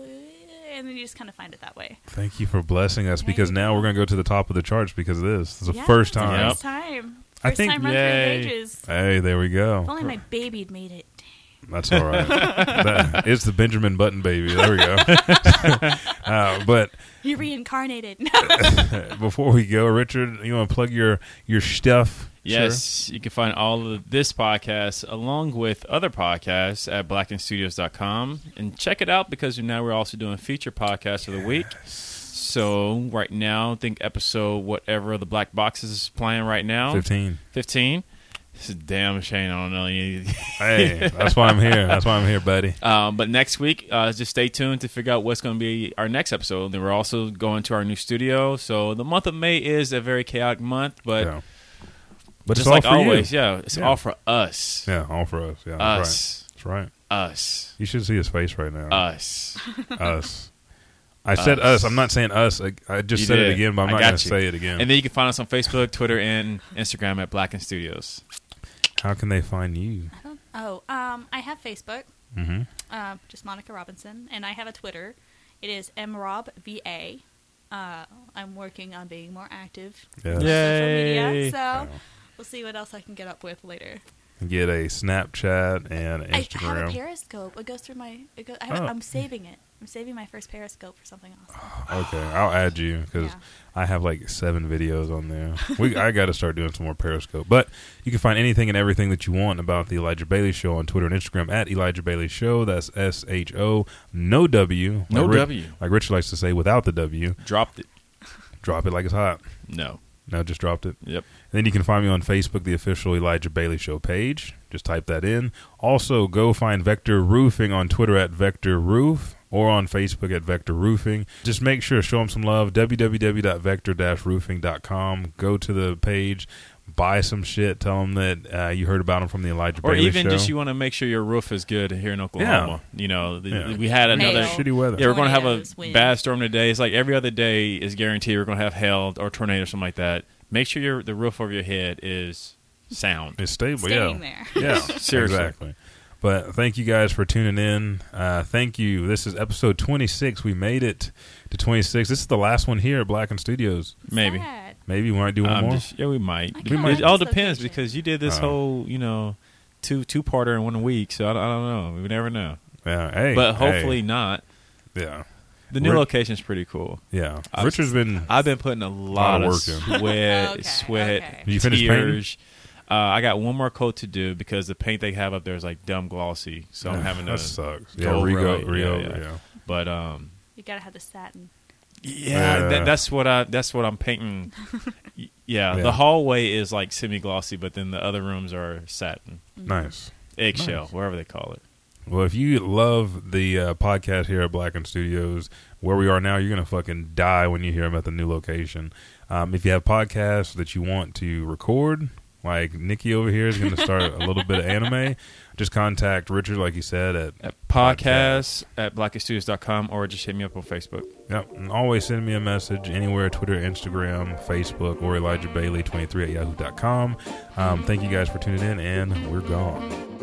Speaker 3: and then you just kind of find it that way.
Speaker 1: Thank you for blessing us
Speaker 3: Yeah,
Speaker 1: because
Speaker 3: you
Speaker 1: now we're going to go to the top of the charts because of this. This is the
Speaker 3: Yeah,
Speaker 1: first
Speaker 3: it's the
Speaker 1: time.
Speaker 3: First time. First
Speaker 1: I think-
Speaker 3: time running
Speaker 1: Yay.
Speaker 3: through the pages.
Speaker 1: Hey, there we go.
Speaker 3: If only my baby had made it.
Speaker 1: That's all right. That- it's the Benjamin Button baby. There we go. uh, but
Speaker 3: You reincarnated.
Speaker 1: before we go, Richard, you want to plug your your stuff?
Speaker 2: Yes, you can find all of this podcast along with other podcasts at blackandstudios.com and check it out because now we're also doing feature podcasts of the week. So right now, I think episode whatever the black box is playing right now.
Speaker 1: 15.
Speaker 2: 15. This is damn shame I don't know you.
Speaker 1: Hey, that's why I'm here. That's why I'm here, buddy.
Speaker 2: Um, but next week, uh, just stay tuned to figure out what's going to be our next episode. Then we're also going to our new studio. So the month of May is a very chaotic month, but
Speaker 1: Yeah. But
Speaker 2: Uh,
Speaker 1: it's
Speaker 2: just
Speaker 1: all
Speaker 2: like
Speaker 1: for you.
Speaker 2: always, yeah, it's
Speaker 1: Yeah.
Speaker 2: all for us.
Speaker 1: Yeah, all for us. Yeah,
Speaker 2: us, Uh,
Speaker 1: That's right.
Speaker 2: us,
Speaker 1: You should see his face right now.
Speaker 2: us.
Speaker 1: us. I said us. I'm not saying us. I, I just
Speaker 2: You
Speaker 1: said
Speaker 2: did.
Speaker 1: it again, but I'm
Speaker 2: I
Speaker 1: not
Speaker 2: got
Speaker 1: going to
Speaker 2: you.
Speaker 1: say it again.
Speaker 2: And then you can find us on Facebook, Twitter, and Instagram at Black and Studios.
Speaker 1: How can they find you?
Speaker 3: I don't- oh, um, I have Facebook,
Speaker 1: Mm-hmm.
Speaker 3: uh, just Monica Robinson, and I have a Twitter. It is mrobva. Uh, I'm working on being more active
Speaker 1: Yes.
Speaker 3: on social
Speaker 2: Yay.
Speaker 3: media, so we'll see what else I can get up with later.
Speaker 1: Get a Snapchat and
Speaker 3: I have a
Speaker 1: Instagram.
Speaker 3: Periscope. It goes through my. It goes, I have,
Speaker 1: Oh.
Speaker 3: I'm saving it. I'm saving my first Periscope for something awesome.
Speaker 1: Okay, I'll add you because
Speaker 3: Yeah.
Speaker 1: I have like seven videos on there. We I got to start doing some more Periscope. But you can find anything and everything that you want about the Elijah Bailey Show on Twitter and Instagram at Elijah Bailey Show. That's S H O no W
Speaker 2: No
Speaker 1: like Ri-
Speaker 2: W.
Speaker 1: like Rich likes to say without the W.
Speaker 2: Dropped it.
Speaker 1: Drop it like it's hot.
Speaker 2: No.
Speaker 1: No, just dropped it.
Speaker 2: Yep.
Speaker 1: And then you can find me on Facebook, the official Elijah Bailey Show page. Just type that in. Also, go find Vector Roofing on Twitter at Vector Roof or on Facebook at Vector Roofing. Just make sure to show them some love. www.vector-roofing.com. Go to the page, buy some shit, tell them that uh, you heard about them from the Elijah
Speaker 2: Or
Speaker 1: Bailey
Speaker 2: even
Speaker 1: Show.
Speaker 2: just you want to make sure your roof is good here in Oklahoma. You know, the,
Speaker 1: Yeah.
Speaker 2: we had another
Speaker 1: Hail, Shitty weather.
Speaker 2: Yeah, we're going to have a
Speaker 3: tornadoes, wind.
Speaker 2: bad storm today. It's like every other day is guaranteed we're going to have hail or tornado or something like that. Make sure your the roof over your head is sound.
Speaker 1: It's stable,
Speaker 3: Staying
Speaker 1: yeah.
Speaker 3: there.
Speaker 1: Yeah,
Speaker 2: Seriously.
Speaker 1: exactly. But thank you guys for tuning in. Uh, thank you. This is episode 26. We made it to 26. This is the last one here at Black and Studios.
Speaker 2: Maybe.
Speaker 1: Maybe we might do one
Speaker 2: I'm
Speaker 1: more.
Speaker 2: just- yeah, we might.
Speaker 1: We might.
Speaker 2: It all depends because you did this
Speaker 1: Oh.
Speaker 2: whole, you know, two two parter in one week. So I, don't- I don't know. We never know.
Speaker 1: Yeah, hey,
Speaker 2: but
Speaker 1: hey.
Speaker 2: hopefully not.
Speaker 1: Yeah.
Speaker 2: The new
Speaker 1: Ri-
Speaker 2: location's pretty cool.
Speaker 1: Yeah.
Speaker 2: I've-
Speaker 1: Richard's been
Speaker 2: I've been putting a
Speaker 1: lot
Speaker 2: lot,
Speaker 1: of
Speaker 2: of
Speaker 1: work in.
Speaker 2: sweat, sweat,
Speaker 1: You finished painting?
Speaker 2: tears. Uh, I got one more coat to do because the paint they have up there is like dumb glossy, so I'm
Speaker 1: Yeah,
Speaker 2: having to
Speaker 1: that sucks. Yeah,
Speaker 2: go
Speaker 1: re-go-
Speaker 2: overlay.
Speaker 1: re-go,
Speaker 2: yeah,
Speaker 1: yeah.
Speaker 2: But um,
Speaker 3: You gotta have the satin.
Speaker 2: yeah,
Speaker 1: Yeah.
Speaker 2: That, that's what I that's what I'm painting. Y- yeah,
Speaker 1: Yeah.
Speaker 2: the hallway is like semi glossy, but then the other rooms are satin.
Speaker 1: Nice.
Speaker 2: eggshell,
Speaker 1: Nice.
Speaker 2: whatever they call it.
Speaker 1: Well, if you love the uh, podcast here at Black and Studios, where we are now, you're gonna fucking die when you hear about the new location. Um, if you have podcasts that you want to record, like Nikki over here is gonna start a little bit of anime, just contact Richard, like you said, at,
Speaker 2: Podcast at blackeststudios.com or just hit me up on Facebook.
Speaker 1: Yep. And always send me a message anywhere Twitter, Instagram, Facebook, or Elijah Bailey 23 at yahoo.com. Um, thank you guys for tuning in, and we're gone.